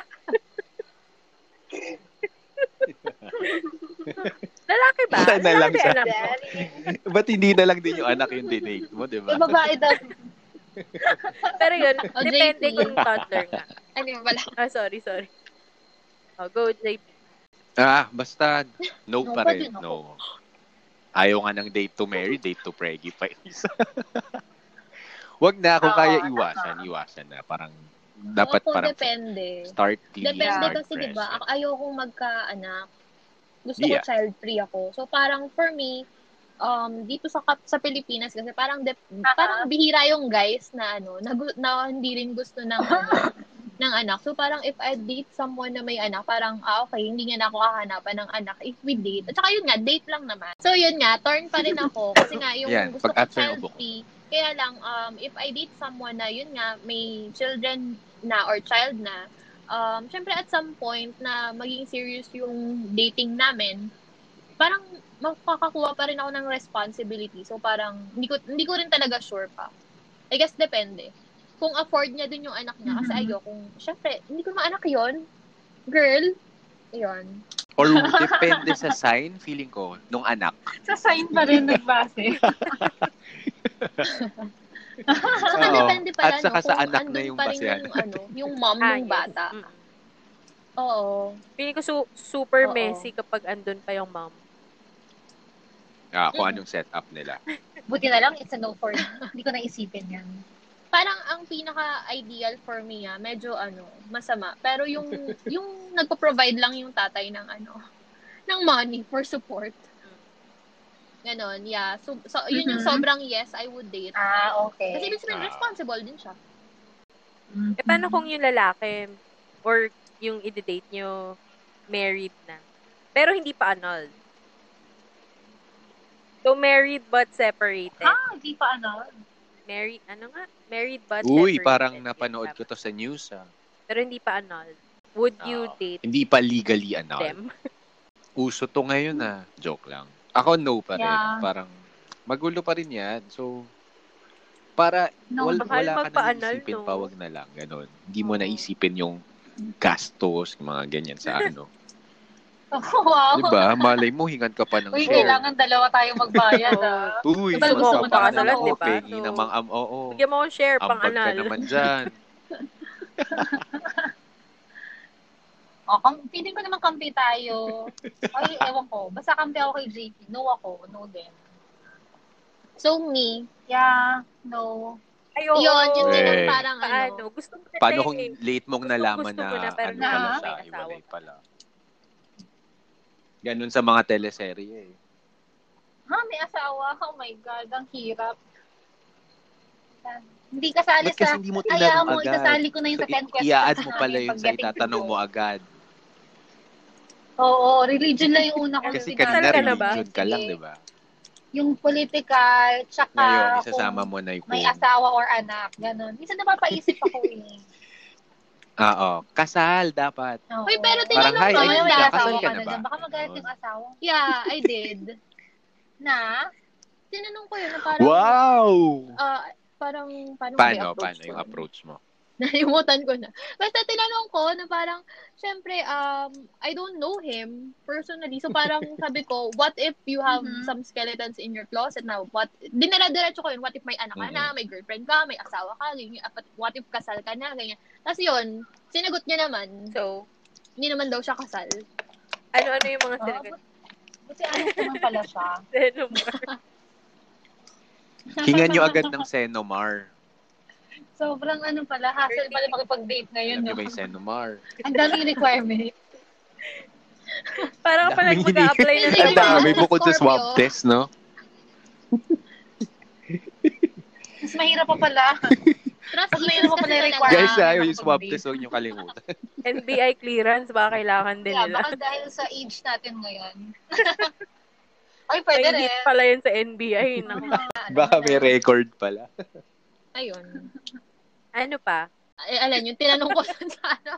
Speaker 1: Lalaki ba?
Speaker 3: Sana
Speaker 1: Lalaki
Speaker 3: lang siya.
Speaker 1: anak mo?
Speaker 3: Ba't hindi na lang din yung anak yung dinate mo, di
Speaker 2: Eh,
Speaker 3: ba?
Speaker 2: babae daw.
Speaker 1: Pero yun,
Speaker 4: O,
Speaker 1: depende
Speaker 4: JP.
Speaker 1: kung toddler nga.
Speaker 4: *laughs* Ano yun pala?
Speaker 1: Ah, sorry, sorry. Oh, go, JP.
Speaker 3: Ah, basta no
Speaker 2: No
Speaker 3: pa
Speaker 2: pa
Speaker 3: rin.
Speaker 2: din ako.
Speaker 3: No. Ayaw nga ng date to Mary, date to Preggy pa yung isa. *laughs* Wag na, kung
Speaker 2: Oo,
Speaker 3: kaya
Speaker 2: tama.
Speaker 3: iwasan, iwasan na. Parang, dapat
Speaker 4: Ako
Speaker 3: parang
Speaker 4: depende.
Speaker 3: start clean,
Speaker 4: Depende
Speaker 3: start
Speaker 4: kasi 'di
Speaker 3: fresh.
Speaker 4: ba? Ako ayokong magkaanak. Gusto
Speaker 3: Yeah.
Speaker 4: ko child free ako. So parang for me um dito sa kap- sa Pilipinas kasi parang dep- parang bihira yung guys na ano na, gu- na hindi rin gusto ng ano, ng anak. So parang if I date someone na may anak, parang ah okay, hindi niya na ako hahanapan ng anak if we date. At saka yun nga, date lang naman. So yun nga, torn pa rin ako kasi nga yung
Speaker 3: Yan,
Speaker 4: gusto ko
Speaker 3: pag-after
Speaker 4: child
Speaker 3: ng buko.
Speaker 4: free. Kaya lang um if I date someone na yun nga may children na or child na, um, syempre at some point na maging serious yung dating namin, parang makakakuha pa rin ako ng responsibility. So parang hindi ko, hindi ko rin talaga sure pa. I guess depende. Kung afford niya din yung anak niya. Kasi
Speaker 2: Mhm.
Speaker 4: ayo kung, syempre, hindi ko naman anak yon Girl, *laughs* yon
Speaker 3: Or depende sa sign, feeling ko, nung anak.
Speaker 2: Sa sign pa rin nagbase.
Speaker 4: Saka
Speaker 3: Oo.
Speaker 4: depende pala,
Speaker 3: At saka
Speaker 4: no,
Speaker 3: sa
Speaker 4: kung
Speaker 3: anak na
Speaker 4: andun
Speaker 3: yung
Speaker 4: pa rin
Speaker 3: basehan.
Speaker 4: yung, ano, yung mom ng
Speaker 1: yes.
Speaker 4: bata.
Speaker 1: Mm.
Speaker 4: Oo.
Speaker 1: Feeling ko su- super
Speaker 4: Oo.
Speaker 1: messy kapag andun pa yung mom.
Speaker 3: Ah, kung
Speaker 4: Mm.
Speaker 3: anong setup nila.
Speaker 2: Buti na lang, it's a no for me. Hindi ko naisipin yan.
Speaker 4: parang ang pinaka-ideal for me, ah, medyo ano, masama. Pero yung,
Speaker 3: *laughs*
Speaker 4: yung nagpo-provide lang yung tatay ng ano, ng money for support. Ganon, yeah. So, so yun yung
Speaker 2: Mhm.
Speaker 4: sobrang yes, I would date.
Speaker 2: Ah, okay. Mm.
Speaker 4: Kasi ibig sabihin,
Speaker 3: Ah.
Speaker 4: responsible din siya.
Speaker 1: Eh, paano kung yung lalaki or yung i-date nyo married na? Pero hindi pa annulled. So, married but separated.
Speaker 2: Ah, hindi pa ano. *laughs*
Speaker 1: Married, ano nga? Married but
Speaker 3: Uy,
Speaker 1: separated.
Speaker 3: parang
Speaker 1: Yun,
Speaker 3: napanood ko
Speaker 1: tama.
Speaker 3: to sa news. Ah.
Speaker 1: Pero hindi pa annulled. Would you
Speaker 3: Ah.
Speaker 1: date
Speaker 3: Hindi pa legally
Speaker 1: them?
Speaker 3: annulled. Uso to ngayon
Speaker 1: Hmm.
Speaker 3: ah. Joke lang. Ako no pa rin.
Speaker 2: Yeah.
Speaker 3: Parang magulo pa rin yan. So, para
Speaker 2: No,
Speaker 3: wal-
Speaker 1: mahal
Speaker 3: wala ka na
Speaker 1: magpa-anal,
Speaker 3: naisipin,
Speaker 1: no?
Speaker 3: pawag na lang. Ganon. Hindi mo
Speaker 1: Oo.
Speaker 3: naisipin yung gastos, yung mga ganyan
Speaker 1: *laughs*
Speaker 3: sa ano.
Speaker 2: wow.
Speaker 3: diba? Malay mo, hingan ka pa ng
Speaker 2: Uy,
Speaker 3: share.
Speaker 2: kailangan dalawa tayo magbayad,
Speaker 3: *laughs*
Speaker 2: ah.
Speaker 3: Uy,
Speaker 2: Diba, gusto mo
Speaker 3: magpapaalam ako,
Speaker 2: na kasalan,
Speaker 1: diba?
Speaker 3: pengi
Speaker 1: So,
Speaker 3: namang am, oo.
Speaker 1: Bigyan mo akong share pang
Speaker 3: Ambag ka
Speaker 1: anal.
Speaker 3: naman dyan.
Speaker 2: O, kam- feeling ko naman kampi tayo. Ay, ewan ko. Basta kampi ako kay JP. No ako. No din.
Speaker 4: So, me,
Speaker 2: Yeah. No.
Speaker 1: Ay, oo.
Speaker 4: yun, yun din ang
Speaker 3: Eh.
Speaker 4: parang
Speaker 1: Paano?
Speaker 4: ano.
Speaker 1: Gusto mo na
Speaker 3: Paano
Speaker 1: siya
Speaker 3: kung
Speaker 1: eh.
Speaker 3: late mong
Speaker 1: Gusto-
Speaker 3: nalaman
Speaker 1: gusto
Speaker 3: na,
Speaker 1: mo na, pero
Speaker 3: ano pala
Speaker 2: na-
Speaker 3: siya,
Speaker 1: may asawa
Speaker 3: iwalay
Speaker 1: ka.
Speaker 3: pala. Ganun sa mga teleserye eh.
Speaker 2: Ha, may asawa. Oh my God. Ang hirap. Ah, Hindi kasali
Speaker 3: Ba't kasi
Speaker 2: sa...
Speaker 3: hindi mo
Speaker 2: Ayaw
Speaker 3: tinanong
Speaker 2: mo,
Speaker 3: agad?
Speaker 2: isasali ko na yung
Speaker 3: So,
Speaker 2: sa 10
Speaker 3: i-
Speaker 2: *laughs* questions.
Speaker 3: i-add mo
Speaker 2: namin
Speaker 3: pala yun sa
Speaker 2: pagdating
Speaker 3: itatanong
Speaker 2: to
Speaker 3: mo
Speaker 2: go.
Speaker 3: agad.
Speaker 2: Oo, religion lang yung una ko
Speaker 3: Kasi
Speaker 1: Kasal
Speaker 3: kanina
Speaker 1: ka na
Speaker 2: diba?
Speaker 1: ba?
Speaker 3: religion ka lang, di ba?
Speaker 2: Yung political, tsaka
Speaker 3: Ngayon,
Speaker 2: kung
Speaker 3: isasama mo na yung
Speaker 2: Ah, may
Speaker 3: kung-
Speaker 2: asawa or anak, ganun. Minsan napapaisip ako
Speaker 3: *laughs*
Speaker 2: eh.
Speaker 3: Ah, Oo. Kasal dapat.
Speaker 2: Oo.
Speaker 4: Uy, pero
Speaker 3: Parang,
Speaker 4: tinanong
Speaker 3: hi,
Speaker 4: ko,
Speaker 2: Ngayon,
Speaker 3: ayun
Speaker 4: yung
Speaker 2: may
Speaker 3: ka,
Speaker 2: asawa
Speaker 3: kasal
Speaker 2: ka
Speaker 3: ka
Speaker 2: na
Speaker 3: na ba?
Speaker 2: dyan. Baka magalit yung asawa.
Speaker 4: Yeah, I did.
Speaker 2: Na?
Speaker 4: Tinanong ko yun na parang,
Speaker 3: Wow!
Speaker 4: ah, parang, paano, ba i-approach
Speaker 3: Paano? Paano
Speaker 4: ko
Speaker 3: yung
Speaker 4: yun?
Speaker 3: approach mo?
Speaker 4: *laughs* Nalimutan ko na. Basta tinanong ko na parang, syempre, um, I don't know him personally. So parang sabi ko, what if you have
Speaker 2: Mhm.
Speaker 4: some skeletons in your closet na what, dinara-diretso ko yun, what if may anak ka na, may girlfriend ka, may asawa ka, ganyan, Apat- what if kasal ka na, ganyan. Tapos yun, sinagot niya naman,
Speaker 1: So,
Speaker 4: hindi naman daw siya kasal.
Speaker 1: ano-ano yung mga
Speaker 2: Ah,
Speaker 1: sinagot?
Speaker 2: Kasi anak ko man pala siya.
Speaker 1: um,
Speaker 3: Hingan nyo agad ng
Speaker 2: *laughs*
Speaker 3: Senomar.
Speaker 2: Sobrang ano pala, hassle pala makipag-date ngayon.
Speaker 3: Alam nyo
Speaker 2: No?
Speaker 3: ba yung Senomar?
Speaker 2: Ang daming requirement.
Speaker 1: Parang pala
Speaker 3: Daming
Speaker 1: mag-a-apply na
Speaker 4: Hindi
Speaker 3: Ang
Speaker 4: ba?
Speaker 3: dami bukod sa
Speaker 4: Scorpio.
Speaker 3: swab test, no?
Speaker 2: Mas mahirap pa
Speaker 1: *laughs*
Speaker 2: pala.
Speaker 4: Trust
Speaker 2: Pag mayroon ka pala
Speaker 4: kasi
Speaker 2: requirement.
Speaker 4: talaga.
Speaker 3: Guys, ayaw yung
Speaker 2: nakapag-date.
Speaker 3: swab test. Huwag nyo
Speaker 2: *laughs*
Speaker 3: kalimutan.
Speaker 1: NBI clearance, baka kailangan din
Speaker 2: Yeah,
Speaker 1: nila.
Speaker 2: baka dahil sa age natin
Speaker 1: *laughs*
Speaker 2: ngayon. Ay,
Speaker 1: May
Speaker 2: pwede
Speaker 1: hit
Speaker 2: rin.
Speaker 1: pala yun sa NBI. Naku.
Speaker 3: Baka may record pala.
Speaker 4: Ayun.
Speaker 1: Ano pa?
Speaker 4: Eh, alam yun, tinanong ko *laughs* dun sa ano.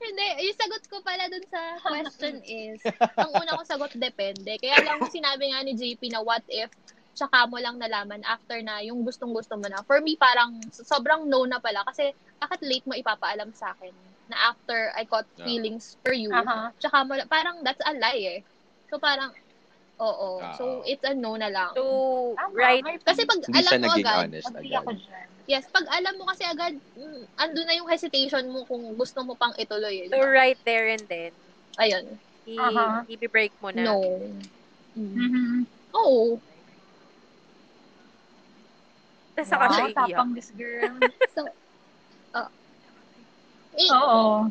Speaker 4: Hindi, yung sagot ko pala dun sa question is, ang una kong sagot, depende. Kaya lang sinabi nga ni JP na what if, tsaka mo lang nalaman after na yung gustong-gusto mo na. For me, parang sobrang no na pala. Kasi, bakit late mo ipapaalam sa akin na after I caught
Speaker 3: Yeah.
Speaker 4: feelings for you,
Speaker 2: Aha.
Speaker 4: tsaka mo lang, parang that's a lie eh. So parang, oo.
Speaker 3: Ah.
Speaker 4: So, it's a no na lang.
Speaker 1: So,
Speaker 2: Tama,
Speaker 1: right.
Speaker 2: may-
Speaker 4: Kasi pag
Speaker 3: Hindi siya
Speaker 4: alam mo
Speaker 3: naging
Speaker 4: agad,
Speaker 3: honest
Speaker 2: Agree
Speaker 3: agad.
Speaker 2: ako dyan.
Speaker 4: Yes, pag alam mo kasi agad, mm, andun na yung hesitation mo kung gusto mo pang ituloy. eh, di
Speaker 1: So,
Speaker 4: ba?
Speaker 1: right there and then,
Speaker 4: Ayun.
Speaker 1: i-
Speaker 2: Aha.
Speaker 1: i-break mo na.
Speaker 4: No. Mm.
Speaker 1: Mm-hmm.
Speaker 2: Mhm.
Speaker 4: Oo.
Speaker 1: Tapos saka siya
Speaker 2: Wow,
Speaker 1: iiyak.
Speaker 2: Ah, tapang this
Speaker 1: *laughs*
Speaker 2: girl.
Speaker 4: In,
Speaker 2: Oo.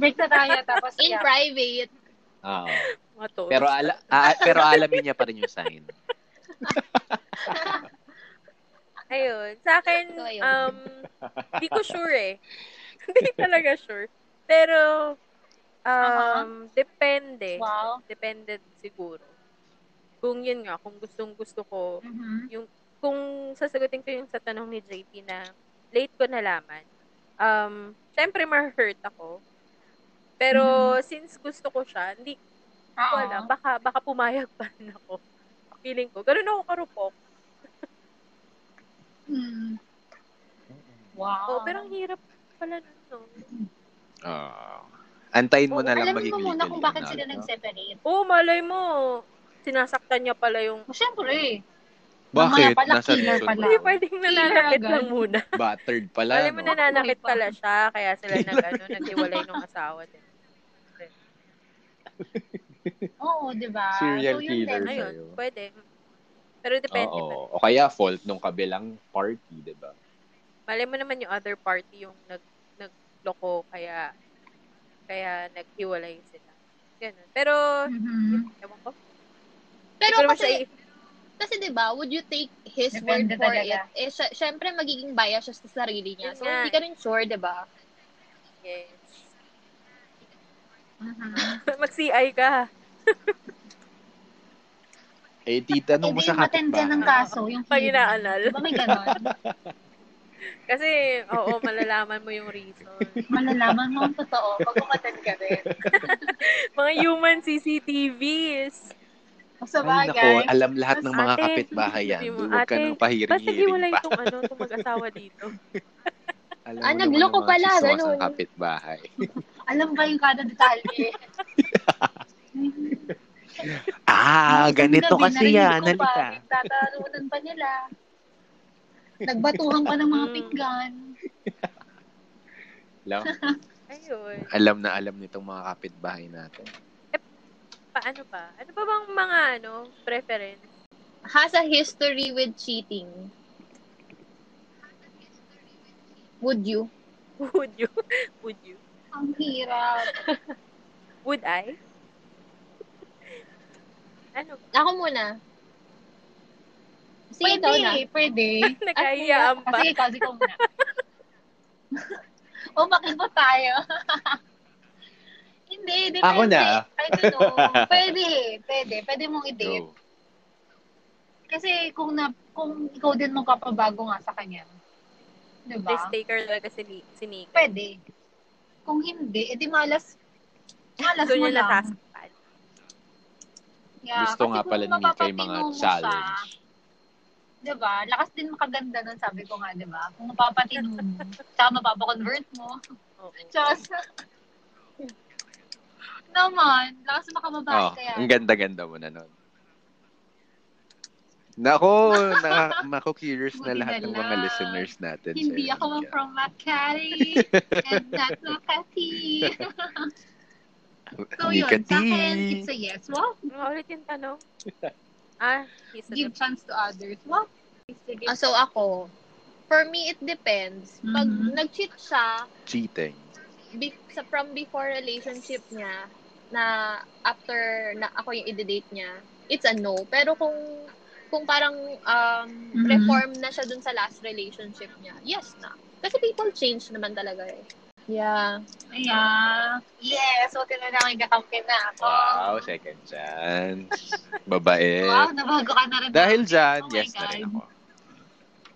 Speaker 2: Break na tayo tapos
Speaker 4: in
Speaker 2: iyak.
Speaker 4: private.
Speaker 3: Ah, Oo.
Speaker 1: Matos.
Speaker 3: Pero, ala, ah, pero alamin niya pa rin yung sign.
Speaker 1: Ayun. Sa akin,
Speaker 4: So, ayun.
Speaker 3: *laughs*
Speaker 1: um, di ko sure eh. *laughs* Hindi talaga sure. Pero, um, depende.
Speaker 2: Wow.
Speaker 1: Depende siguro. Kung yun nga, kung gustong gusto ko,
Speaker 2: Mhm.
Speaker 1: kung sasagutin ko yung sa tanong ni JP na late ko nalaman, um, syempre ma-hurt ako. Pero
Speaker 3: Mm-hmm.
Speaker 1: since gusto ko siya, hindi ko
Speaker 2: Oo.
Speaker 1: alam, baka, baka pumayag pa rin ako. Feeling ko. Ganun ako karupok.
Speaker 2: Mm.
Speaker 1: Oh,
Speaker 2: Wow.
Speaker 1: pero ang hirap pala nun, no?
Speaker 3: Oo. Ah, Antayin mo na lang
Speaker 2: alam
Speaker 3: maging
Speaker 2: mo muna
Speaker 3: legally
Speaker 2: kung bakit
Speaker 3: ano,
Speaker 2: sila
Speaker 3: no?
Speaker 2: nag-separate.
Speaker 1: Oo, malay mo. Sinasaktan niya pala yung...
Speaker 2: Oh, Siyempre.
Speaker 3: Bakit?
Speaker 2: Mga pala,
Speaker 3: Nasa
Speaker 2: killer
Speaker 3: reason
Speaker 2: pala.
Speaker 3: pala.
Speaker 1: Hindi, pwedeng nananakit
Speaker 2: agad.
Speaker 1: lang muna.
Speaker 3: Battered pala,
Speaker 1: Malay mo,
Speaker 3: no?
Speaker 1: nananakit
Speaker 2: Okay pa.
Speaker 1: pala siya. Kaya sila nag, ano, naghiwalay nung asawa din.
Speaker 2: Oo, di ba?
Speaker 3: Serial
Speaker 2: so, yun
Speaker 3: killer.
Speaker 2: Din.
Speaker 1: Ayun,
Speaker 3: Sa'yo.
Speaker 1: pwede. Pero depende pa
Speaker 3: Oo. O kaya fault nung kabilang party, di ba?
Speaker 1: Malay mo naman yung other party yung nag nagloko kaya kaya naghiwalay sila. Ganun. Pero
Speaker 2: Mhm.
Speaker 1: ewan ko.
Speaker 4: Pero
Speaker 1: Pero
Speaker 4: kasi, kasi 'di ba, would you take his
Speaker 2: Depende
Speaker 4: word for
Speaker 2: talaga.
Speaker 4: it? Eh sy- syempre magiging bias siya sa sarili niya.
Speaker 1: Yun
Speaker 4: So
Speaker 1: nga
Speaker 4: hindi ka rin sure, 'di ba?
Speaker 1: yes. *laughs*
Speaker 2: Mhm.
Speaker 1: Mag-CI ka.
Speaker 3: Eh, tita, nung mo
Speaker 2: Hindi
Speaker 3: sa
Speaker 2: yung matanda ng
Speaker 3: kapitbahay.
Speaker 2: kaso, yung
Speaker 1: Pag
Speaker 2: hearing.
Speaker 1: inaanal.
Speaker 2: Di ba may ganon?
Speaker 1: Kasi oo, malalaman mo yung reason.
Speaker 2: Malalaman mo ang totoo pag umatan ka rin.
Speaker 1: Mga human CCTVs.
Speaker 2: Sa
Speaker 3: Ay,
Speaker 2: bagay.
Speaker 3: nako, alam lahat ng mga
Speaker 1: Ate,
Speaker 3: kapitbahay yan.
Speaker 1: sabi mo,
Speaker 3: Huwag ka
Speaker 1: ate,
Speaker 3: nang
Speaker 1: Basta
Speaker 3: pahiring-hiring
Speaker 1: hiwalay
Speaker 3: pa.
Speaker 1: itong ano, itong mag-asawa dito.
Speaker 4: Ah,
Speaker 3: Alam mo naman
Speaker 4: nagloko
Speaker 3: ang mga
Speaker 4: pala,
Speaker 3: chismosa
Speaker 4: ganun.
Speaker 3: ng kapitbahay.
Speaker 2: Alam ba yung kada
Speaker 3: *laughs*
Speaker 2: detalye?
Speaker 3: Ah,
Speaker 2: Nung
Speaker 3: ganito
Speaker 2: gabi,
Speaker 3: kasi
Speaker 2: narinig
Speaker 3: yan,
Speaker 2: ko pa,
Speaker 3: halika.
Speaker 2: Tatalunan pa nila. Nagbatuhan pa ng mga
Speaker 1: Mm.
Speaker 2: pinggan.
Speaker 3: Alam,
Speaker 1: Ayun.
Speaker 3: alam na alam nitong mga kapitbahay natin.
Speaker 1: Paano pa? Ano pa bang mga ano, preference?
Speaker 4: Has a history with cheating. Would you?
Speaker 1: Would you? *laughs* Would you?
Speaker 2: Ang hirap.
Speaker 1: Would I? ano?
Speaker 4: Ako muna. Sige,
Speaker 2: Pwede,
Speaker 4: ikaw na.
Speaker 2: pwede. *laughs*
Speaker 1: Nagkahiyaan pa.
Speaker 2: Kasi ikaw, ikaw muna. *laughs* o, bakit ba tayo? Hindi, *laughs* Hindi, depende.
Speaker 3: Ako na.
Speaker 2: I don't know. Pwede, pwede. Pwede mong i-date.
Speaker 3: Go.
Speaker 2: Kasi kung na, kung ikaw din magkapabago nga sa kanya. Diba?
Speaker 1: Risk taker talaga si, Ni- si Nico.
Speaker 2: Pwede. Kung hindi, edi malas, malas
Speaker 1: Gusto niya
Speaker 2: mo
Speaker 1: na
Speaker 2: lang.
Speaker 1: task pad.
Speaker 2: Yeah,
Speaker 3: Gusto
Speaker 2: kasi
Speaker 3: nga
Speaker 2: kung
Speaker 3: pala ni Mika yung mga
Speaker 2: mapapapino mo siya,
Speaker 3: challenge.
Speaker 2: Diba? Lakas din makaganda nun, sabi ko nga, diba? Kung mapapatino mo, tsaka mapapakonvert mo.
Speaker 1: Oo.
Speaker 2: Just, naman, lakas makababae
Speaker 3: Oh,
Speaker 2: kaya.
Speaker 3: ang ganda-ganda mo na nun. Nako,
Speaker 2: *laughs*
Speaker 3: na, mako-curious na
Speaker 2: Buti
Speaker 3: lahat
Speaker 2: na
Speaker 3: ng mga
Speaker 2: lang.
Speaker 3: listeners natin.
Speaker 2: Hindi
Speaker 3: sa'yo,
Speaker 2: ako
Speaker 3: Mika.
Speaker 2: from
Speaker 3: *laughs*
Speaker 2: Makati and not Makati. so yun,
Speaker 3: Mikati.
Speaker 2: sa akin, it's a yes. What?
Speaker 1: Ano nga ulit yung tanong? *laughs* Ah, he's a
Speaker 2: Give chance to others. What? Sige.
Speaker 4: Ah, so ako, for me, it depends. Pag
Speaker 2: Mhm.
Speaker 4: nag-cheat siya,
Speaker 3: Cheating.
Speaker 4: be- sa from before relationship niya, na after na ako yung i-date niya, it's a no. Pero kung kung parang um,
Speaker 2: Mhm.
Speaker 4: reform na siya dun sa last relationship niya, yes na. Kasi people change naman talaga eh. Yeah.
Speaker 2: Ayan. Yes, huwag ka na lang kakampi na ako.
Speaker 3: Wow, second chance. Babae.
Speaker 2: Oh. *laughs* Wow, nabago ka na rin.
Speaker 3: Dahil dyan,
Speaker 2: Oh my
Speaker 3: yes na rin
Speaker 2: God.
Speaker 3: ako.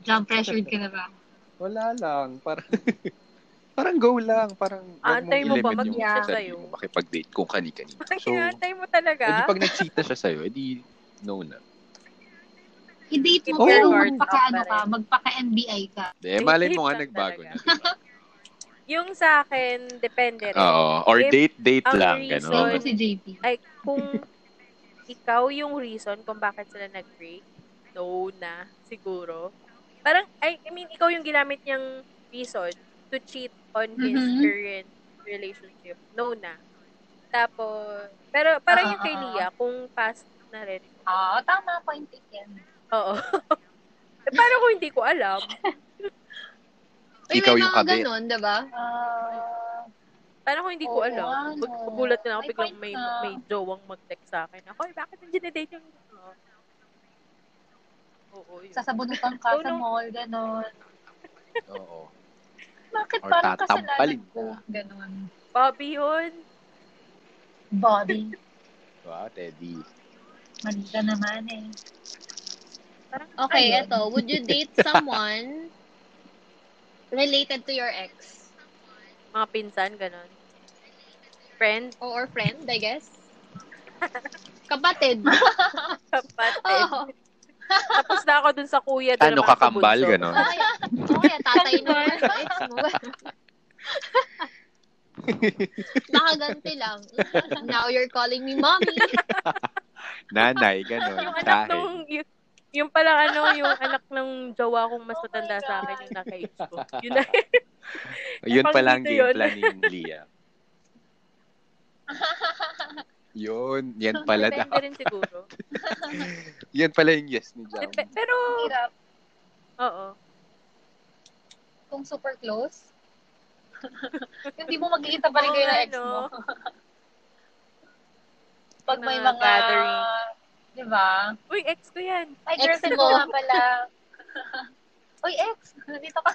Speaker 2: Jump pressured ka na ba?
Speaker 3: Wala lang. Parang, *laughs* parang go lang. Parang huwag
Speaker 1: Aantay mo
Speaker 3: mong
Speaker 1: ba?
Speaker 3: i-limit yung
Speaker 4: Mag-i-siya
Speaker 3: sarili
Speaker 1: sa'yo?
Speaker 3: mo makipag-date kung kani-kanino. So,
Speaker 1: Hintay mo talaga.
Speaker 3: edi pag nag-cheat na siya sa'yo, edi no na.
Speaker 2: *laughs* I-date
Speaker 3: Oh.
Speaker 2: mo pero
Speaker 1: Guard
Speaker 2: magpaka-ano
Speaker 1: up pa
Speaker 2: ka,
Speaker 1: rin.
Speaker 2: magpaka-NBI ka.
Speaker 3: De, Eh, malay mo nga
Speaker 1: lang
Speaker 3: nagbago na.
Speaker 1: talaga. Yung sa akin, depende rin.
Speaker 3: Oo. Or
Speaker 1: If
Speaker 3: date-date
Speaker 1: ang
Speaker 3: lang.
Speaker 1: reason- *laughs*
Speaker 2: Same
Speaker 3: Ganun.
Speaker 2: ko si JP.
Speaker 1: Ay, kung ikaw yung reason kung bakit sila nag-break, no na, siguro. Parang, I, I mean, ikaw yung ginamit niyang reason to cheat on his
Speaker 2: Mhm.
Speaker 1: current relationship. No na. Tapos, pero parang
Speaker 2: Ah,
Speaker 1: yung kay
Speaker 2: ah,
Speaker 1: Lia, kung past na rin.
Speaker 2: Oo, Ah, tama. Point taken.
Speaker 1: Oo. *laughs* Eh, parang kung hindi ko alam.
Speaker 4: Uy,
Speaker 3: Ikaw
Speaker 4: may
Speaker 3: yung
Speaker 4: mga
Speaker 3: kabit.
Speaker 4: ganun, diba?
Speaker 2: Ah,
Speaker 1: Parang kung hindi ko
Speaker 2: Oo,
Speaker 1: alam.
Speaker 2: ano.
Speaker 1: Pag gugulat na ako,
Speaker 2: May
Speaker 1: biglang
Speaker 2: point
Speaker 1: may,
Speaker 2: ka.
Speaker 1: may jowang mag-text sa akin. Ako, eh, bakit hindi date yung... Oo. Oo, yun.
Speaker 2: sasabunutan ka
Speaker 1: Oh,
Speaker 2: sa
Speaker 1: no.
Speaker 2: mall, gano'n.
Speaker 3: Oo.
Speaker 2: Bakit
Speaker 3: Or
Speaker 2: parang kasalanan
Speaker 3: tatampalin
Speaker 2: ko?
Speaker 3: ka.
Speaker 2: Gano'n.
Speaker 1: Bobby yun.
Speaker 2: Body.
Speaker 3: Wow, diba, Teddy.
Speaker 2: Mali ka naman eh.
Speaker 1: Parang,
Speaker 4: Okay,
Speaker 2: Ayun.
Speaker 4: eto. Would you
Speaker 3: *laughs*
Speaker 4: date someone related to your ex?
Speaker 1: mga pinsan, ganun. Friend,
Speaker 4: O, Oh, or friend, I
Speaker 2: *laughs*
Speaker 4: guess? Kapatid.
Speaker 1: *laughs*
Speaker 4: Oh.
Speaker 1: kapatid.
Speaker 2: *laughs*
Speaker 4: Oo.
Speaker 1: Tapos na ako dun sa kuya. dun
Speaker 3: Ano,
Speaker 1: naman ako sa
Speaker 3: kakambal,
Speaker 1: bunso.
Speaker 3: gano'n?
Speaker 4: Okay. Okay, tatay naman sa ex mo. *laughs* Nakaganti lang. Now you're calling me mommy.
Speaker 3: Nanay, ganun.
Speaker 1: Yung anak
Speaker 3: Sahin.
Speaker 1: nung, yung, yung palang ano, yung anak ng jowa kong mas
Speaker 2: Oh my
Speaker 1: matanda sa akin
Speaker 2: God.
Speaker 1: yung nakaibs ko. Yun
Speaker 3: *laughs*
Speaker 1: na.
Speaker 3: Yun
Speaker 1: Pang
Speaker 3: pala ang
Speaker 1: dito
Speaker 3: game
Speaker 1: yun.
Speaker 3: plan ni Lia. Yun, yan pala
Speaker 1: Depende
Speaker 3: dapat.
Speaker 1: rin siguro.
Speaker 3: Yan pala yung yes ni Jam.
Speaker 1: Depe- pero,
Speaker 2: Hirap.
Speaker 1: oo.
Speaker 2: Kung super close, *laughs* hindi mo magkikita pa rin kayo ng ex mo.
Speaker 1: Oo, ano?
Speaker 2: *laughs* Pag may
Speaker 1: Mga
Speaker 2: mga,
Speaker 1: gathering.
Speaker 2: di ba?
Speaker 1: Uy, ex ko yan.
Speaker 2: Ay,
Speaker 4: Ex
Speaker 2: girlfriend
Speaker 4: mo.
Speaker 2: ko nga pala. *laughs* Uy, ex, *laughs* nandito ka.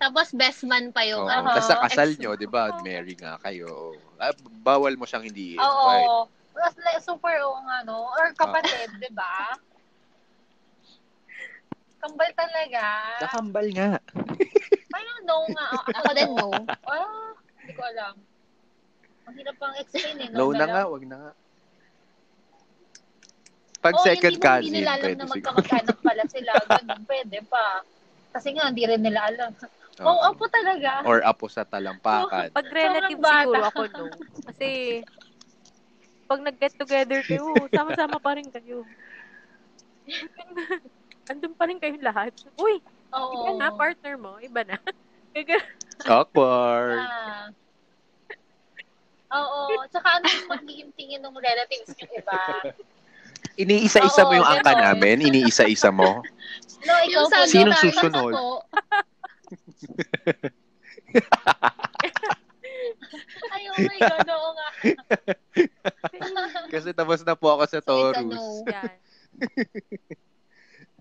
Speaker 4: Tapos best man pa yung
Speaker 3: Oo,
Speaker 4: ano.
Speaker 3: tas sa
Speaker 4: ex
Speaker 3: kasal
Speaker 4: mo.
Speaker 3: nyo, di
Speaker 1: Ah,
Speaker 3: ba?
Speaker 1: Oo.
Speaker 3: Mary nga kayo. Ah, bawal mo siyang hindi diba? invite.
Speaker 2: Oo. Mas like, super oo nga, no?
Speaker 1: Ah.
Speaker 2: Or kapatid, di ba? Kambal talaga.
Speaker 3: Nakambal nga.
Speaker 2: Parang no nga.
Speaker 4: Ako din, no.
Speaker 2: Ah, hindi ko alam. Ang hirap pang explain eh.
Speaker 3: No na
Speaker 2: Dala.
Speaker 3: nga, wag na nga. Pag
Speaker 2: Oo,
Speaker 3: second
Speaker 2: hindi mo-
Speaker 3: cousin,
Speaker 2: Hindi nila alam
Speaker 3: pwede
Speaker 2: na
Speaker 3: siguro.
Speaker 2: magkamag-anak pala
Speaker 3: *laughs*
Speaker 2: sila. Ganun, pwede pa. Kasi nga, hindi rin nila alam. Oo,
Speaker 3: *laughs* Oo.
Speaker 2: apo talaga.
Speaker 3: Or apo sa talampakan.
Speaker 1: Pag relative
Speaker 2: bata.
Speaker 1: siguro ako, no. Kasi, pag nag-get together kayo, sama-sama pa rin kayo. Andun pa rin kayong lahat. Uy,
Speaker 2: Oo.
Speaker 1: iba na, partner mo, iba na. *laughs* Gaga-
Speaker 3: Awkward.
Speaker 2: Ah. Oo. Tsaka ano yung magiging tingin ng relatives yung iba?
Speaker 3: Iniisa-isa mo
Speaker 2: Oo,
Speaker 3: yung angka
Speaker 2: ganun.
Speaker 3: namin. Iniisa-isa mo.
Speaker 2: No, ikaw
Speaker 4: Yung sa
Speaker 2: po.
Speaker 3: Sinong
Speaker 4: notary, yung sa
Speaker 3: susunod? *laughs*
Speaker 4: ko,
Speaker 2: Ay, oh my God, oo nga.
Speaker 3: Kasi tapos na po ako
Speaker 2: ano?
Speaker 3: sa
Speaker 4: So, it's a
Speaker 3: Taurus.
Speaker 4: no.
Speaker 1: *laughs* Yan.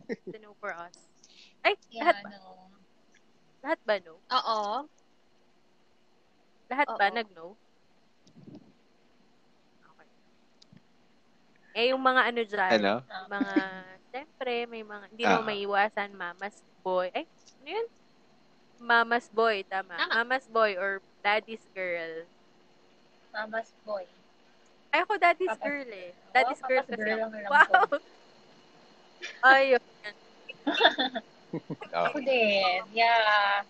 Speaker 1: It's a no for us. Ay,
Speaker 2: Yeah,
Speaker 1: lahat, ba-
Speaker 2: no.
Speaker 1: lahat ba no?
Speaker 4: Oo.
Speaker 1: Lahat
Speaker 4: Oo.
Speaker 1: ba ba? Nag-no? Okay. Eh, yung mga ano dyan,
Speaker 3: Ano?
Speaker 1: mga, syempre, may mga, hindi
Speaker 3: Ah.
Speaker 1: mo maiwasan, mama's boy. Ay, ano yun? Mama's boy, tama.
Speaker 4: Tama.
Speaker 1: Mama's boy or daddy's girl.
Speaker 2: Mama's boy.
Speaker 1: Ay, ako daddy's
Speaker 2: Papa's-
Speaker 1: girl eh. Daddy's
Speaker 2: Oo,
Speaker 1: girl
Speaker 2: papa's
Speaker 1: kasi
Speaker 2: Oh, girl
Speaker 1: ako.
Speaker 2: ang alam
Speaker 1: Wow! *laughs* Ayun.
Speaker 3: Oh.
Speaker 2: Ako din. Yeah.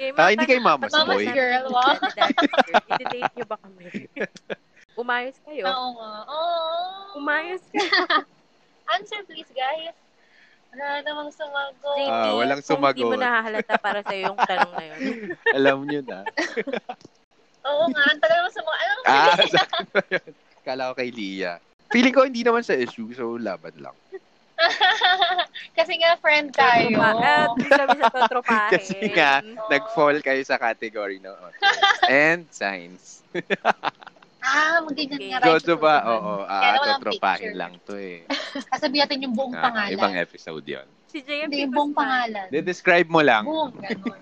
Speaker 1: Gamer
Speaker 3: Ah, hindi
Speaker 1: ka
Speaker 3: kayo mama's
Speaker 1: Mama's
Speaker 3: boy.
Speaker 1: girl.
Speaker 2: girl,
Speaker 1: na,
Speaker 2: wow.
Speaker 1: daddy's girl. *laughs* Iti-date niyo ba kami? Umayos kayo.
Speaker 2: Oo nga. Oo.
Speaker 1: Umayos kayo.
Speaker 2: Answer please, guys. Wala namang sumagot.
Speaker 1: JP,
Speaker 3: Ah, walang
Speaker 1: Kung
Speaker 3: sumagot.
Speaker 1: hindi mo nahahalata para sa
Speaker 3: *laughs*
Speaker 1: yung tanong na yun.
Speaker 3: Alam nyo
Speaker 2: *laughs*
Speaker 3: na.
Speaker 2: Oo nga, ang tagal mo sumagot. Ano Alam mo,
Speaker 3: Ah, *laughs* sakto ba yun? Kala ko kay Lia. Feeling ko hindi naman sa issue, so laban lang.
Speaker 2: *laughs* kasi nga friend tayo.
Speaker 1: Tropa- At hindi ah, kami sa totropahin.
Speaker 3: Kasi nga, nag-fall kayo sa category na
Speaker 2: *laughs*
Speaker 3: authors. And science.
Speaker 2: Ah, ganyan nga. right?
Speaker 3: Jojo ba?
Speaker 2: Totoo.
Speaker 3: Oo,
Speaker 2: Kaya
Speaker 3: ah,
Speaker 2: walang
Speaker 3: totropahin
Speaker 2: picture.
Speaker 3: lang to eh.
Speaker 2: Kasabi natin yung buong
Speaker 3: Ah,
Speaker 2: pangalan.
Speaker 3: ibang episode yon.
Speaker 1: Si JMP
Speaker 2: Hindi, yung buong pangalan.
Speaker 3: De-describe mo lang.
Speaker 2: Buong, ganun.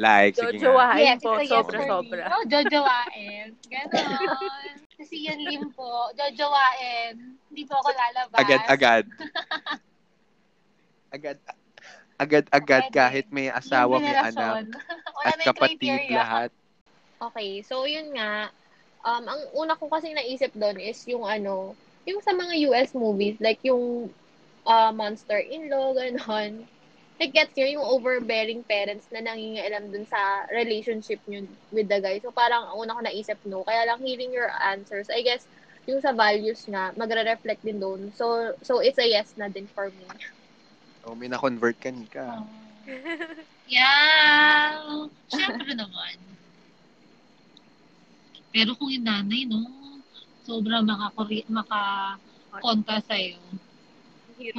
Speaker 3: Like, sige nga.
Speaker 1: Jojowahin po,
Speaker 2: it's a yes for me.
Speaker 1: sobra-sobra.
Speaker 2: Oh, jojowain. Ganon. Kasi yan lim po, jojowain. Hindi po ako lalabas.
Speaker 3: Agad, agad. *laughs* agad, agad, agad,
Speaker 2: Pwede.
Speaker 3: kahit may asawa, may anak,
Speaker 2: Wala
Speaker 3: at
Speaker 2: na yung
Speaker 3: kapatid
Speaker 2: criteria.
Speaker 3: lahat.
Speaker 4: Okay, so yun nga. Um, ang una ko kasi naisip doon is yung ano, yung sa mga US movies, like yung uh, Monster in Law, *laughs* ganon. Nag-gets nyo yung overbearing parents na nangingailam dun sa relationship nyo with the guy. So parang ang una ko naisip no. Kaya lang hearing your answers, I guess, yung sa values nga, magre-reflect din doon. So, so it's a yes na din for me.
Speaker 3: O, Oh, may na-convert ka, Nika.
Speaker 2: Oh. Yeah. Siyempre naman. Pero kung yung nanay, no, sobra makakuri, maka konta sa'yo.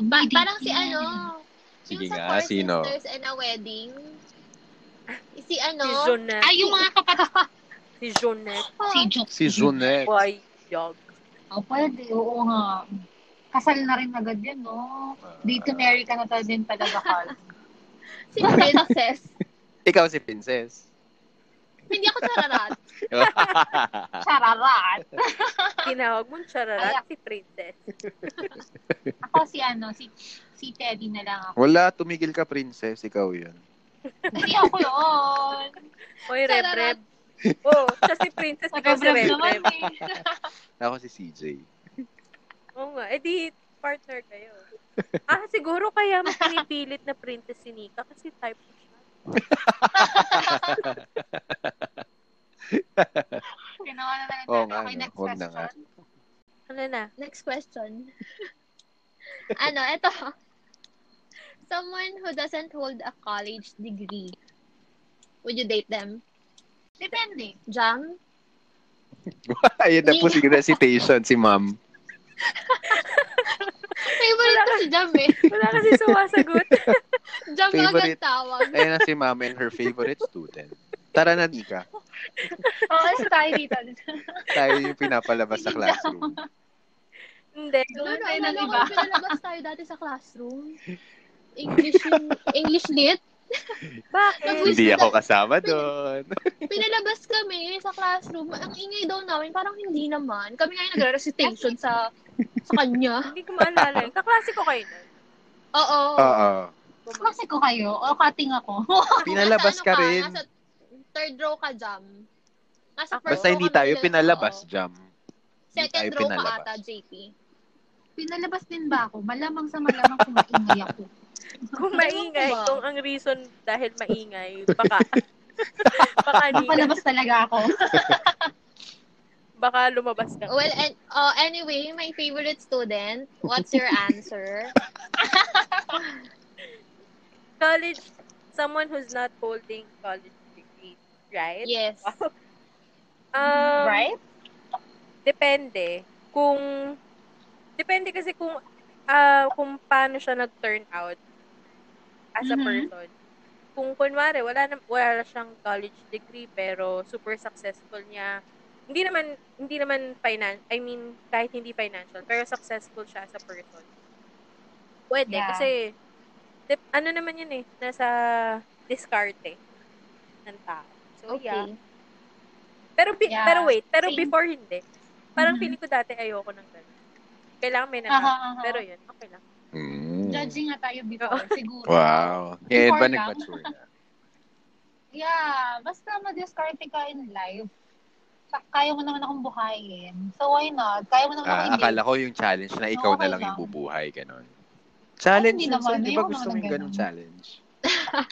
Speaker 4: Ba- parang si ano,
Speaker 3: Sige
Speaker 4: yung sa
Speaker 3: nga,
Speaker 4: Four
Speaker 3: sino?
Speaker 4: Sisters and a Wedding, si ano,
Speaker 1: Si Jonette.
Speaker 2: Ay, yung mga kapatid.
Speaker 1: Si Jonette.
Speaker 4: *laughs*
Speaker 2: si Joke.
Speaker 3: Si Junex.
Speaker 1: Why, yog.
Speaker 2: Oh, pwede. Oo nga. Kasal na rin agad yun, no? Date to marry ka na talaga din talaga, Carl.
Speaker 4: si Princess.
Speaker 3: Ikaw si *laughs* Princess.
Speaker 4: Hindi ako sararat.
Speaker 2: Chararat.
Speaker 1: Tinawag mong chararat si Princess.
Speaker 2: Ako si ano, si si Teddy na lang ako.
Speaker 3: Wala, tumigil ka, Princess. Ikaw yun.
Speaker 2: Hindi ako yun.
Speaker 1: Oy, Reb
Speaker 4: Chararat.
Speaker 1: Reb. Oh, siya si Princess, ikaw si
Speaker 2: Nagrebrab
Speaker 1: Reb
Speaker 2: naman
Speaker 1: Reb.
Speaker 2: eh.
Speaker 3: Ako si CJ.
Speaker 1: Oo nga, eh di partner kayo. Ah, siguro kaya mas pinipilit na princess si Nika kasi type ko siya.
Speaker 2: Ginawa na lang
Speaker 3: Oo
Speaker 2: natin.
Speaker 3: nga,
Speaker 2: Okay,
Speaker 3: no.
Speaker 2: next
Speaker 3: Huwag na nga.
Speaker 2: question.
Speaker 1: Ano na?
Speaker 4: Next question. ano, eto. Someone who doesn't hold a college degree. Would you date them?
Speaker 2: Depende.
Speaker 4: Jam?
Speaker 3: *laughs* Ayun na po si recitation, si ma'am.
Speaker 4: Favorite ko si Jam eh.
Speaker 1: Wala kasi sumasagot.
Speaker 4: Jam lang
Speaker 3: Favorite.
Speaker 4: ang tawag.
Speaker 3: Ayun na si ma'am and her favorite student. Tara na, Nika.
Speaker 2: Oo, *laughs* oh, so tayo *laughs* dito.
Speaker 3: Tayo yung pinapalabas sa classroom.
Speaker 1: Hindi.
Speaker 4: No, no,
Speaker 2: tayo ng
Speaker 4: ano
Speaker 2: iba.
Speaker 4: ko pinalabas tayo dati sa classroom. English yung, English lit.
Speaker 1: Bakit?
Speaker 3: Hindi ako kasama doon.
Speaker 4: Pinalabas kami sa classroom. Ang ingay daw namin, parang hindi naman. Kami nga yung nagre-recitation sa sa kanya.
Speaker 1: Hindi ko maalala. yun. Kaklase ko kayo nun.
Speaker 4: Oo.
Speaker 3: Oo.
Speaker 2: Klase ko kayo o cutting ako. *laughs*
Speaker 3: Pinalabas
Speaker 4: Nasa
Speaker 3: ka
Speaker 4: ano
Speaker 3: rin. Ah,
Speaker 4: Nasa third row ka, Jam. Nasa
Speaker 1: Ako.
Speaker 4: first
Speaker 3: Basta
Speaker 4: row
Speaker 3: hindi
Speaker 4: kami
Speaker 3: tayo
Speaker 4: dun.
Speaker 3: pinalabas,
Speaker 4: Oo.
Speaker 3: Jam. Hindi
Speaker 4: Second
Speaker 3: tayo
Speaker 4: row
Speaker 3: pinalabas.
Speaker 4: ka ata, JP.
Speaker 2: Pinalabas din ba ako? Malamang sa malamang kung maingay *laughs* ako.
Speaker 1: Kung maingay,
Speaker 4: Ganun ba?
Speaker 1: kung ang reason dahil maingay, baka, baka, ni,
Speaker 2: Napalabas talaga *laughs* ako.
Speaker 1: baka lumabas ka.
Speaker 4: Well, and, oh, anyway, my favorite student, what's
Speaker 3: *laughs*
Speaker 4: your answer?
Speaker 1: College, someone who's not holding college degree, right?
Speaker 4: yes.
Speaker 1: Um,
Speaker 2: right?
Speaker 1: Depende. Kung, depende kasi kung, ah kung paano siya nag-turn out as a
Speaker 2: Mhm.
Speaker 1: person. Kung kunwari, wala, na, wala siyang college degree pero super successful niya. Hindi naman, hindi naman finan I mean, kahit hindi financial, pero successful siya as a person. Pwede,
Speaker 2: Yeah.
Speaker 1: kasi, dep- ano naman yun eh, nasa discarte. ng tao. So, yeah.
Speaker 2: Okay.
Speaker 1: Pero, bi-
Speaker 2: Yeah,
Speaker 1: pero wait, pero
Speaker 2: same.
Speaker 1: before hindi. Parang
Speaker 2: Mhm.
Speaker 1: feeling ko dati ayoko ng ganun. Kailangan may
Speaker 2: Aha,
Speaker 1: nakaka.
Speaker 2: aha.
Speaker 1: Pero yun, okay lang.
Speaker 3: Mm.
Speaker 2: Judging nga tayo before, siguro.
Speaker 3: Wow. Ngayon ba
Speaker 2: Before lang.
Speaker 3: nag-mature
Speaker 2: *laughs*
Speaker 3: na?
Speaker 2: Yeah, basta madiskarte ka in life. Sa- Kaya mo naman akong buhayin. So why not? Kaya mo naman ako
Speaker 3: Ah,
Speaker 2: i-date.
Speaker 3: akala ko yung challenge na ikaw
Speaker 2: Oo,
Speaker 3: na
Speaker 2: okay
Speaker 3: lang yung
Speaker 2: lang.
Speaker 3: bubuhay, ganun. Challenge
Speaker 2: hindi
Speaker 3: yun sa'yo,
Speaker 2: naman.
Speaker 3: di ba
Speaker 2: Ayoko
Speaker 3: gusto mo
Speaker 2: naman
Speaker 3: yung
Speaker 2: ng
Speaker 3: ganun
Speaker 2: ganun.
Speaker 3: challenge?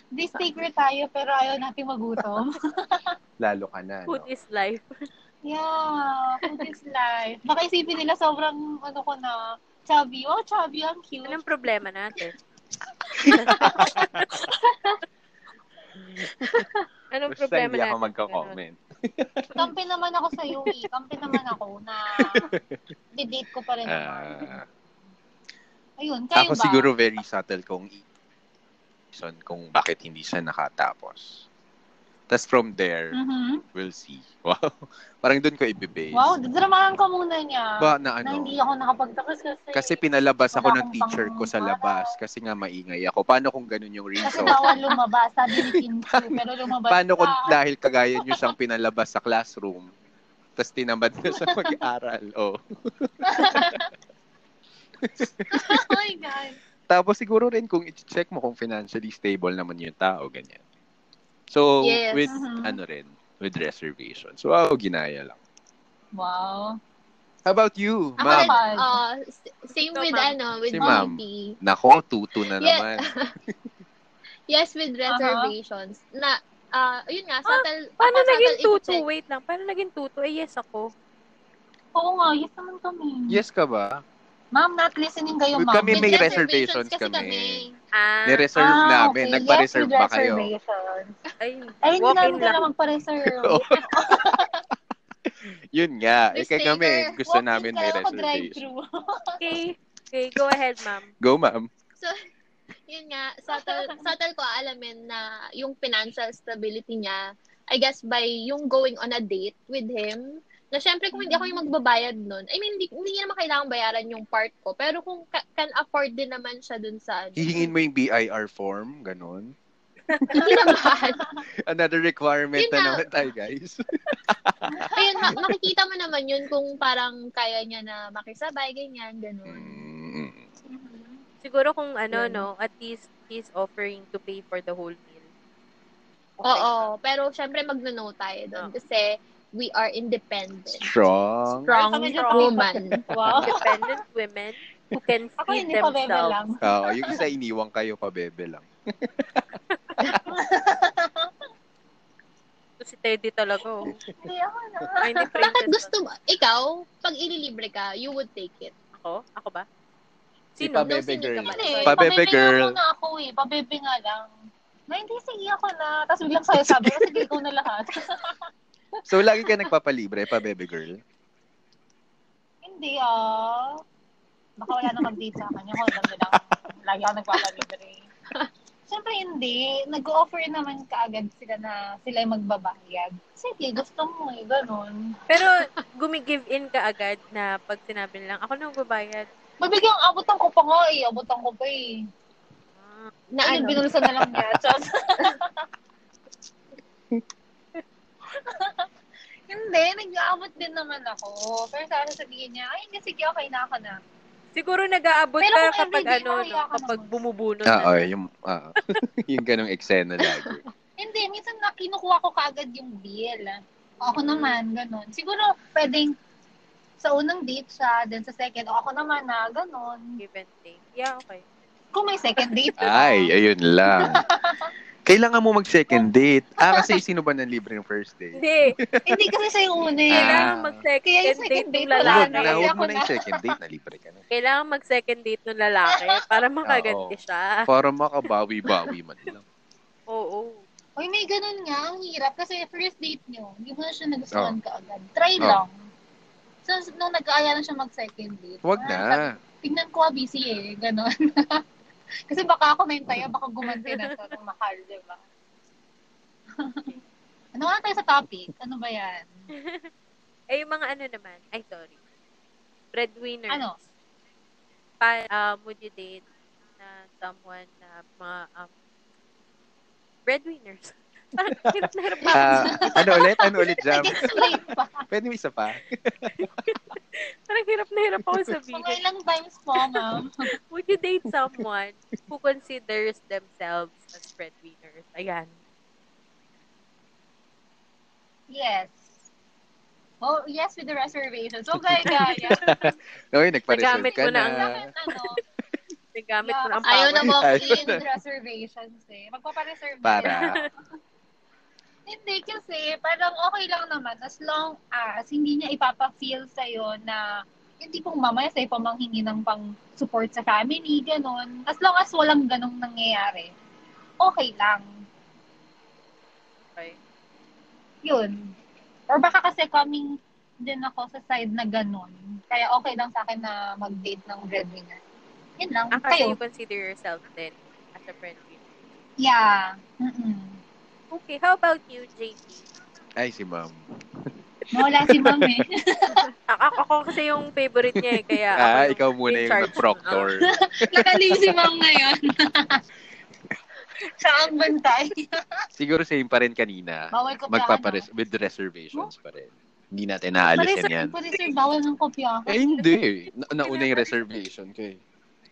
Speaker 2: This taker tayo pero ayaw natin magutom.
Speaker 3: Lalo ka na, no?
Speaker 1: Food is life.
Speaker 2: yeah, food is life. Baka isipin nila sobrang ano ko na chubby. Oh, chubby, ang cute.
Speaker 1: Anong problema *laughs* natin? Anong
Speaker 3: Basta
Speaker 1: problema
Speaker 3: hindi ako
Speaker 1: natin?
Speaker 3: magka-comment.
Speaker 2: Kampi naman ako sa iyo, eh. Kampi naman ako na didate ko pa rin naman.
Speaker 3: Ah,
Speaker 2: Ayun, kayo
Speaker 3: ako
Speaker 2: ba?
Speaker 3: siguro very subtle kung i- reason kung bakit hindi siya nakatapos. Tapos from there,
Speaker 2: Mhm.
Speaker 3: we'll see. *laughs* Wow. Parang doon ko ibibase.
Speaker 2: Wow, dadramahan ka muna niya.
Speaker 3: Ba, na
Speaker 2: na
Speaker 3: ano?
Speaker 2: hindi ako nakapagtapos kasi.
Speaker 3: Kasi pinalabas
Speaker 2: Wala
Speaker 3: ako ng
Speaker 2: akong
Speaker 3: teacher ko sa
Speaker 2: pang-
Speaker 3: labas kasi nga maingay ako. Paano kung ganun yung
Speaker 2: Kasi
Speaker 3: reason?
Speaker 2: bawal lumabas. Sabi ni Kim Chu,
Speaker 3: *laughs*
Speaker 2: pero lumabas
Speaker 3: Paano kung
Speaker 2: ka.
Speaker 3: dahil kagaya nyo siyang pinalabas sa classroom, tapos tinamad na sa *laughs* mag-aral? Oh.
Speaker 2: Oh my God.
Speaker 3: Tapos siguro rin kung i-check mo kung financially stable naman yung tao, ganyan. So,
Speaker 4: Yes.
Speaker 3: with
Speaker 2: Mhm.
Speaker 3: ano rin, with reservation. So, wow, ginaya lang.
Speaker 2: Wow.
Speaker 3: How about you,
Speaker 4: Ako
Speaker 3: ma'am?
Speaker 4: rin, uh, s- same
Speaker 1: Ikaw,
Speaker 4: with,
Speaker 1: ma'am.
Speaker 4: ano, with
Speaker 3: Si ma'am.
Speaker 4: Monty.
Speaker 3: Nako, tuto na
Speaker 4: Yeah.
Speaker 3: naman.
Speaker 4: Yes, with reservations. Na, ah, yun nga, subtle.
Speaker 1: Paano
Speaker 4: ako
Speaker 1: naging
Speaker 4: subtle
Speaker 1: tuto?
Speaker 4: iti-check.
Speaker 1: Wait lang. Paano naging tuto? Eh, yes ako.
Speaker 2: Oo nga, yes naman kami.
Speaker 3: Yes ka ba?
Speaker 2: Ma'am, not listening kayo, ma'am.
Speaker 3: Kami
Speaker 4: With
Speaker 3: may reservations
Speaker 4: reservations kasi
Speaker 3: kami.
Speaker 1: Ah,
Speaker 3: Ni-reserve
Speaker 2: Ah,
Speaker 3: namin.
Speaker 2: okay.
Speaker 3: Nagpa-reserve
Speaker 2: yes,
Speaker 3: ba
Speaker 2: with
Speaker 3: kayo?
Speaker 2: reservation.
Speaker 1: ay,
Speaker 2: Ay, hindi
Speaker 1: walk
Speaker 2: namin
Speaker 1: in
Speaker 2: kailangan
Speaker 1: lang.
Speaker 3: *laughs*
Speaker 2: magpa-reserve.
Speaker 3: Oo. Yun nga. Eh,
Speaker 4: Miss
Speaker 3: kaya kami,
Speaker 4: Taylor,
Speaker 3: gusto
Speaker 2: Walk-in
Speaker 3: namin may
Speaker 2: kaya ako
Speaker 3: reservation.
Speaker 2: drive-thru.
Speaker 1: Okay. Okay, go ahead, ma'am.
Speaker 3: Go, ma'am.
Speaker 4: So, yun nga, subtle, subtle ko alamin na yung financial stability niya, I guess by yung going on a date with him, na syempre kung hindi ako yung magbabayad nun, I mean, hindi, hindi niya naman kailangan bayaran yung part ko, pero kung ka- can afford din naman siya dun sa, ano,
Speaker 3: Hihingin mo yung BIR form, ganun.
Speaker 4: hindi naman.
Speaker 3: Another requirement
Speaker 4: Yun
Speaker 3: na
Speaker 4: nga.
Speaker 3: naman tayo, guys.
Speaker 4: Ayun, ma- makikita mo naman yun kung parang kaya niya na makisabay, ganyan, ganun.
Speaker 3: Mm.
Speaker 1: Siguro kung ano,
Speaker 4: Yun.
Speaker 1: no, at least he's offering to pay for the whole meal.
Speaker 4: Oo, pero syempre magno-no tayo dun
Speaker 1: Oo.
Speaker 4: kasi we are independent.
Speaker 3: Strong.
Speaker 4: Strong
Speaker 2: Kami dyan,
Speaker 4: woman.
Speaker 2: *laughs* Wow.
Speaker 1: Independent women who can
Speaker 2: Ako
Speaker 1: feed
Speaker 2: hindi pa bebe
Speaker 1: themselves.
Speaker 2: lang.
Speaker 3: Oo, yung isa iniwang kayo pa bebe lang.
Speaker 1: Ito si Teddy talaga.
Speaker 4: *laughs*
Speaker 1: Oh.
Speaker 2: *laughs* Hindi ako na.
Speaker 1: Ay, hindi
Speaker 4: Bakit
Speaker 1: princess
Speaker 4: gusto mo, ikaw, pag ililibre ka, you would take it.
Speaker 1: ako. Ako ba?
Speaker 3: Si
Speaker 1: Sino?
Speaker 4: Pabebe.
Speaker 3: pabebe
Speaker 4: sino
Speaker 3: girl.
Speaker 4: ka pala?
Speaker 2: Ano eh,
Speaker 3: Pabebe
Speaker 2: pabebe
Speaker 3: girl.
Speaker 2: girl. na ako eh. Pabebe nga lang. Na hindi, sige ako na. Tapos biglang sa'yo sabi, "Oh, sige ikaw na lahat. *laughs*
Speaker 3: So, lagi ka nagpapalibre pa bebe girl?
Speaker 2: hindi ah. Baka wala na mag-date sa akin. Yung hold on na lang. Lagi ako nagpapalibre. *laughs* Siyempre hindi. Nag-offer naman kaagad sila na sila yung magbabayad. Sige, gusto mo eh. Ganun.
Speaker 1: Pero gumigive in ka agad na pag sinabi nilang, ako na magbabayad.
Speaker 2: Mabigyan, abutan ko pa nga eh. Abutan ko pa eh.
Speaker 1: Ah,
Speaker 4: Na
Speaker 2: Ano,
Speaker 4: ano?
Speaker 2: binulsa na lang niya. Charot. *laughs* hindi, nag-aabot din naman ako. Pero sana sabihin niya, ay hindi, sige, okay na ako na.
Speaker 1: Siguro nag-aabot
Speaker 2: Pero
Speaker 1: ka
Speaker 2: kung
Speaker 1: kapag
Speaker 2: everyday,
Speaker 1: ano,
Speaker 2: mahiya
Speaker 1: no,
Speaker 2: ka
Speaker 1: kapag
Speaker 2: naman.
Speaker 1: bumubunot
Speaker 3: Oo, *laughs*
Speaker 1: na.
Speaker 3: yung, ah, yung ganong eksena lagi.
Speaker 2: Hindi, minsan na kinukuha ko kaagad yung bill. Ako naman, ganun. Siguro, pwedeng sa unang date siya, then sa second, ako naman na, ganun.
Speaker 1: Give and take. Yeah, okay.
Speaker 2: Kung may second *laughs* date.
Speaker 3: Ay, ayun lang. Kailangan mo mag-second date. Ah, kasi sino ba nang libre ng first date?
Speaker 1: Hindi.
Speaker 2: hindi kasi siya yung una eh.
Speaker 1: Kailangan
Speaker 3: Ah.
Speaker 1: mag-second
Speaker 2: Kaya yung
Speaker 1: date
Speaker 2: second
Speaker 1: ng
Speaker 2: date,
Speaker 3: Huwag
Speaker 1: lalaki.
Speaker 2: wala
Speaker 3: na, huwag mo
Speaker 2: Ako
Speaker 3: na yung
Speaker 2: na.
Speaker 3: second date. Nalibre ka na.
Speaker 1: Kailangan mag-second date ng
Speaker 4: *laughs*
Speaker 1: lalaki para makaganti siya.
Speaker 3: Para makabawi-bawi man lang.
Speaker 1: Oo.
Speaker 2: Uy, may ganun nga. Ang hirap kasi first date nyo, hindi mo na siya nagustuhan
Speaker 3: Oh.
Speaker 2: kaagad. Try
Speaker 3: Oh.
Speaker 2: lang. So, nung nag-aaya na siya mag-second date.
Speaker 3: Huwag
Speaker 2: ah,
Speaker 3: *laughs*
Speaker 2: sabi-
Speaker 3: na.
Speaker 2: Tingnan ko, ah, busy eh. Ganun. *laughs* kasi baka ako na yung tayo, baka gumanti na sa itong mahal, di ba? *laughs* ano nga tayo sa topic? Ano ba yan?
Speaker 1: Eh, yung mga ano naman, ay, sorry. Breadwinner.
Speaker 2: Ano?
Speaker 1: Pa, um, would you date na someone na mga, um, breadwinners? *laughs* Parang hirap na hirap ako.
Speaker 3: Ah, ano ulit? Ano ulit, Jam?
Speaker 2: Explain
Speaker 1: *laughs*
Speaker 2: pa.
Speaker 3: Pwede mo isa pa?
Speaker 1: Parang hirap na hirap ako
Speaker 2: Mga
Speaker 1: sabihin.
Speaker 2: ilang times po, ma'am.
Speaker 1: Would you date someone who considers themselves as breadwinners? Ayan.
Speaker 2: Yes. Oh, yes, with the reservations. Okay, kaya.
Speaker 3: *laughs* Okay, nagpa-reserve
Speaker 1: Nagamit
Speaker 3: ka
Speaker 1: mo na
Speaker 3: na.
Speaker 1: ang-
Speaker 2: Bakit ano?
Speaker 1: Nagamit mo na ang
Speaker 4: Ayaw
Speaker 1: power.
Speaker 4: na mo
Speaker 2: Clean reservations eh. Magpapareserve.
Speaker 1: *laughs*
Speaker 3: Para.
Speaker 2: Hindi kasi, parang okay lang naman as long as hindi niya ipapa-feel sa'yo na yung tipong mamaya sa'yo pa manghingi ng pang-support sa family, ganun. As long as walang ganong nangyayari, okay lang.
Speaker 1: Okay.
Speaker 2: Yun. Or baka kasi coming din ako sa side na ganun. Kaya okay lang sa akin na mag-date ng breadwinner. Yun lang.
Speaker 1: Ah, kasi
Speaker 2: Kayo.
Speaker 1: you consider yourself then as a breadwinner.
Speaker 2: Yeah. Mm-mm.
Speaker 1: Okay, how about you, JP?
Speaker 3: Ay, si ma'am.
Speaker 2: Nawala si ma'am eh.
Speaker 1: A- ako, ako kasi yung favorite niya eh, kaya ako
Speaker 3: Ah,
Speaker 1: yung
Speaker 3: ikaw muna
Speaker 1: in
Speaker 3: yung
Speaker 1: charge. *laughs*
Speaker 3: nag-proctor.
Speaker 2: Nakaliw si ma'am *laughs* ngayon. Siya ang bantay.
Speaker 3: Siguro same pa rin kanina.
Speaker 2: Bawal ko
Speaker 3: Magpapares with reservations pa rin. Hindi natin
Speaker 2: ano?
Speaker 3: naalisin yan.
Speaker 2: sir, bawal ng kopya.
Speaker 3: Eh, hindi. Na nauna yung reservation ko eh.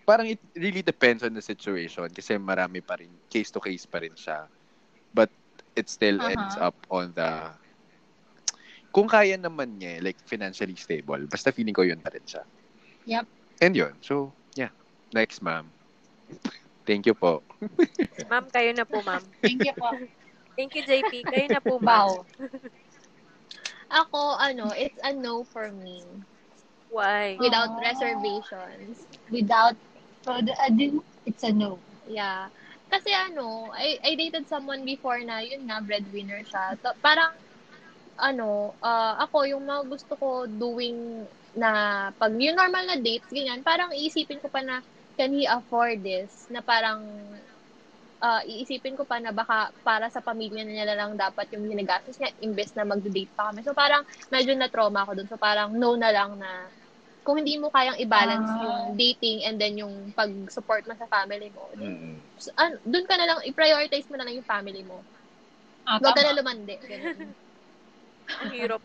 Speaker 3: Parang it really depends on the situation kasi marami pa rin, case-to-case pa rin siya. But it still
Speaker 1: Uh-huh.
Speaker 2: Aha.
Speaker 3: ends up on the... Kung kaya naman niya, eh, like financially stable, basta feeling ko yun pa rin siya.
Speaker 2: Yep.
Speaker 3: And yun. So, yeah. Next, ma'am. Thank you po.
Speaker 1: Ma'am, kayo na po, ma'am.
Speaker 2: Thank you po.
Speaker 1: Thank you, JP. Kayo na po, ma'am.
Speaker 2: Bow.
Speaker 4: Ako, ano, it's a no for me.
Speaker 1: Why?
Speaker 4: Without
Speaker 2: Aww.
Speaker 4: reservations.
Speaker 2: Without further ado, it's a no.
Speaker 4: Yeah. Kasi ano, I, I dated someone before na, yun nga, breadwinner siya. So, parang, ano, ah, ako, yung mga gusto ko doing na, pag yung normal na dates, ganyan, parang iisipin ko pa na, can he afford this? Na parang, ah, iisipin ko pa na baka para sa pamilya na niya lang dapat yung ginagastos niya, imbes na mag-date pa kami. So, parang, medyo na-trauma ako dun. So, parang, no na lang na, kung hindi mo kayang i-balance
Speaker 2: Ah.
Speaker 4: yung dating and then yung pag-support mo sa family mo, So, an, doon ka na lang, i-prioritize mo na lang yung family mo.
Speaker 2: Ah,
Speaker 4: Huwag ka na
Speaker 2: tama.
Speaker 4: lumandi. ganun.
Speaker 1: Ang hirap.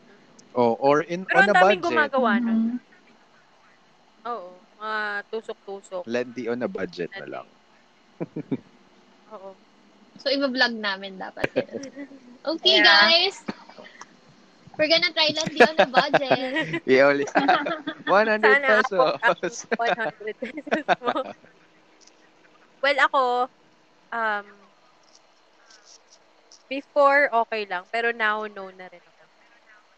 Speaker 3: Oh, or in
Speaker 1: Pero
Speaker 3: on
Speaker 1: ang
Speaker 3: a
Speaker 1: daming
Speaker 3: budget.
Speaker 1: gumagawa nun.
Speaker 2: Mhm.
Speaker 1: Oo. Mga tusok-tusok.
Speaker 3: Landi on a budget na lang. *laughs*
Speaker 1: *laughs* Oo.
Speaker 4: So, i-vlog namin dapat. yun.
Speaker 2: *laughs*
Speaker 4: Okay,
Speaker 2: Yeah.
Speaker 4: guys. We're gonna try lang di on a
Speaker 2: *laughs*
Speaker 4: budget.
Speaker 3: We only *laughs* 100
Speaker 1: Sana ako ang
Speaker 3: pesos.
Speaker 1: 100 pesos
Speaker 3: *laughs*
Speaker 1: mo. well, ako, um, before, okay lang. Pero now, no na rin ako.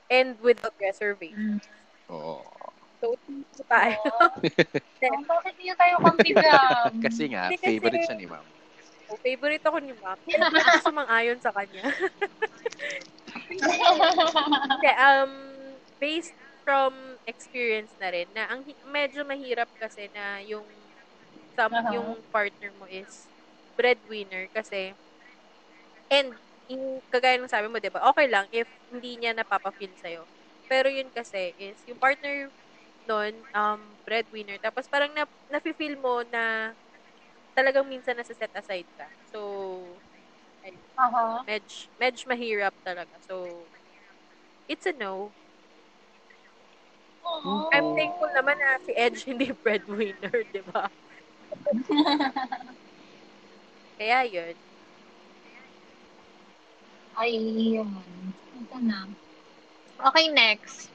Speaker 1: And without reservation.
Speaker 3: Oo.
Speaker 1: So,
Speaker 3: Mm.
Speaker 1: tito tayo.
Speaker 2: Oh, bakit hindi tayo kampigam?
Speaker 3: *laughs* Kasi nga,
Speaker 1: Hindi kasi-
Speaker 3: favorite siya ni ma'am.
Speaker 1: Favorite ako ni Ma'am. Pero
Speaker 3: *laughs*
Speaker 1: hindi ako sumang-ayon sa kanya. Hindi, um, based from experience na rin, na ang hi- medyo mahirap kasi na yung some,
Speaker 2: Aha.
Speaker 1: yung partner mo is breadwinner kasi and yung kagaya ng sabi mo, di ba, okay lang if hindi niya napapafeel sa'yo. Pero yun kasi is yung partner nun, um, breadwinner, tapos parang na, nafe-feel mo na talagang minsan nasa set aside ka. So,
Speaker 2: Aha.
Speaker 1: medj, medj mahirap talaga. So, it's a no.
Speaker 2: Oh.
Speaker 1: I'm thankful naman na si Edge hindi *laughs* breadwinner, di
Speaker 2: *laughs*
Speaker 1: ba? Kaya yun.
Speaker 2: Ay, yun. Ito na.
Speaker 4: Okay, next.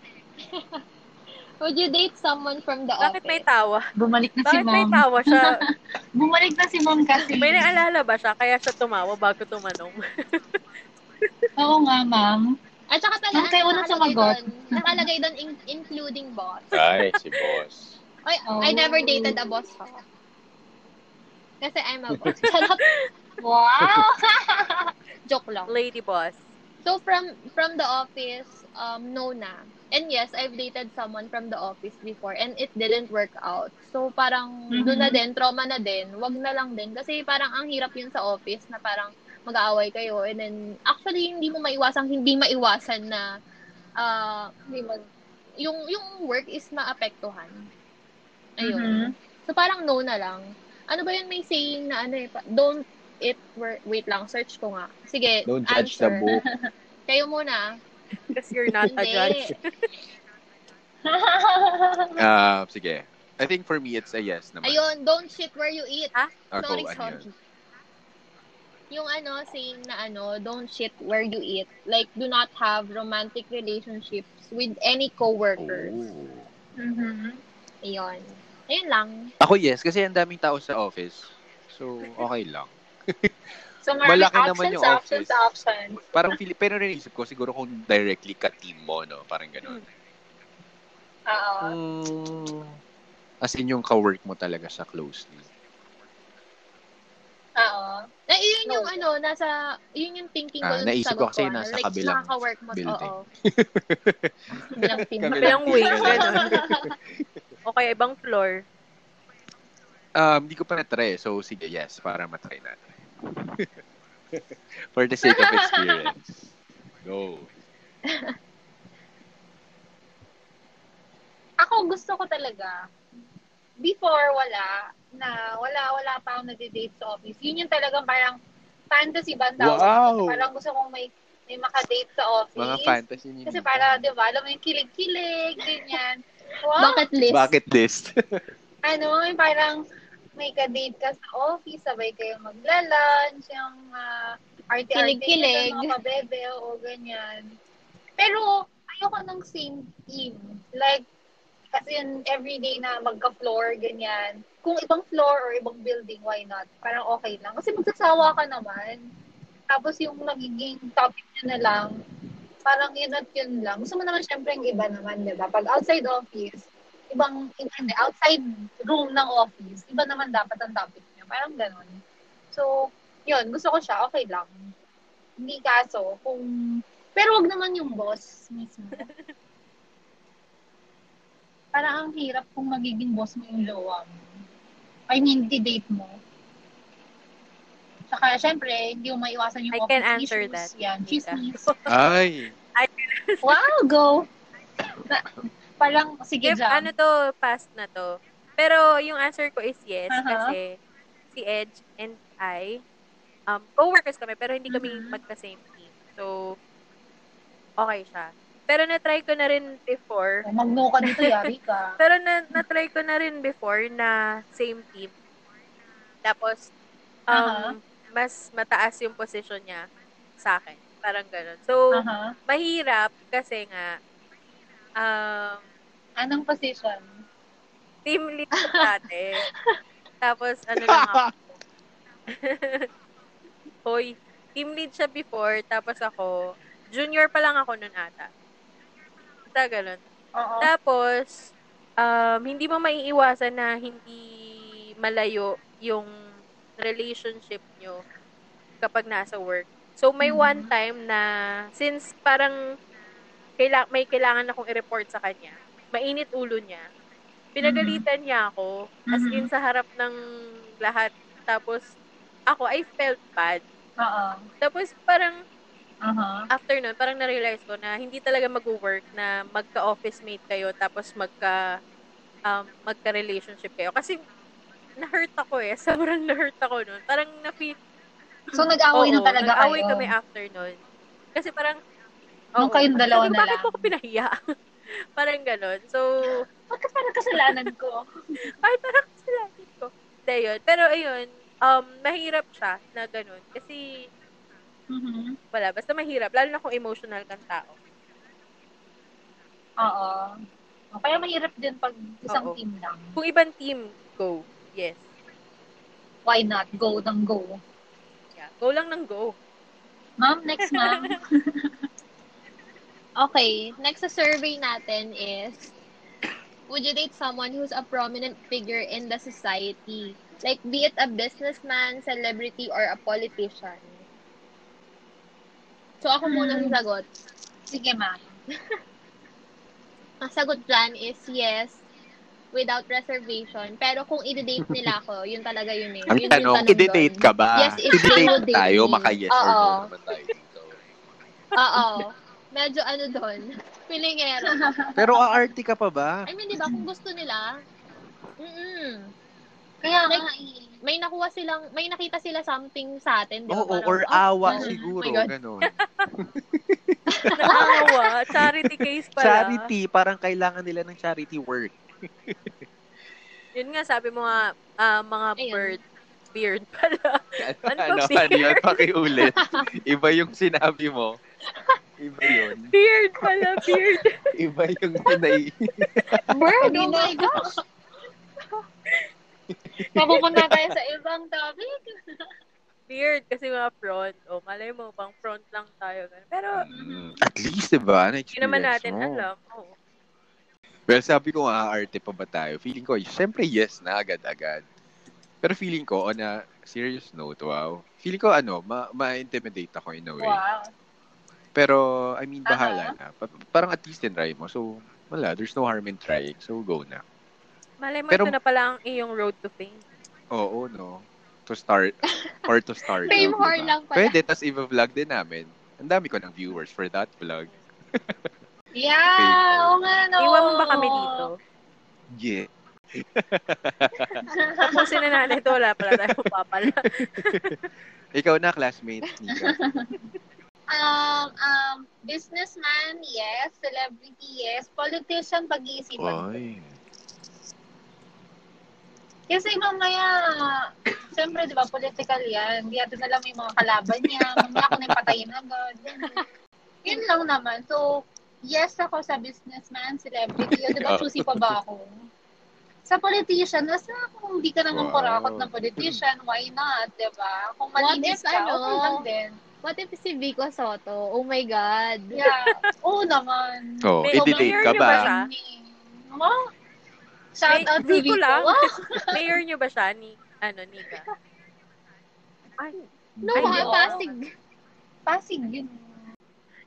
Speaker 4: Would you date someone from the
Speaker 1: Bakit may
Speaker 4: office?
Speaker 1: tawa?
Speaker 2: Bumalik na si
Speaker 1: Bakit may
Speaker 2: ma'am.
Speaker 1: tawa
Speaker 2: *laughs*
Speaker 1: siya?
Speaker 2: Bumalik na si ma'am kasi.
Speaker 1: May naalala ba siya? Kaya siya tumawa bago tumanong.
Speaker 2: Oo nga, ma'am.
Speaker 4: At saka pala, ano,
Speaker 2: Ma'am, kayo unang
Speaker 4: nakalagay
Speaker 2: sumagot.
Speaker 4: doon, nakalagay doon, in- including boss.
Speaker 3: Ay, si boss.
Speaker 4: Oy,
Speaker 2: Oh.
Speaker 4: I never dated a boss ako. Kasi I'm a boss. Charot.
Speaker 2: Wow!
Speaker 4: Joke lang.
Speaker 1: Lady boss.
Speaker 4: So from from the office, um, no na. And yes, I've dated someone from the office before and it didn't work out. So parang
Speaker 2: Mhm.
Speaker 4: doon na din, trauma na din, wag na lang din. Kasi parang ang hirap yun sa office na parang mag-aaway kayo. And then actually hindi mo maiwasang hindi maiwasan na ah,
Speaker 2: Hindi mag-
Speaker 4: yung yung work is maapektuhan. Ayun.
Speaker 2: Mhm.
Speaker 4: So parang no na lang. Ano ba yun may saying na ano eh, pa- don't it were, wait lang, search ko nga. Sige,
Speaker 3: Don't judge the
Speaker 4: answer.
Speaker 3: book.
Speaker 4: Kayo muna.
Speaker 1: Because you're not a
Speaker 4: Hindi.
Speaker 1: judge.
Speaker 3: Ah, sige. I think for me, it's a yes naman.
Speaker 4: Ayun, don't shit where you eat.
Speaker 3: Ako,
Speaker 4: sorry,
Speaker 3: ano
Speaker 4: sorry.
Speaker 3: yun?
Speaker 4: Yung ano, saying na ano, don't shit where you eat. Like, do not have romantic relationships with any coworkers.
Speaker 3: Oh.
Speaker 2: Mhm.
Speaker 4: Ayun. Ayun lang.
Speaker 3: Ako yes, kasi ang daming tao sa office. So, okay lang.
Speaker 2: *laughs* So, maraming
Speaker 3: Malaki naman
Speaker 2: options,
Speaker 3: yung
Speaker 2: options,
Speaker 3: office.
Speaker 2: options.
Speaker 3: Parang, Pili- pero iniisip ko, siguro kung directly ka-team mo, no? Parang ganun.
Speaker 2: Oo.
Speaker 3: Mm, as in yung ka-work mo talaga sa closely.
Speaker 2: Oo.
Speaker 4: Na, yun yung ano,
Speaker 2: No.
Speaker 4: nasa, yun yung thinking ko.
Speaker 3: Ah,
Speaker 4: dun sa
Speaker 3: naisip
Speaker 4: sagot
Speaker 3: ko kasi
Speaker 4: ano,
Speaker 3: nasa
Speaker 4: like,
Speaker 3: kabilang
Speaker 4: nakaka-work mo.
Speaker 3: building. *laughs*
Speaker 4: Oo. Kabilang team.
Speaker 1: Kabilang way, ganun.
Speaker 4: Kabilang-
Speaker 1: O kaya ibang floor.
Speaker 3: Um, hindi ko pa na-try, so sige, yes, para matry natin. *laughs* For the sake of experience. Go.
Speaker 2: Ako, gusto ko talaga. Before, wala. Na, wala, wala pa akong nag-date sa office. Yun yung talagang parang fantasy ba ang tawag?
Speaker 3: Wow!
Speaker 2: Parang gusto kong may, may makadate sa office.
Speaker 3: Mga fantasy ni
Speaker 2: Kasi para, di ba, alam mo yung kilig-kilig, ganyan. Wow!
Speaker 4: Bucket list.
Speaker 3: Bucket list.
Speaker 2: ano, yung parang may ka-date ka sa office, sabay kayo magla-lunch, yung uh, arte-arte
Speaker 4: Kilig-kilig.
Speaker 2: yung mga bebe, o ganyan. Pero, ayoko ng same team. Like, kasi yun, everyday na magka-floor, ganyan. Kung ibang floor or ibang building, why not? Parang okay lang. Kasi magsasawa ka naman. Tapos yung magiging topic niya na lang, parang yun at yun lang. Gusto mo naman syempre yung iba naman, di ba? Pag outside office, ibang, hindi, outside room ng office, iba naman dapat ang topic niya. Parang ganun. So, yun, gusto ko siya, okay lang. Hindi kaso, kung, pero wag naman yung boss
Speaker 1: *laughs*
Speaker 2: mismo. parang ang hirap kung magiging boss mo yung jowa mo. I mean, di-date mo. Saka, syempre, hindi mo maiwasan yung
Speaker 1: I
Speaker 2: office
Speaker 1: can answer
Speaker 2: issues.
Speaker 1: that,
Speaker 2: Yan,
Speaker 1: Mika. *laughs*
Speaker 2: chismis.
Speaker 3: Ah, Ay.
Speaker 2: wow, go! *laughs* Na, parang, sige,
Speaker 1: If
Speaker 2: Jam.
Speaker 1: ano to, past na to. Pero yung answer ko is yes
Speaker 2: Aha.
Speaker 1: kasi si Edge and I um co-workers kami pero hindi kami
Speaker 2: Mhm.
Speaker 1: magka-same team. So okay siya. Pero na-try ko na rin before.
Speaker 2: Oh, Mag-no ka dito, yari
Speaker 1: *laughs*
Speaker 2: ka.
Speaker 1: Pero na na-try ko na rin before na same team. Tapos um
Speaker 2: Aha.
Speaker 1: mas mataas yung position niya sa akin. Parang ganun. So
Speaker 2: Aha.
Speaker 1: mahirap kasi nga um
Speaker 2: Anong position?
Speaker 1: team lead ko dati. Tapos, ano lang
Speaker 3: *laughs*
Speaker 1: ako. Hoy, team lead siya before, tapos ako, junior pa lang ako nun ata. Basta ganun.
Speaker 2: Oo.
Speaker 1: Tapos, um, hindi mo maiiwasan na hindi malayo yung relationship nyo kapag nasa work. So, may
Speaker 2: Mhm.
Speaker 1: one time na, since parang kaila- may kailangan akong i-report sa kanya, mainit ulo niya, pinagalitan niya ako, as in
Speaker 2: Mhm.
Speaker 1: sa harap ng lahat. Tapos, ako, I felt bad.
Speaker 2: Oo.
Speaker 1: Tapos, parang
Speaker 2: Aha.
Speaker 1: after nun, parang na-realize ko na hindi talaga mag-work na magka-office mate kayo tapos magka um, magka-relationship kayo. Kasi na-hurt ako eh. *laughs* Sobrang na-hurt ako nun. Parang na-feel,
Speaker 2: So, nag-away na
Speaker 1: oo,
Speaker 2: talaga
Speaker 1: nag-away
Speaker 2: kayo.
Speaker 1: kami after nun. Kasi parang, oo.
Speaker 2: Nung kayong
Speaker 1: Sabi
Speaker 2: dalawa
Speaker 1: ko,
Speaker 2: na
Speaker 1: Bakit
Speaker 2: lang."
Speaker 1: mo ako pinahiya? *laughs* parang ganun. So,
Speaker 2: Bakit parang kasalanan ko?
Speaker 1: kahit parang *laughs* kasalanan ko. Hindi yun. Pero ayun, um, mahirap siya na ganun. Kasi,
Speaker 2: Mhm.
Speaker 1: wala. Basta mahirap. Lalo na kung emotional kang tao.
Speaker 2: Oo. O, Kaya mahirap din pag isang
Speaker 1: Oo.
Speaker 2: team lang.
Speaker 1: Kung ibang team, go. Yes.
Speaker 2: Why not? Go ng go.
Speaker 1: Yeah. Go lang ng
Speaker 3: *laughs*
Speaker 1: go.
Speaker 2: Ma'am, next
Speaker 1: *laughs*
Speaker 2: ma'am.
Speaker 4: Okay, next sa survey natin is, would you date someone who's a prominent figure in the society? Like, be it a businessman, celebrity, or a politician? So, ako muna
Speaker 2: Hmm.
Speaker 4: ang sagot.
Speaker 2: Sige, ma'am.
Speaker 4: Ang sagot dyan is yes, without reservation. Pero kung i-date nila ako, yun talaga yun eh.
Speaker 3: Ang
Speaker 4: yun, yung
Speaker 3: tanong,
Speaker 4: dun.
Speaker 3: i-date ka ba?
Speaker 4: Yes, if they would
Speaker 3: i-date
Speaker 4: date
Speaker 3: tayo,
Speaker 4: me.
Speaker 3: maka-yes or
Speaker 4: Oo.
Speaker 3: no naman tayo dito.
Speaker 4: Oo. Medyo ano doon, eh, pilingero.
Speaker 3: Pero aarte ka pa ba?
Speaker 4: I mean, di ba, kung gusto nila, mm
Speaker 2: Kaya
Speaker 4: Like,
Speaker 2: nga eh.
Speaker 4: May nakuha silang, may nakita sila something sa atin, di ba?
Speaker 3: Oo,
Speaker 4: Parang,
Speaker 3: or
Speaker 4: "Oh,
Speaker 3: awa
Speaker 4: oh,
Speaker 3: siguro,
Speaker 4: my God.
Speaker 3: ganun.
Speaker 1: Naawa. Charity case pala.
Speaker 3: Charity, parang kailangan nila ng charity work.
Speaker 1: Yun nga, sabi mo nga, ah, mga
Speaker 4: Ayun.
Speaker 1: bird. Beard pala. *laughs* Ano ba,
Speaker 3: ano,
Speaker 1: beer?
Speaker 3: ano yun? Pakiulit. Iba yung sinabi mo. Iba yun.
Speaker 1: Beard pala, beard.
Speaker 3: *laughs* Iba yung pinay...
Speaker 2: Bird,
Speaker 4: oh my
Speaker 2: gosh.
Speaker 4: Mapupunta tayo sa ibang topic.
Speaker 1: Beard kasi mga front. O, malay mo, pang front lang tayo. ganun. Pero,
Speaker 3: Mm, At least, diba?
Speaker 1: hindi naman natin
Speaker 3: mo.
Speaker 1: alam. Oh. Oo.
Speaker 3: Well, sabi ko nga, arte pa ba tayo? Feeling ko, syempre yes na agad-agad. Pero feeling ko, on a serious note, wow. Feeling ko, ano, ma- ma-intimidate ako in a way.
Speaker 2: Wow.
Speaker 3: Pero, I mean, bahala na. Pa- parang at least tinry mo. So, wala, there's no harm in trying. So, go na.
Speaker 1: Malay mo,
Speaker 3: Pero-
Speaker 1: ito na pala ang iyong road to fame.
Speaker 3: Oo, no. To start. Or to start.
Speaker 4: Fame
Speaker 3: no,
Speaker 4: whore
Speaker 3: diba?
Speaker 4: lang pala.
Speaker 3: Pwede, tas i-vlog din namin. Ang dami ko ng viewers for that vlog.
Speaker 2: Yeah, oo nga no.
Speaker 1: Iwan mo ba kami dito?
Speaker 3: Yeah.
Speaker 1: Tapusin na natin ito. Wala pala tayong papala.
Speaker 3: Ikaw na, classmate. Nika.
Speaker 2: Um, um, businessman, yes. Celebrity, yes. Politician, pag-iisipan.
Speaker 3: *laughs* Oy.
Speaker 2: Kasi mamaya, siyempre, di ba, political yan. Hindi natin alam yung mga kalaban niya. Mamaya ako na yung patayin agad. Ganun. Yun lang naman. So, yes ako sa businessman, celebrity. O, di
Speaker 3: Oo.
Speaker 2: ba, choosy pa ba ako? Sa politician, nasa kung hindi ka naman
Speaker 3: Wow.
Speaker 2: kurakot ng politician, why not, di ba? Kung
Speaker 4: What
Speaker 2: malinis
Speaker 4: if,
Speaker 2: ka,
Speaker 4: ano?
Speaker 2: okay lang din.
Speaker 4: What if si Vico Soto? Oh my God.
Speaker 2: Yeah. Oo naman.
Speaker 3: Oh,
Speaker 1: May
Speaker 3: i-delete
Speaker 1: overhear
Speaker 3: ka
Speaker 1: niyo
Speaker 3: ba?
Speaker 1: ba siya?
Speaker 4: ah.
Speaker 2: Ma? *laughs* Shout
Speaker 1: May-
Speaker 2: out to
Speaker 1: Vico
Speaker 2: Vico. *laughs*
Speaker 1: lang.
Speaker 2: Wow.
Speaker 1: Mayor niyo ba siya? Ni, ano, Nika? Ay,
Speaker 4: No,
Speaker 1: Ay,
Speaker 4: mga
Speaker 1: no.
Speaker 4: Pasig.
Speaker 2: Pasig yun.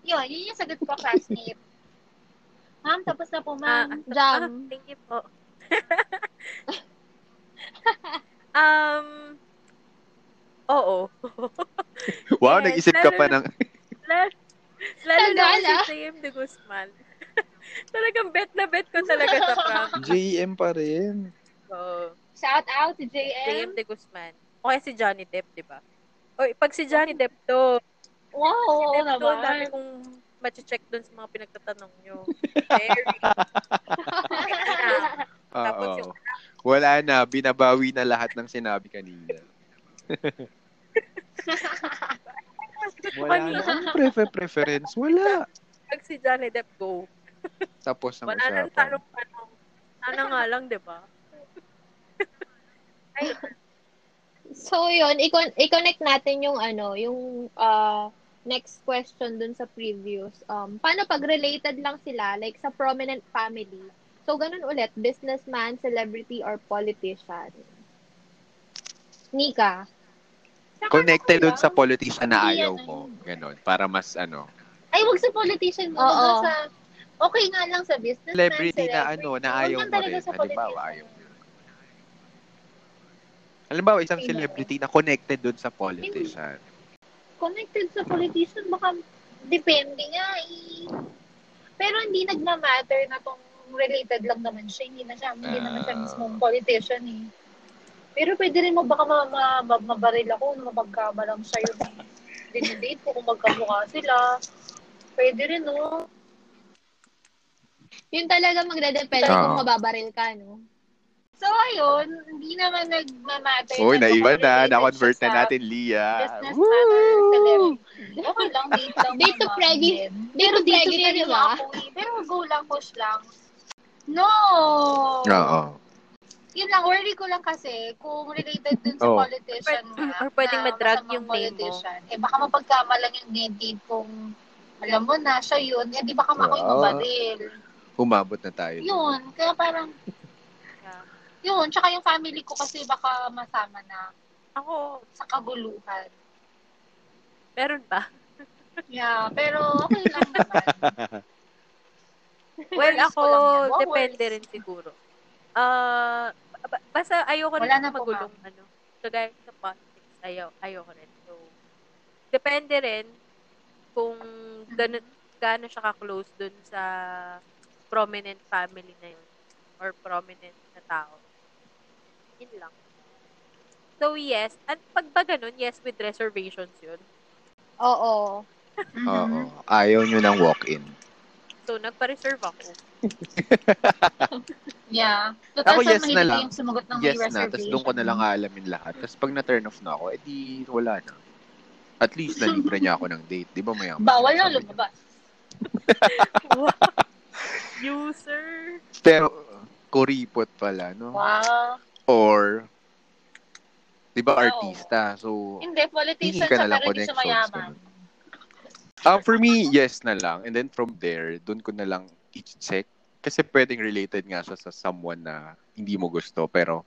Speaker 2: Yun, yun yung sagot ko, classmate. Ma'am, tapos na po,
Speaker 1: ah,
Speaker 2: ma'am.
Speaker 4: Jam.
Speaker 1: ah, thank you po. *laughs* um, oo.
Speaker 3: Wow,
Speaker 1: Yes,
Speaker 3: nag-isip ka
Speaker 1: lalo
Speaker 3: pa
Speaker 1: na-
Speaker 3: ng...
Speaker 1: Lalo, lalo na
Speaker 4: Tagala.
Speaker 1: si James de Guzman. *laughs* Talagang bet na bet ko talaga sa prank
Speaker 3: JM pa rin.
Speaker 1: ko.
Speaker 2: Shout out to
Speaker 1: James
Speaker 2: JM.
Speaker 1: de Guzman. O kaya si Johnny Depp, di ba? O, pag si Johnny Depp to,
Speaker 2: Wow, oo
Speaker 1: Depp to, ang dami
Speaker 2: naman.
Speaker 1: kong check dun sa mga pinagtatanong nyo. Very. Tapos
Speaker 3: Ah, Oo.
Speaker 1: yung-
Speaker 3: Wala na, binabawi na lahat ng sinabi kanina. Wala
Speaker 1: Ano?
Speaker 3: na. Ang prefe- preference, wala.
Speaker 1: pag si Johnny Depp go,
Speaker 3: Tapos ang
Speaker 1: wala nang
Speaker 3: usapan.
Speaker 1: tanong-tanong. Sana nga lang, di ba?
Speaker 4: So yun, i-con- i-connect natin yung ano, yung uh, next question dun sa previous. Um, paano pag related lang sila, like sa prominent family? So ganun ulit, businessman, celebrity, or politician. Nika.
Speaker 3: Connected dun sa politician na
Speaker 2: Hindi
Speaker 3: ayaw
Speaker 2: yan,
Speaker 3: mo. Ganon. Para mas ano.
Speaker 2: Ay, wag sa politician mo.
Speaker 4: Oo.
Speaker 2: Wag sa... Okay nga lang sa business.
Speaker 3: Celebrity na ano, na ayaw mo rin. Halimbawa, ayaw mo. Halimbawa, isang
Speaker 2: Sino?
Speaker 3: celebrity na connected dun sa ah. politician.
Speaker 2: Connected sa politician, baka depende nga eh. Pero hindi nagmamatter na kung related lang naman siya. Hindi na siya, hindi naman siya
Speaker 3: Ah.
Speaker 2: mismong politician eh. Pero pwede rin mo baka ma- ma- ma- mabaril ako na mapagkama lang siya yung dinidate ko kung magkamukha sila. Pwede rin, no?
Speaker 4: Yun talaga magdadepende
Speaker 3: Oo.
Speaker 4: kung mababaril ka, no?
Speaker 2: So, ayun, hindi naman nagmamatter.
Speaker 3: Uy, naiba na.
Speaker 2: kung related
Speaker 3: Na-convert
Speaker 2: siya sa
Speaker 3: na natin, Lia.
Speaker 2: Business
Speaker 3: Woo!
Speaker 2: matter, celebrity. *laughs* Okay lang, date lang.
Speaker 4: Date to
Speaker 2: naman
Speaker 4: Freddy.
Speaker 2: din.
Speaker 4: Dito, dito,
Speaker 2: Pwede
Speaker 4: dito,
Speaker 1: diba?
Speaker 2: rin
Speaker 4: di ba?
Speaker 2: ako eh. Pero go lang, push lang. No!
Speaker 3: Oo.
Speaker 2: Yun lang, worry ko lang kasi kung related dun sa
Speaker 3: Oo.
Speaker 2: politician
Speaker 1: Pwede-
Speaker 2: nga,
Speaker 1: or pwedeng
Speaker 2: na
Speaker 1: madrag
Speaker 2: masamang
Speaker 1: yung name mo.
Speaker 2: politician. Eh, baka mapagkamalan yung date kung alam mo na, siya yun. Eh, di baka ako yung
Speaker 3: Oo.
Speaker 2: mabaril.
Speaker 3: Humabot na tayo. dun.
Speaker 2: Yun, kaya parang,
Speaker 1: Yeah.
Speaker 2: yun. Tsaka yung family ko kasi baka masama na
Speaker 1: Ako,
Speaker 2: sa kaguluhan.
Speaker 1: meron ba?
Speaker 2: Yeah, pero okay lang naman.
Speaker 1: *laughs* Well,
Speaker 2: Worries
Speaker 1: ako,
Speaker 2: ko lang yan. No
Speaker 1: depende
Speaker 2: worries.
Speaker 1: rin siguro. Ah, ba- basta ayoko rin
Speaker 2: Wala na po,
Speaker 1: magulong, ano. Kagaya sa politics, ayaw, ayoko rin. So, depende rin kung gano, gaano siya ka-close dun sa prominent family na yun or prominent na tao. Yun lang. So, yes. At pag ba ganun, yes with reservations yun.
Speaker 4: Oo.
Speaker 3: Oo. Ayaw nyo ng walk-in.
Speaker 1: So, nagpa-reserve
Speaker 2: *laughs*
Speaker 1: ako.
Speaker 2: Yeah.
Speaker 3: Ako,
Speaker 2: Total, saan
Speaker 3: yes na
Speaker 2: mahilig
Speaker 3: lang.
Speaker 2: Yung sumagot ng
Speaker 3: yes
Speaker 2: may
Speaker 3: na. Tapos doon ko na lang alamin lahat. Tapos pag na-turn off na ako, edi wala na. At
Speaker 2: *laughs*
Speaker 3: least, nalibre niya ako ng date. Di ba mayaman?
Speaker 2: Bawal na
Speaker 3: Sabi niya.
Speaker 2: lumabas.
Speaker 1: User.
Speaker 3: Pero, kuripot pala, no?
Speaker 2: Wow.
Speaker 3: Or, di ba
Speaker 2: Oo.
Speaker 3: artista? So, hindi
Speaker 2: Hindi,
Speaker 3: ka
Speaker 2: politician siya
Speaker 3: na lang
Speaker 2: pero hindi siya
Speaker 3: connections.
Speaker 2: mayaman.
Speaker 3: ganun. Ah, for me, yes na lang. And then from there, doon ko na lang i-check. Kasi pwedeng related nga siya sa someone na hindi mo gusto. Pero,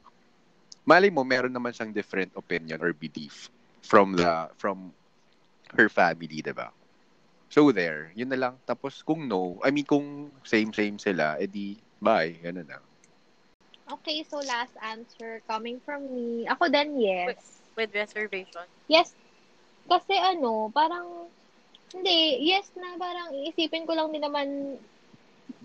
Speaker 3: malay mo, meron naman siyang different opinion or belief from the, from her family, di ba? So there, yun na lang. Tapos kung no, I mean kung same-same sila, edi bye, ganun na.
Speaker 4: Okay, so last answer coming from me. Ako din, yes.
Speaker 1: With reservation.
Speaker 4: Yes. Kasi ano, parang, hindi, yes na parang iisipin ko lang din naman,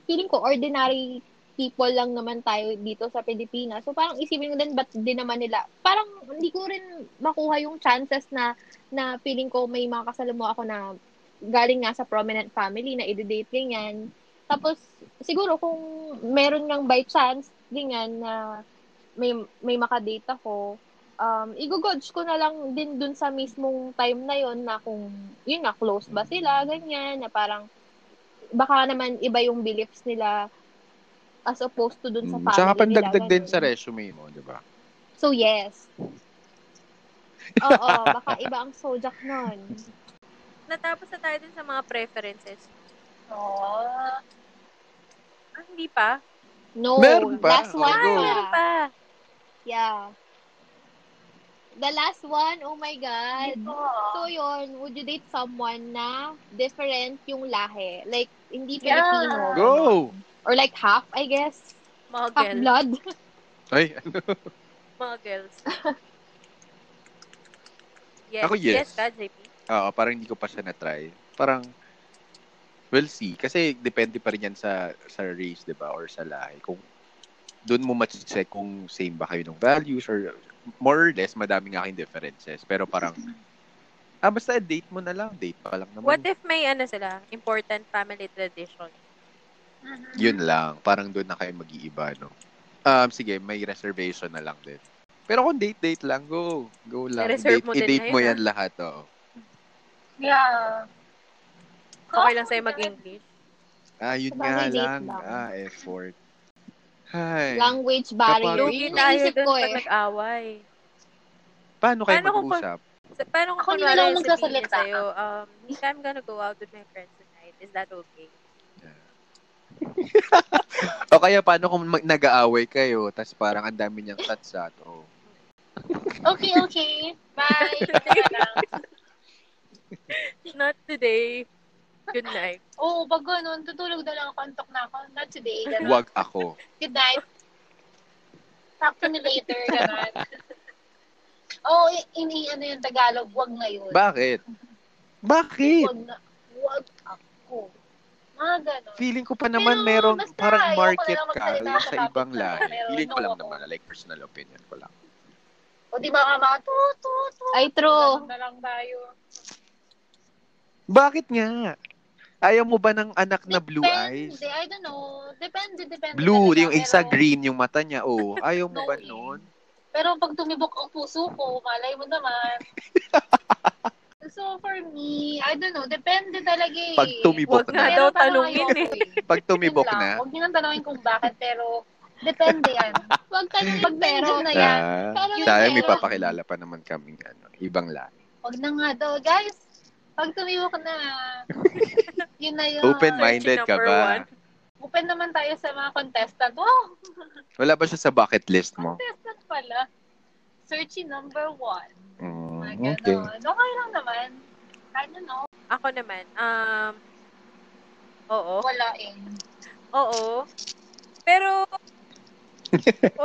Speaker 4: feeling ko ordinary people lang naman tayo dito sa Pilipinas. So parang isipin ko din, ba't din naman nila, parang hindi ko rin makuha yung chances na, na feeling ko may mga kasalamo ako na galing nga sa prominent family na i-date ganyan. Tapos, siguro kung meron ngang by chance, ganyan, na may, may makadate ako, um, igugudge ko na lang din dun sa mismong time na yon na kung, yun nga, close ba sila, ganyan, na parang, baka naman iba yung beliefs nila as opposed to dun sa
Speaker 3: Mm.
Speaker 4: family
Speaker 3: Tsaka
Speaker 4: nila,
Speaker 3: pandagdag din
Speaker 4: ganun.
Speaker 3: sa resume mo, di ba?
Speaker 4: So,
Speaker 3: *laughs*
Speaker 4: yes. Oo, baka iba ang sojak nun.
Speaker 1: Natapos na tayo dun sa mga preferences.
Speaker 2: Oh.
Speaker 1: Ah, hindi pa.
Speaker 4: No,
Speaker 3: Meron pa.
Speaker 4: last one
Speaker 3: Ay,
Speaker 1: Ah,
Speaker 3: Go.
Speaker 1: meron pa.
Speaker 4: Yeah. The last one, oh my God. So yun, would you date someone na different yung lahi? Like, hindi
Speaker 2: Yeah.
Speaker 4: Filipino.
Speaker 3: Go!
Speaker 4: Or like half, I guess. Half
Speaker 1: Muggles.
Speaker 4: blood.
Speaker 3: Ay,
Speaker 2: *laughs*
Speaker 1: Muggles. Yes.
Speaker 3: Ako, yes.
Speaker 1: Yes, ka, JP.
Speaker 3: Oo, parang hindi ko pa siya na-try. Parang, we'll see. Kasi depende pa rin yan sa, sa race, di ba? Or sa lahi. Kung doon mo check kung same ba kayo ng values or more or less, madaming aking differences. Pero parang, ah, basta date mo na lang. Date pa lang naman.
Speaker 1: What if may ano sila, important family tradition?
Speaker 3: Yun lang. Parang doon na kayo mag-iiba, no? Um, sige, may reservation na lang din. Pero kung date-date lang, go. Go lang.
Speaker 1: Na-reserve
Speaker 3: I-date
Speaker 1: mo
Speaker 3: mo,
Speaker 1: din
Speaker 3: i-date
Speaker 1: na
Speaker 3: mo
Speaker 1: yun,
Speaker 3: yan lahat, oo.
Speaker 2: Yeah.
Speaker 1: Okay lang sa'yo mag-English.
Speaker 3: Ah, yun
Speaker 4: Sabagay,
Speaker 3: nga
Speaker 4: date
Speaker 3: lang.
Speaker 4: lang.
Speaker 3: Ah, effort. Ay.
Speaker 4: Language barrier.
Speaker 3: Kapag-
Speaker 1: Lugi
Speaker 4: Yun yung
Speaker 1: tayo
Speaker 4: naisip
Speaker 1: dun
Speaker 4: ko
Speaker 1: pag
Speaker 4: eh.
Speaker 1: nag-away.
Speaker 3: Paano kayo
Speaker 1: Paano kung
Speaker 3: mag-uusap?
Speaker 1: Sa, paano
Speaker 2: Ako,
Speaker 1: kung kunwari
Speaker 2: hindi na lang
Speaker 1: sabihin niya
Speaker 2: magsasalita.
Speaker 1: sa'yo, um, Nika, I'm gonna go out with my friends tonight. Is that okay?
Speaker 3: O kaya paano kung mag- nag-aaway kayo tapos parang ang dami niyang satsat? Oh.
Speaker 2: Okay, okay.
Speaker 1: *laughs*
Speaker 2: Bye.
Speaker 1: Not today. Good night.
Speaker 2: Oo, oh, pag ganun, tutulog na lang ako, antok na ako. Not today, ganun.
Speaker 3: Wag ako.
Speaker 2: Good night. Talk to me later,
Speaker 3: *laughs*
Speaker 2: ganun. Oo, oh, ini ano yung Tagalog, wag ngayon.
Speaker 3: Bakit? Bakit?
Speaker 2: Wag na, wag ako. Mga ganun.
Speaker 3: Feeling ko pa naman
Speaker 2: Pero,
Speaker 3: meron
Speaker 2: basta,
Speaker 3: parang
Speaker 2: ayoko
Speaker 3: market
Speaker 2: na lang
Speaker 3: ka
Speaker 2: magsalita sa
Speaker 3: sa ibang
Speaker 2: topic na
Speaker 3: lahi.
Speaker 2: yun. Pero
Speaker 3: Feeling ko
Speaker 2: no
Speaker 3: lang
Speaker 2: ako.
Speaker 3: naman, like personal opinion ko lang.
Speaker 2: O di ba ka mga tu, tu, tu.
Speaker 4: Ay, true.
Speaker 2: Ganun na lang tayo.
Speaker 3: Bakit nga? Ayaw mo ba ng anak na blue eyes?
Speaker 2: Depende, I don't know. Depende, depende.
Speaker 3: Blue,
Speaker 2: talaga.
Speaker 3: yung isa
Speaker 2: Pero-
Speaker 3: green yung mata niya. Oh, ayaw mo
Speaker 2: No
Speaker 3: ba
Speaker 2: way.
Speaker 3: nun?
Speaker 2: Pero pag tumibok ang puso ko, malay mo
Speaker 3: *laughs*
Speaker 2: naman. so for me, I don't know, depende talaga eh.
Speaker 3: Pag tumibok
Speaker 1: Wag
Speaker 3: na.
Speaker 1: nga
Speaker 2: Pero
Speaker 1: daw
Speaker 2: parang
Speaker 1: tanungin
Speaker 2: ayoko eh.
Speaker 3: Pag
Speaker 2: Yun
Speaker 3: tumibok
Speaker 2: lang.
Speaker 3: na.
Speaker 2: Huwag niyo nang tanungin kung bakit, pero depende
Speaker 3: *laughs*
Speaker 2: yan.
Speaker 4: Huwag ka nang
Speaker 2: Pag
Speaker 4: pero.
Speaker 2: pero na yan,
Speaker 3: Ah,
Speaker 4: Parang
Speaker 2: yun
Speaker 3: tayo
Speaker 2: na
Speaker 3: may
Speaker 2: yun.
Speaker 3: papakilala pa naman kaming ano, ibang lahi.
Speaker 2: huwag na nga daw. Guys, pag tumibok na, yun na yun.
Speaker 3: Open-minded ka
Speaker 1: number one.
Speaker 3: ba?
Speaker 2: Open naman tayo sa mga contestant. Wow,
Speaker 3: Wala ba siya sa bucket list mo?
Speaker 2: contestant pala. Searching number one. Mga
Speaker 3: Mm, okay.
Speaker 2: ganon. Okay lang naman. I don't know.
Speaker 1: Ako naman, um, oo.
Speaker 2: Wala
Speaker 3: *laughs*
Speaker 2: eh.
Speaker 1: Oo. Pero,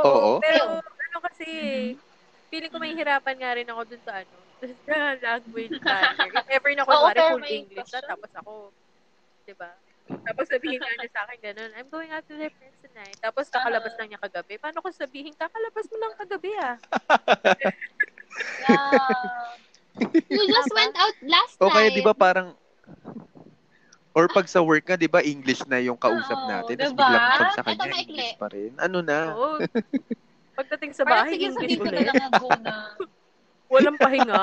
Speaker 1: oo.
Speaker 3: Oo.
Speaker 1: Pero, ano kasi, feeling ko may hirapan nga rin ako dun sa ano, *laughs* dun sa language barrier. If ever na
Speaker 2: Oo,
Speaker 1: kunwari
Speaker 2: pero
Speaker 1: full
Speaker 2: may
Speaker 1: English na,
Speaker 2: question.
Speaker 1: tapos ako, di ba? Tapos sabihin nga niya sa akin ganun, I'm going out to my friends ah." tonight. Tapos kakalabas lang niya kagabi. Paano ko sabihin, kakalabas mo lang kagabi ah.
Speaker 2: Yeah.
Speaker 3: *laughs*
Speaker 4: You just went out last
Speaker 3: O kaya
Speaker 4: night.
Speaker 3: di ba parang or pag sa work ka, di ba English na yung kausap
Speaker 4: Oo,
Speaker 3: natin,
Speaker 4: di
Speaker 3: tapos
Speaker 4: ba?
Speaker 3: biglang usap sa
Speaker 4: Eto,
Speaker 3: kanya,
Speaker 4: maikli.
Speaker 3: English pa rin. Ano na?
Speaker 1: Oo. Pagdating sa
Speaker 4: Parang
Speaker 1: bahay,
Speaker 4: sige,
Speaker 1: English
Speaker 4: sabihin ko na
Speaker 1: ulit.
Speaker 4: lang na go na.
Speaker 1: Walang pahinga.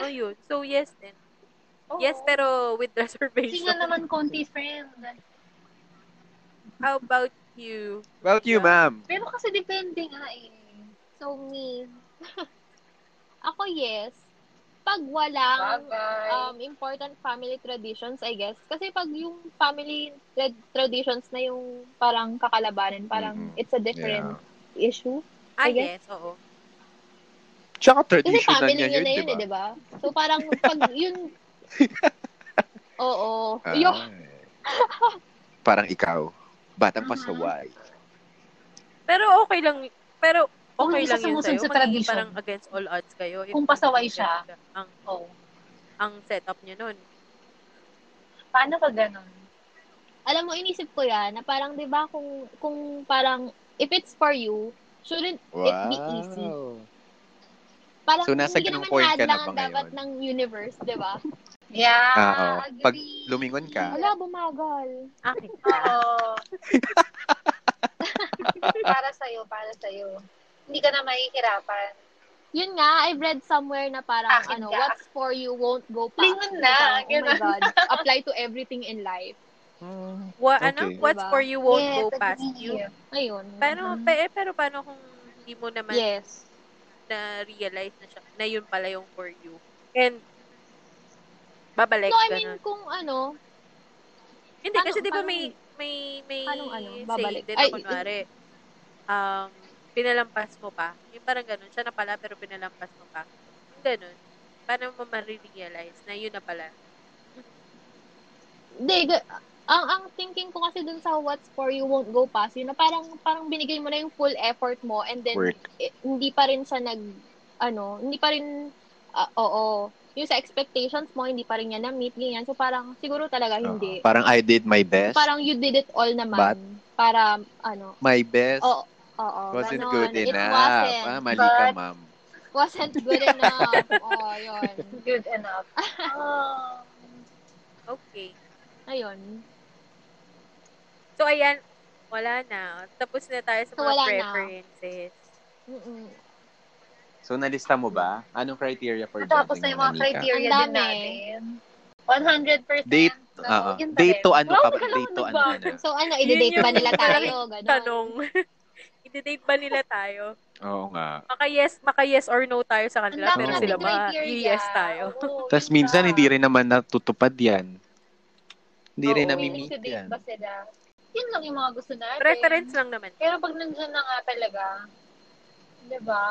Speaker 1: *laughs* Ayun. So, yes din.
Speaker 2: Oo.
Speaker 1: *laughs* Yes, pero with
Speaker 2: Hindi
Speaker 1: reservation.
Speaker 2: nga naman konti friend.
Speaker 1: How about you?
Speaker 3: About you, ma'am.
Speaker 2: Pero kasi depende nga eh.
Speaker 4: So, me. *laughs* Ako, yes. Pag walang
Speaker 2: Bye-bye.
Speaker 4: um, important family traditions, I guess. Kasi pag yung family tra- traditions na yung parang kakalabanin, parang
Speaker 3: Mhm.
Speaker 4: it's a different issue.
Speaker 1: Ah,
Speaker 4: Sige.
Speaker 1: yes. Oo.
Speaker 3: Tsaka
Speaker 4: Kasi
Speaker 3: tradition na
Speaker 4: family
Speaker 3: niya
Speaker 4: nyo
Speaker 3: yun, diba?
Speaker 4: na yun,
Speaker 3: di
Speaker 4: eh,
Speaker 3: ba?
Speaker 4: di ba? So, parang
Speaker 3: *laughs*
Speaker 4: pag yun... Oo.
Speaker 3: Ah,
Speaker 4: Yo,
Speaker 3: eh. parang ikaw, batang
Speaker 4: Ah.
Speaker 3: pasaway.
Speaker 1: Pero okay lang. Pero
Speaker 2: Kung
Speaker 1: okay
Speaker 2: hindi
Speaker 1: lang
Speaker 2: siya
Speaker 1: yun
Speaker 2: sumusunod
Speaker 1: sa'yo.
Speaker 2: sa
Speaker 1: Magiging
Speaker 2: tradition.
Speaker 1: parang against all odds kayo. if
Speaker 2: Kung pasaway siya.
Speaker 1: ganun ka- Ang,
Speaker 2: Oh.
Speaker 1: ang setup nyo nun.
Speaker 2: Paano ka ganun?
Speaker 4: alam mo, inisip ko yan, na parang, di ba, kung, kung parang, if it's for you, shouldn't it be easy?
Speaker 3: Wow.
Speaker 4: Parang,
Speaker 3: So, nasa
Speaker 4: hindi ka
Speaker 3: ganung
Speaker 4: naman
Speaker 3: point ka na
Speaker 4: hadlangan
Speaker 3: ba
Speaker 4: dapat
Speaker 3: ngayon?
Speaker 4: ng universe, diba? di ba?
Speaker 2: Yeah.
Speaker 3: Ah, oo. Pag
Speaker 2: agree.
Speaker 3: lumingon ka.
Speaker 4: Wala, bumagal.
Speaker 1: Akin.
Speaker 2: *laughs* Oo. para sa'yo, para sa'yo. Hindi ka na mahihirapan.
Speaker 4: Yun nga, I've read somewhere na parang,
Speaker 2: Akin
Speaker 4: ano,
Speaker 2: ka.
Speaker 4: what's for you won't go past.
Speaker 2: Lingon na,
Speaker 4: Parang, oh my
Speaker 2: ganun. *laughs*
Speaker 4: God, apply to everything in life. Mm.
Speaker 3: Hmm.
Speaker 1: *laughs* Wa, ano?
Speaker 3: Okay.
Speaker 1: What's
Speaker 4: Diba?
Speaker 1: for you won't
Speaker 2: Yes,
Speaker 1: go
Speaker 2: agree.
Speaker 1: past you.
Speaker 4: Ayun. Mm-hmm.
Speaker 1: Pero,
Speaker 2: Mhm.
Speaker 1: pe, eh, pero paano kung hindi mo naman
Speaker 4: yes.
Speaker 1: na-realize na siya, na yun pala yung for you. And, babalik
Speaker 4: No, I
Speaker 1: ka
Speaker 4: mean,
Speaker 1: nun.
Speaker 4: kung ano,
Speaker 1: Hindi,
Speaker 4: paano-
Speaker 1: kasi di ba
Speaker 4: paano-
Speaker 1: may, may, may
Speaker 4: Paano ano,
Speaker 1: saying
Speaker 4: babalik?
Speaker 1: din
Speaker 4: Ay,
Speaker 1: na kunwari, um, pinalampas mo pa. Yung parang ganun, siya na pala, pero pinalampas mo pa. Yung ganun. Paano mo ma-realize na yun na pala?
Speaker 4: Hindi, ga- ang ang thinking ko kasi dun sa what's for you won't go past, yun na parang parang binigay mo na yung full effort mo and then
Speaker 3: Work.
Speaker 4: eh, hindi pa rin siya nag ano, hindi pa rin ah, oo. Yung sa expectations mo hindi pa rin niya na-meet ganyan. So parang siguro talaga hindi.
Speaker 3: Oo. Ah. Parang I did my best.
Speaker 4: Parang you did it all naman
Speaker 3: But-
Speaker 4: para ano.
Speaker 3: my best
Speaker 4: Oo. Oo,
Speaker 3: wasn't
Speaker 4: ganon.
Speaker 3: good
Speaker 4: It
Speaker 3: enough.
Speaker 4: wasn't.
Speaker 3: Ah, mali ka,
Speaker 2: But-
Speaker 3: ma'am.
Speaker 4: Wasn't
Speaker 3: *laughs*
Speaker 4: good enough. oh, yun.
Speaker 2: Good *laughs* enough. Oh.
Speaker 1: Okay.
Speaker 4: Ayun.
Speaker 1: So, ayan, wala na. Tapos na tayo sa
Speaker 4: So,
Speaker 1: mga
Speaker 4: wala na.
Speaker 1: preferences.
Speaker 4: Mm-mm.
Speaker 3: So, nalista mo ba? Anong criteria for dating
Speaker 2: Tapos na yung mga
Speaker 3: Monica?
Speaker 2: criteria
Speaker 4: Ang
Speaker 2: din
Speaker 4: dami.
Speaker 2: natin. 100%.
Speaker 3: Date,
Speaker 2: So,
Speaker 3: ah, ah.
Speaker 2: yun eh. pa
Speaker 3: date
Speaker 2: rin.
Speaker 3: to ano
Speaker 2: Wow,
Speaker 3: ka?
Speaker 2: hindi lang
Speaker 3: Date to ano
Speaker 2: nagbago.
Speaker 3: ka na?
Speaker 4: So ano,
Speaker 1: Yun
Speaker 4: i-date ba
Speaker 1: yung *laughs*
Speaker 4: nila tayo?
Speaker 1: malaking
Speaker 4: Ganon.
Speaker 1: Tanong. *laughs* Ide-date ba nila tayo?
Speaker 3: Oo nga.
Speaker 1: Maka yes, maka yes or no tayo sa
Speaker 2: Ang
Speaker 1: kanila,
Speaker 2: dami
Speaker 1: pero
Speaker 3: nating
Speaker 1: sila ba,
Speaker 2: criteria.
Speaker 1: yes tayo.
Speaker 2: Oo, diba?
Speaker 3: Tapos
Speaker 2: yun
Speaker 3: minsan,
Speaker 2: pa.
Speaker 3: hindi rin naman natutupad yan. Hindi rin
Speaker 1: Oo.
Speaker 2: Willing
Speaker 3: nami-meet
Speaker 2: to date
Speaker 3: yan.
Speaker 2: ba sila? Yun lang yung mga gusto natin.
Speaker 1: Preference lang naman.
Speaker 2: Pero pag nandiyan na nga talaga, di ba?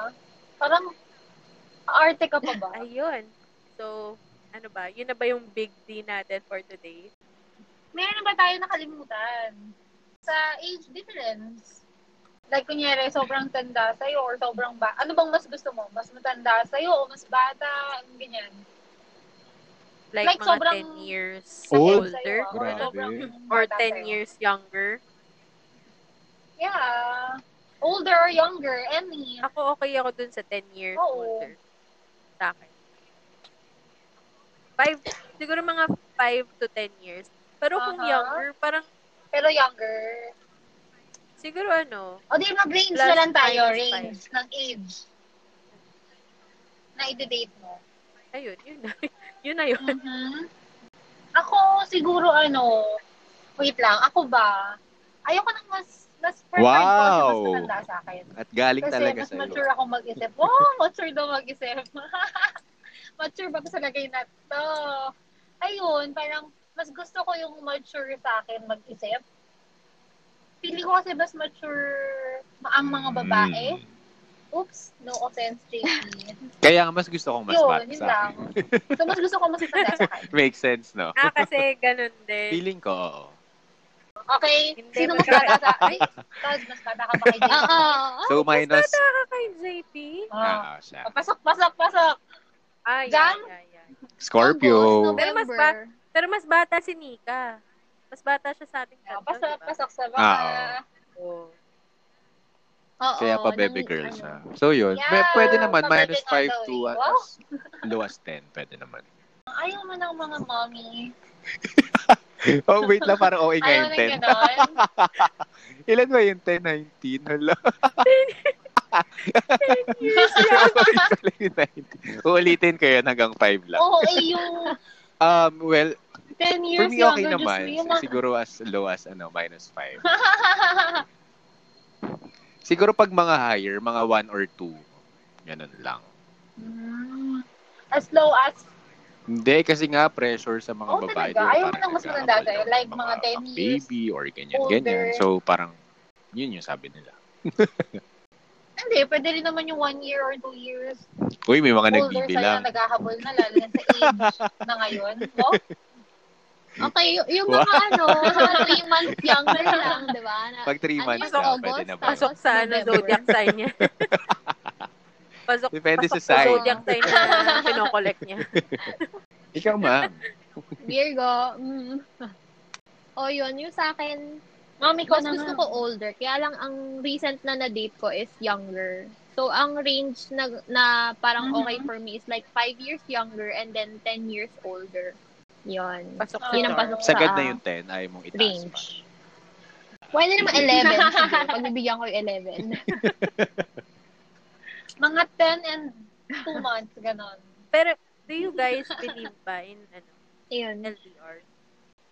Speaker 2: Parang, arte ka pa ba?
Speaker 1: Ayun. So, ano ba? Yun na ba yung big D natin for today?
Speaker 2: Meron ba tayo nakalimutan? Sa age difference, like kunyari, sobrang tanda sa'yo or sobrang ba... Ano bang mas gusto mo? Mas matanda sa'yo o mas bata? Ang Ganyan.
Speaker 1: Like,
Speaker 2: Like,
Speaker 1: mga
Speaker 2: sobrang
Speaker 1: 10 years
Speaker 2: Sakit
Speaker 1: older?
Speaker 3: Old?
Speaker 2: sa'yo, ah,
Speaker 3: Grabe.
Speaker 2: Or, sobrang
Speaker 1: Or
Speaker 2: bata
Speaker 1: 10
Speaker 2: sa'yo.
Speaker 1: years younger?
Speaker 2: Yeah. Older or younger, any.
Speaker 1: Ako okay ako dun sa 10 years
Speaker 2: Oo.
Speaker 1: older. Sa akin. Five, siguro mga 5 to 10 years. Pero kung
Speaker 2: Aha.
Speaker 1: younger, parang
Speaker 2: Pero younger.
Speaker 1: siguro ano,
Speaker 2: O di, mag-range
Speaker 1: Plus
Speaker 2: na lang tayo.
Speaker 1: minus
Speaker 2: Range ng age. Na i-date mo.
Speaker 1: ayun, yun na. *laughs* yun na yun.
Speaker 2: Mhm. Ako, siguro ano, wait lang, ako ba, ayoko nang mas, mas preferred ko kasi mas
Speaker 3: Wow!
Speaker 2: matanda sa akin.
Speaker 3: At galing
Speaker 2: Kasi
Speaker 3: talaga
Speaker 2: mas
Speaker 3: sa iyo.
Speaker 2: mature ako mag-isip. Wow, mature daw mag-isip. *laughs* mature ba sa lagay na to? Ayun, parang mas gusto ko yung mature sa akin mag-isip. Pili ko kasi mas mature ang mga babae.
Speaker 3: Mm.
Speaker 2: Oops, no offense, JP.
Speaker 3: Kaya nga, mas gusto kong mas
Speaker 2: Yun,
Speaker 3: bata
Speaker 2: yun
Speaker 3: sa
Speaker 2: lang.
Speaker 3: akin.
Speaker 2: So, mas gusto ko mas matanda sa akin.
Speaker 3: *laughs* Makes sense, no?
Speaker 1: Ah, kasi ganun din.
Speaker 3: Feeling ko, oo.
Speaker 2: Okay,
Speaker 1: Hindi,
Speaker 2: sino
Speaker 1: mas
Speaker 2: mas bata sa... Ay, ah, Taz, mas bata ka pa kay
Speaker 4: Oo.
Speaker 2: Jason.
Speaker 3: *laughs* So, minus...
Speaker 1: Basta ka kay JP?
Speaker 2: Ah.
Speaker 3: Ah, ah, siya.
Speaker 2: Pasok, pasok, pasok.
Speaker 1: Ah,
Speaker 2: Jam?
Speaker 1: yeah, yeah, yeah.
Speaker 3: Scorpio.
Speaker 1: Pero mas ba- Pero mas bata si Nika. Mas bata siya sa ating diba?
Speaker 2: Ah,
Speaker 1: tatlo,
Speaker 2: Pasok,
Speaker 1: diba?
Speaker 2: pasok sa
Speaker 3: Ah,
Speaker 2: bata.
Speaker 1: Oo.
Speaker 4: Oo,
Speaker 3: Kaya pa baby
Speaker 4: ng-
Speaker 3: girls
Speaker 4: ano.
Speaker 3: ha. So yun, may,
Speaker 2: Yeah,
Speaker 3: pwede naman minus
Speaker 2: pabebe nga
Speaker 3: 5
Speaker 2: daw
Speaker 3: to
Speaker 2: eh.
Speaker 3: *laughs* as low as 10, pwede naman.
Speaker 2: Ayaw mo ng mga mommy.
Speaker 3: oh, wait lang, para okay nga
Speaker 2: Ayaw
Speaker 3: yung
Speaker 2: ng ganon.
Speaker 3: *laughs* 10. Ilan ba yung 10? 19?
Speaker 2: *laughs*
Speaker 3: Hala. *laughs* Pala yung 19. Uulitin ko yun hanggang 5 lang.
Speaker 2: Oo, eh, yung
Speaker 3: Um, well,
Speaker 2: 10 years
Speaker 3: for me okay
Speaker 2: younger,
Speaker 3: naman.
Speaker 2: Diyos ko, yun
Speaker 3: Siguro as low as ano, minus
Speaker 2: *laughs*
Speaker 3: 5.
Speaker 2: ang-
Speaker 3: Siguro pag mga higher, mga 1 or 2. Ganun lang.
Speaker 2: Mm. As low as,
Speaker 3: Hindi, kasi nga pressure sa mga
Speaker 2: Oh,
Speaker 3: babae. di
Speaker 2: talaga?
Speaker 3: ba,
Speaker 2: Ayaw mo
Speaker 3: parang
Speaker 2: ng mas
Speaker 3: nag-aaral
Speaker 2: matanda sa'yo,
Speaker 3: ng
Speaker 2: like mga 10
Speaker 3: pang
Speaker 2: years
Speaker 3: Baby or ganyan, ganyan.
Speaker 2: older.
Speaker 3: So, parang, yun yung sabi nila.
Speaker 2: hindi, pwede rin naman yung 1 year or 2 years.
Speaker 3: Uy, may mga
Speaker 2: Older sa'yo
Speaker 3: nagbibilang.
Speaker 2: na naghahabol na, lalo na sa age
Speaker 3: *laughs*
Speaker 2: na ngayon. Oh, No?
Speaker 4: Okay, y- yung mga ano, mga three months younger lang, di ba? Na,
Speaker 3: Pag 3
Speaker 4: Ano
Speaker 3: months
Speaker 4: yun,
Speaker 3: na,
Speaker 4: August?
Speaker 3: pwede na ba?
Speaker 4: Pasok.
Speaker 1: Pasok sa ano,
Speaker 4: November.
Speaker 1: zodiac sign
Speaker 2: *laughs*
Speaker 1: niya. pasok,
Speaker 3: Depende
Speaker 1: pasok
Speaker 3: sa sign.
Speaker 1: zodiac sign na kinokollect niya.
Speaker 3: Ikaw,
Speaker 2: *laughs*
Speaker 3: ma'am.
Speaker 4: Virgo. Mm. *laughs* O yun, yung sa akin,
Speaker 2: Mommy ko
Speaker 4: mas
Speaker 2: na
Speaker 4: gusto
Speaker 2: nga.
Speaker 4: ko older. Kaya lang ang recent na na-date ko is younger. So, ang range na, na parang
Speaker 2: Mhm.
Speaker 4: okay for me is like 5 years younger and then 10 years older. Yun.
Speaker 1: Pasok sa
Speaker 4: Yun ang
Speaker 1: door.
Speaker 4: pasok sa ah,
Speaker 3: Sagad na yung 10, ayaw mong itaas pa.
Speaker 4: range. Why na *laughs* naman 11? Sige, pagbibigyan ko yung 11.
Speaker 2: Mga 10 and 2 months, ganon.
Speaker 1: Pero, do you guys believe ba in ano,
Speaker 4: Ayun.
Speaker 1: LDR?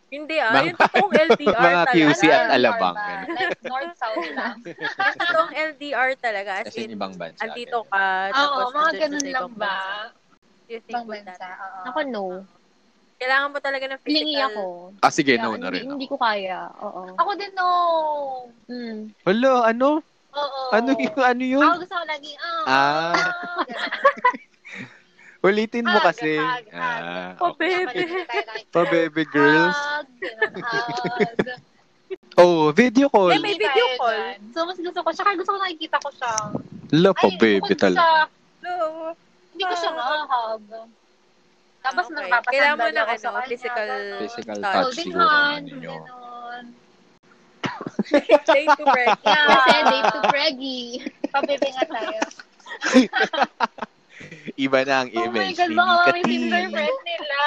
Speaker 1: Hindi ah,
Speaker 3: Mga-
Speaker 1: yung totoong LDR
Speaker 3: mga
Speaker 1: talaga.
Speaker 3: QC at
Speaker 2: Ano,
Speaker 3: alabang.
Speaker 2: or ba?
Speaker 3: ganun.
Speaker 2: Like north-south
Speaker 1: *laughs*
Speaker 2: lang.
Speaker 1: Yung totoong LDR talaga. As
Speaker 3: Kasi
Speaker 1: in,
Speaker 3: ibang bansa.
Speaker 1: andito
Speaker 3: ganun.
Speaker 1: ka.
Speaker 2: Oo,
Speaker 1: tapos
Speaker 2: mga
Speaker 1: andun ka
Speaker 2: ganun
Speaker 1: sa
Speaker 2: lang
Speaker 1: ibang
Speaker 2: ba?
Speaker 1: bansa. Do you think
Speaker 2: Ibang
Speaker 1: with that?
Speaker 2: bansa, oo.
Speaker 4: Ako no.
Speaker 1: Kailangan mo talaga ng physical.
Speaker 4: Lingi ako.
Speaker 3: Ah, sige,
Speaker 4: Kaya
Speaker 3: no na
Speaker 4: hindi,
Speaker 3: rin
Speaker 4: hindi
Speaker 3: ako.
Speaker 4: ko kaya. Oo.
Speaker 2: Ako din, no.
Speaker 4: Mm.
Speaker 3: Hello, ano?
Speaker 2: Oo.
Speaker 3: Ano yun? Ano yun?
Speaker 2: Ako gusto ko lagi, ah.
Speaker 3: Ah.
Speaker 2: ganon.
Speaker 3: Ulitin mo
Speaker 2: Hug,
Speaker 3: kasi.
Speaker 2: hug, hug.
Speaker 3: Ah,
Speaker 1: Oh,
Speaker 3: okay.
Speaker 1: baby.
Speaker 2: Kapalitan tayo nakikita.
Speaker 3: *laughs* Pa baby
Speaker 2: Ah.
Speaker 3: girls.
Speaker 2: Hug, ganon, hug.
Speaker 3: Oh, video
Speaker 1: Eh,
Speaker 3: call.
Speaker 1: may
Speaker 2: Hindi
Speaker 1: video
Speaker 2: tayo
Speaker 1: call.
Speaker 2: dyan. So, mas gusto ko siya. Kaya gusto ko nakikita ko siya.
Speaker 3: Hello pa
Speaker 2: Ay,
Speaker 3: Oh, baby
Speaker 2: bukod
Speaker 3: talaga.
Speaker 2: sa-
Speaker 1: No.
Speaker 2: Hindi ko siya mahahag. Tapos
Speaker 1: Ah, okay.
Speaker 2: nagpapasandal
Speaker 1: Kailangan mo ng
Speaker 2: ako sa
Speaker 1: ano,
Speaker 2: kanya,
Speaker 1: physical-
Speaker 2: ganun.
Speaker 3: Physical
Speaker 1: Touch.
Speaker 3: touch
Speaker 2: Holding
Speaker 3: siguro
Speaker 2: hand,
Speaker 3: ano ninyo.
Speaker 2: ganun.
Speaker 1: Day to
Speaker 2: *laughs*
Speaker 1: break. *laughs*
Speaker 2: Yeah.
Speaker 4: Kasi date to preggy. *laughs*
Speaker 2: Pabibingan tayo.
Speaker 3: Iba na ang
Speaker 2: Oh my
Speaker 3: image.
Speaker 2: God,
Speaker 3: Hindi
Speaker 2: baka may
Speaker 3: ka
Speaker 2: Tinder
Speaker 3: teen.
Speaker 2: friend
Speaker 3: *laughs*
Speaker 2: nila.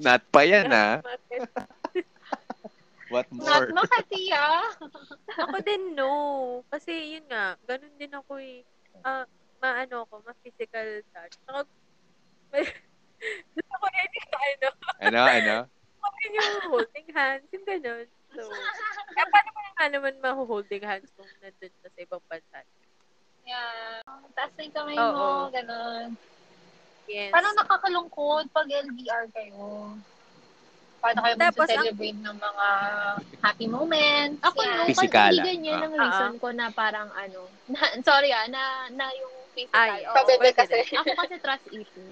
Speaker 3: Not pa yan ha. What
Speaker 2: Not
Speaker 3: more?
Speaker 2: Makati, ah.
Speaker 1: ako din, no. Kasi, yun nga, ganun din ako eh. Ah, maano ko, ma-physical touch. Saka, *laughs* gusto ko rin yung, ano,
Speaker 3: Ano, ano?
Speaker 1: gusto ko rin yung holding hands, yung ganun. So, kaya paano mo nga naman ma-holding hands kung nandun ka sa ibang bansa?
Speaker 2: Yeah. Taas na yung kamay
Speaker 1: Oo.
Speaker 2: mo, ganun.
Speaker 1: Yes.
Speaker 2: Parang nakakalungkot pag LDR kayo. Paano kayo
Speaker 1: Tapos ang-
Speaker 2: celebrate ng mga happy moments?
Speaker 4: Ako
Speaker 2: yan.
Speaker 4: no,
Speaker 3: Pisikala.
Speaker 4: kasi hindi ganyan
Speaker 3: Ah.
Speaker 4: ang reason ko na parang ano, *laughs* na, sorry ah, na, na yung physical.
Speaker 1: Ay,
Speaker 4: oo.
Speaker 1: pabebe
Speaker 2: Pabebe kasi.
Speaker 4: Ako kasi trust issue.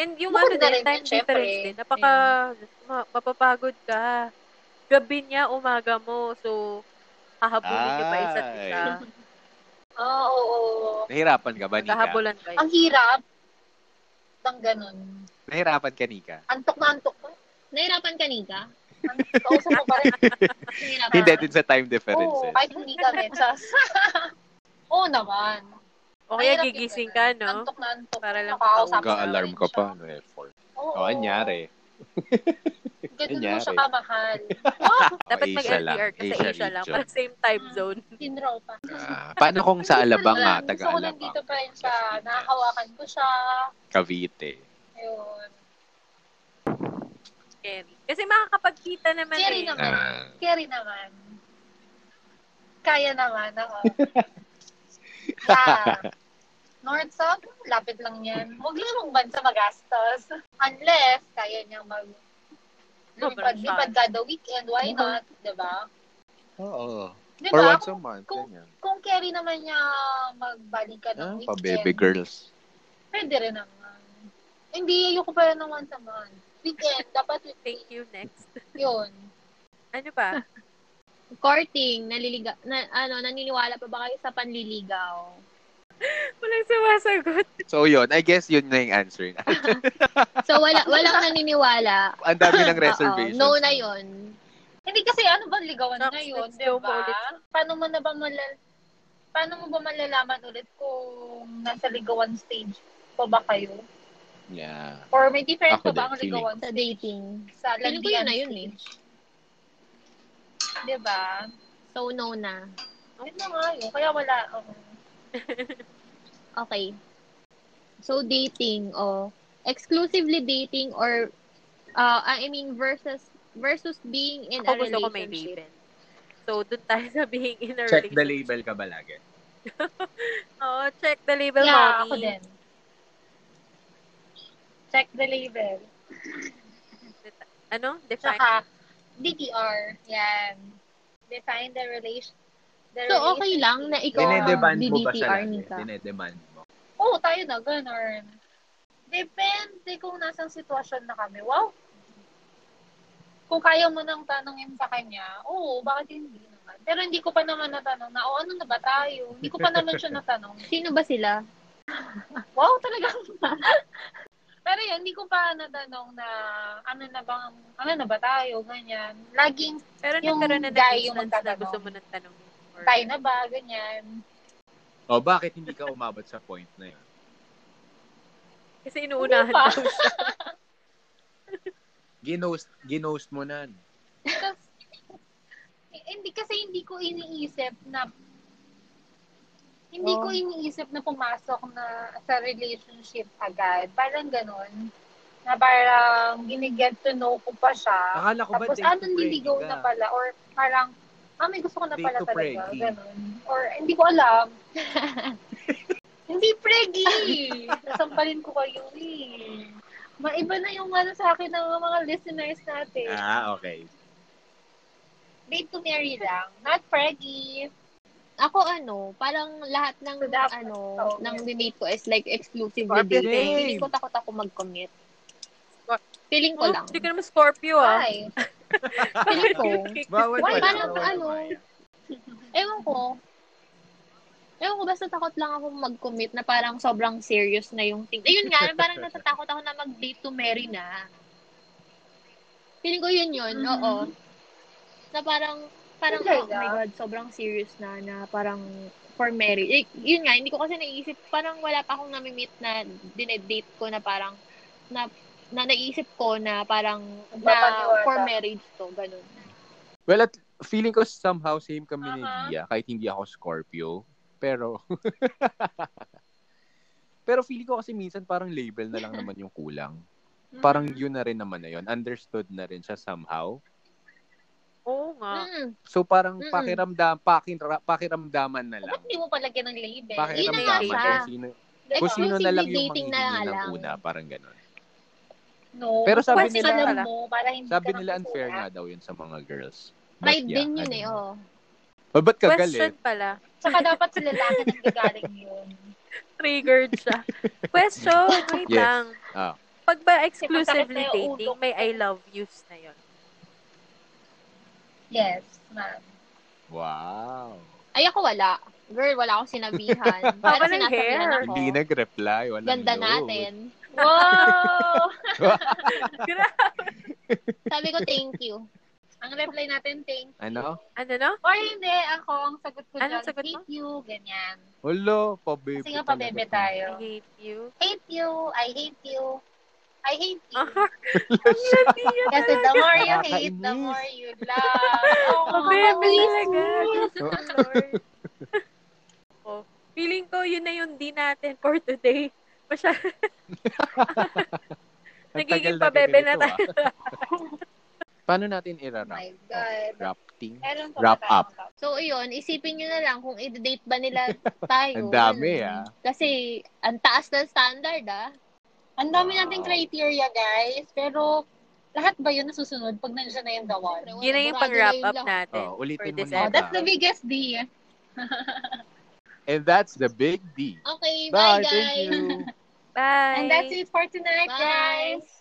Speaker 1: And yung ano
Speaker 2: Bukod na
Speaker 1: din,
Speaker 2: rin
Speaker 1: time
Speaker 2: yun, syempre. Mm.
Speaker 1: difference din. Napaka, ma- mapapagod ka. Gabi niya, umaga mo. So, hahabulin niyo pa isa't isa.
Speaker 3: Ay.
Speaker 2: Oo, Ah, oo, oo.
Speaker 3: Nahirapan ka ba, Nika?
Speaker 1: Maghahabulan kayo.
Speaker 2: Ang hirap ng ganun.
Speaker 3: Nahirapan ka, Nika?
Speaker 2: Antok na antok ko.
Speaker 4: Nahirapan ka, Nika?
Speaker 2: Kausap mo pa rin.
Speaker 4: Nahirapan.
Speaker 3: Hindi, din sa time
Speaker 2: Oo,
Speaker 3: differences.
Speaker 2: kahit hindi kami. Sas. *laughs* Oo naman.
Speaker 1: O kaya
Speaker 2: Ang hirap
Speaker 1: gigising
Speaker 2: yun,
Speaker 1: ka, no?
Speaker 2: Antok na antok.
Speaker 1: Para lang
Speaker 2: Nakakausap
Speaker 1: Ka-
Speaker 3: Ka-alarm ka pa. Ano, effort.
Speaker 2: Oo.
Speaker 3: O, anyari.
Speaker 2: Ganun mo
Speaker 3: anyari.
Speaker 2: siya kamahal.
Speaker 1: Dapat
Speaker 3: Asia
Speaker 1: mag-LDR kasi
Speaker 3: Asia
Speaker 1: Asia, lang.
Speaker 3: region.
Speaker 1: Para same time zone.
Speaker 2: Tinraw pa.
Speaker 3: Ah, paano kung sa Alabang
Speaker 2: Wala,
Speaker 3: nga,
Speaker 2: Gusto ko
Speaker 3: taga-Alabang?
Speaker 2: nandito pa rin siya. Nakahawakan ko siya.
Speaker 3: Cavite.
Speaker 2: Ayun.
Speaker 1: Scary. Kasi makakapagkita naman.
Speaker 2: Scary
Speaker 1: eh.
Speaker 2: naman.
Speaker 3: Ah.
Speaker 2: Scary naman. Kaya naman ako.
Speaker 3: *laughs*
Speaker 2: Yeah. North South, lapit lang yan. Huwag lang mong bansa magastos. Unless, kaya niyang mag
Speaker 1: Sobrang Mm-hmm.
Speaker 2: lipad-lipad kada weekend. Why not? Diba?
Speaker 3: Oo.
Speaker 2: Diba?
Speaker 3: Or once a
Speaker 2: Kung,
Speaker 3: month.
Speaker 2: kung-
Speaker 3: ganyan.
Speaker 2: kung carry naman niya magbalik ka
Speaker 3: Ah,
Speaker 2: ng
Speaker 3: pa-baby
Speaker 2: weekend,
Speaker 3: girls.
Speaker 2: pwede rin naman. Hindi, ayoko pala ng once a month. Weekend, dapat
Speaker 1: Thank
Speaker 2: weekend.
Speaker 1: you. Next.
Speaker 2: Yun.
Speaker 1: Ano
Speaker 2: *laughs*
Speaker 1: ba?
Speaker 4: Courting, naliliga, na, ano, naniniwala pa ba kayo sa panliligaw?
Speaker 1: Walang sumasagot.
Speaker 3: So, yun. I guess yun na yung answer. *laughs*
Speaker 4: So, wala, walang naniniwala.
Speaker 3: Ang dami ng
Speaker 2: *laughs*
Speaker 4: Oo,
Speaker 3: reservations.
Speaker 4: No na yun.
Speaker 2: Hindi kasi ano ba ligawan
Speaker 1: Shucks,
Speaker 2: ngayon,
Speaker 1: let's
Speaker 2: di
Speaker 1: go
Speaker 2: ba?
Speaker 1: pa ulit.
Speaker 2: Paano mo na ba malal... Paano mo ba malalaman ulit kung nasa ligawan stage pa ba kayo?
Speaker 3: Yeah.
Speaker 2: Or may difference
Speaker 3: Ako
Speaker 2: pa ba
Speaker 3: din,
Speaker 2: ang
Speaker 3: feeling
Speaker 2: ligawan
Speaker 4: Sa
Speaker 2: stage?
Speaker 4: dating.
Speaker 2: Sa
Speaker 4: Feeling ko yun
Speaker 2: landian
Speaker 4: na yun eh.
Speaker 2: stage. Di ba?
Speaker 4: So, no na.
Speaker 2: Yun na nga yun. Kaya wala. um, oo.
Speaker 4: Okay. So, dating, oh. Exclusively dating or, uh, I mean, versus versus being in
Speaker 1: Ako
Speaker 4: a
Speaker 1: gusto ko may
Speaker 4: relationship.
Speaker 1: label. So, doon tayo sa being in a
Speaker 5: Check the
Speaker 1: relationship.
Speaker 5: label ka ba lagi?
Speaker 1: Oo, check the label, mommy.
Speaker 2: yeah, ako din. Check the label.
Speaker 1: Ano? Define.
Speaker 2: Tsaka, DTR. Yan. Define the relation. The
Speaker 4: So, okay lang na ikaw ang
Speaker 5: Dinedemand mo ba siya
Speaker 4: DDTR
Speaker 5: lagi?
Speaker 4: nika?
Speaker 5: Dinedemand mo.
Speaker 2: Oo, tayo na, ganun. Depende kung nasang sitwasyon na kami. Wow! Kung kaya mo nang tanongin sa kanya, oo, bakit hindi naman? Pero hindi ko pa naman natanong na, oh, ano na ba tayo? Hindi ko pa naman siya natanong.
Speaker 4: Sino ba sila?
Speaker 2: Wow, talaga. Pero yun, hindi ko pa natanong na, ano na bang, ano na ba tayo, ganyan. Laging,
Speaker 1: Pero
Speaker 2: Yung
Speaker 1: nagkaroon na ng
Speaker 2: guy,
Speaker 1: instance
Speaker 2: yung
Speaker 1: na
Speaker 2: magtatanong.
Speaker 1: gusto mo ng tanong. Or,
Speaker 2: tayo na ba, ganyan.
Speaker 5: Oh,
Speaker 3: O, bakit hindi ka umabot sa point na yun?
Speaker 1: kasi inuunahan
Speaker 2: Hindi pa.
Speaker 1: daw siya.
Speaker 3: Ginost, ginost mo na.
Speaker 2: Kasi, eh, hindi kasi hindi ko iniisip na hindi
Speaker 1: Oo.
Speaker 2: ko iniisip na pumasok na sa relationship agad. Parang ganun. Na parang giniget to know ko pa siya.
Speaker 5: Akala ko ba
Speaker 2: Tapos,
Speaker 5: date
Speaker 2: ah,
Speaker 5: to preggy
Speaker 2: nanliligaw na
Speaker 5: ka?
Speaker 2: pala. Or parang, ah, may gusto ko na
Speaker 5: Date
Speaker 2: pala
Speaker 5: to
Speaker 2: talaga.
Speaker 5: preggy.
Speaker 2: Ganun. Or, hindi ko alam. hindi preggy! Sasampalin ko kayo eh. Maiba na yung ano sa akin ng mga listeners natin.
Speaker 3: Ah, okay.
Speaker 2: Date to marry lang. Not preggy.
Speaker 4: Ako ano, parang lahat ng
Speaker 2: So, dapat-
Speaker 4: ano,
Speaker 2: oh,
Speaker 4: ng
Speaker 2: yes.
Speaker 4: dinate ko is like exclusively
Speaker 1: Scorpio
Speaker 4: dating.
Speaker 1: din.
Speaker 4: Hindi ko takot ako mag-commit.
Speaker 1: Scor-
Speaker 4: Feeling ko
Speaker 1: Oh,
Speaker 4: lang.
Speaker 1: Hindi ka naman Scorpio, ah.
Speaker 2: Why?
Speaker 1: *laughs*
Speaker 4: Feeling ko.
Speaker 5: Bawal
Speaker 4: Why,
Speaker 5: pala.
Speaker 4: parang
Speaker 5: bawal
Speaker 4: ano?
Speaker 5: naman yan.
Speaker 4: Ewan ko. Ewan ko, basta takot lang ako mag-commit na parang sobrang serious na yung thing. Ayun nga, parang natatakot ako na mag-date to marry na. Feeling ko yun yun,
Speaker 2: Mhm.
Speaker 4: oo. Na parang, parang,
Speaker 2: Okay
Speaker 4: oh my
Speaker 2: lang.
Speaker 4: God, sobrang serious na, na parang for marriage. Eh, yun nga, hindi ko kasi naisip, parang wala pa akong nami-meet na dinedate ko na parang, na, na naisip ko na parang, na
Speaker 2: Papaniwala.
Speaker 4: for marriage to, ganun.
Speaker 3: Well, at feeling ko somehow same kami ni
Speaker 4: Uh-huh.
Speaker 2: Aha.
Speaker 3: Dia, kahit hindi ako Scorpio. Pero, *laughs* pero feeling ko kasi minsan parang label na lang naman yung kulang. Parang
Speaker 4: Mm.
Speaker 3: yun na rin naman na yun. Understood na rin siya somehow.
Speaker 1: Oo nga.
Speaker 2: Ah.
Speaker 4: Mm.
Speaker 3: So parang
Speaker 4: Mm-mm.
Speaker 3: pakiramdam, pakira, pakiramdaman na lang.
Speaker 2: Bakit hindi mo palagyan ng
Speaker 4: Yun
Speaker 2: label?
Speaker 4: na nga
Speaker 3: Pakiramdaman
Speaker 4: siya.
Speaker 3: kung sino,
Speaker 2: Diba?
Speaker 3: kung sino na lang yung
Speaker 4: Exclusively dating na
Speaker 3: manghihingi
Speaker 4: nga
Speaker 3: ng
Speaker 4: lang.
Speaker 3: una. Parang ganun.
Speaker 2: No.
Speaker 3: Pero sabi
Speaker 2: Kasi
Speaker 1: nila-
Speaker 2: alam mo, para hindi
Speaker 3: Sabi
Speaker 2: ka
Speaker 3: nila unfair
Speaker 2: nakasura.
Speaker 3: nga daw yun sa mga girls. But
Speaker 4: Pride
Speaker 3: yeah,
Speaker 4: ah. din yun
Speaker 3: I
Speaker 4: eh,
Speaker 3: don't
Speaker 4: oo.
Speaker 3: know. But ba't ka
Speaker 1: Question
Speaker 3: galit?
Speaker 1: pala.
Speaker 2: Tsaka dapat sa lalaki nang gagaling yun.
Speaker 1: Triggered siya. Question, wait
Speaker 3: Yes.
Speaker 1: lang.
Speaker 3: Ah.
Speaker 1: Pag ba exclusively
Speaker 2: Kasi masakit na yung
Speaker 1: dating,
Speaker 2: ulo.
Speaker 1: may I love yous na yun.
Speaker 2: Yes, ma'am.
Speaker 3: Wow.
Speaker 4: Ay, ako wala. Girl, wala akong sinabihan.
Speaker 1: Baba
Speaker 4: Parang
Speaker 1: ng hair.
Speaker 4: sinasabihan ako.
Speaker 3: Hindi nag-reply. Walang
Speaker 4: oh. Ganda
Speaker 3: load.
Speaker 4: natin.
Speaker 2: Wow!
Speaker 1: Gra-
Speaker 4: Sabi ko, thank you.
Speaker 2: ang reply natin, thank
Speaker 3: Ano?
Speaker 1: ano no?
Speaker 2: Or hindi, ako, ang sagot ko
Speaker 1: Anong
Speaker 2: dyan,
Speaker 1: sagot mo?
Speaker 2: hate you, ganyan.
Speaker 3: Hello, pabebe.
Speaker 2: Kasi nga
Speaker 3: talaga
Speaker 2: pabebe
Speaker 1: I
Speaker 3: to. *laughs*
Speaker 2: tayo.
Speaker 1: hate you. *laughs*
Speaker 2: Hate you, I hate you, I hate you.
Speaker 1: Aha. Ang landi niya
Speaker 2: Kasi the more you
Speaker 3: Nakakainis.
Speaker 2: hate, the more you love.
Speaker 1: Oh, babe, talaga. Diyos
Speaker 3: *laughs*
Speaker 1: ko, Lord. *laughs* Ako, Feeling ko, yun na yung di natin for today. Masya,
Speaker 3: Ang
Speaker 1: nagiging
Speaker 3: tagal na
Speaker 1: pabebe na
Speaker 3: ganito,
Speaker 1: tayo. *laughs*
Speaker 3: ah. Paano natin
Speaker 2: Oh
Speaker 3: i-wrap?
Speaker 2: my God.
Speaker 3: Wrapping?
Speaker 2: Meron pa
Speaker 3: Wrap
Speaker 2: ba tayong
Speaker 3: up.
Speaker 2: wrap?
Speaker 4: So, iyon, isipin nyo na lang kung i-date ba
Speaker 3: *laughs*
Speaker 4: nila tayo.
Speaker 3: Ang dami,
Speaker 4: Ganun.
Speaker 3: ah.
Speaker 4: Kasi, ang taas ng standard, ah.
Speaker 2: Ang dami
Speaker 3: Wow.
Speaker 2: nating criteria, guys. Pero, lahat ba yun nasusunod pag nandiyan na yung the one?
Speaker 4: Siyempre,
Speaker 1: Yun na yung
Speaker 4: sigurado
Speaker 1: pang-wrap
Speaker 4: yun
Speaker 1: up
Speaker 4: lang.
Speaker 1: natin.
Speaker 3: Oh, ulitin
Speaker 1: for
Speaker 3: mo
Speaker 1: this
Speaker 3: na.
Speaker 2: Oh, that's the
Speaker 1: episode.
Speaker 2: biggest D.
Speaker 3: And that's the big D.
Speaker 4: Okay, bye,
Speaker 3: Bye,
Speaker 4: guys.
Speaker 3: thank you.
Speaker 1: Bye!
Speaker 2: And that's it for tonight,
Speaker 4: Bye.
Speaker 2: guys.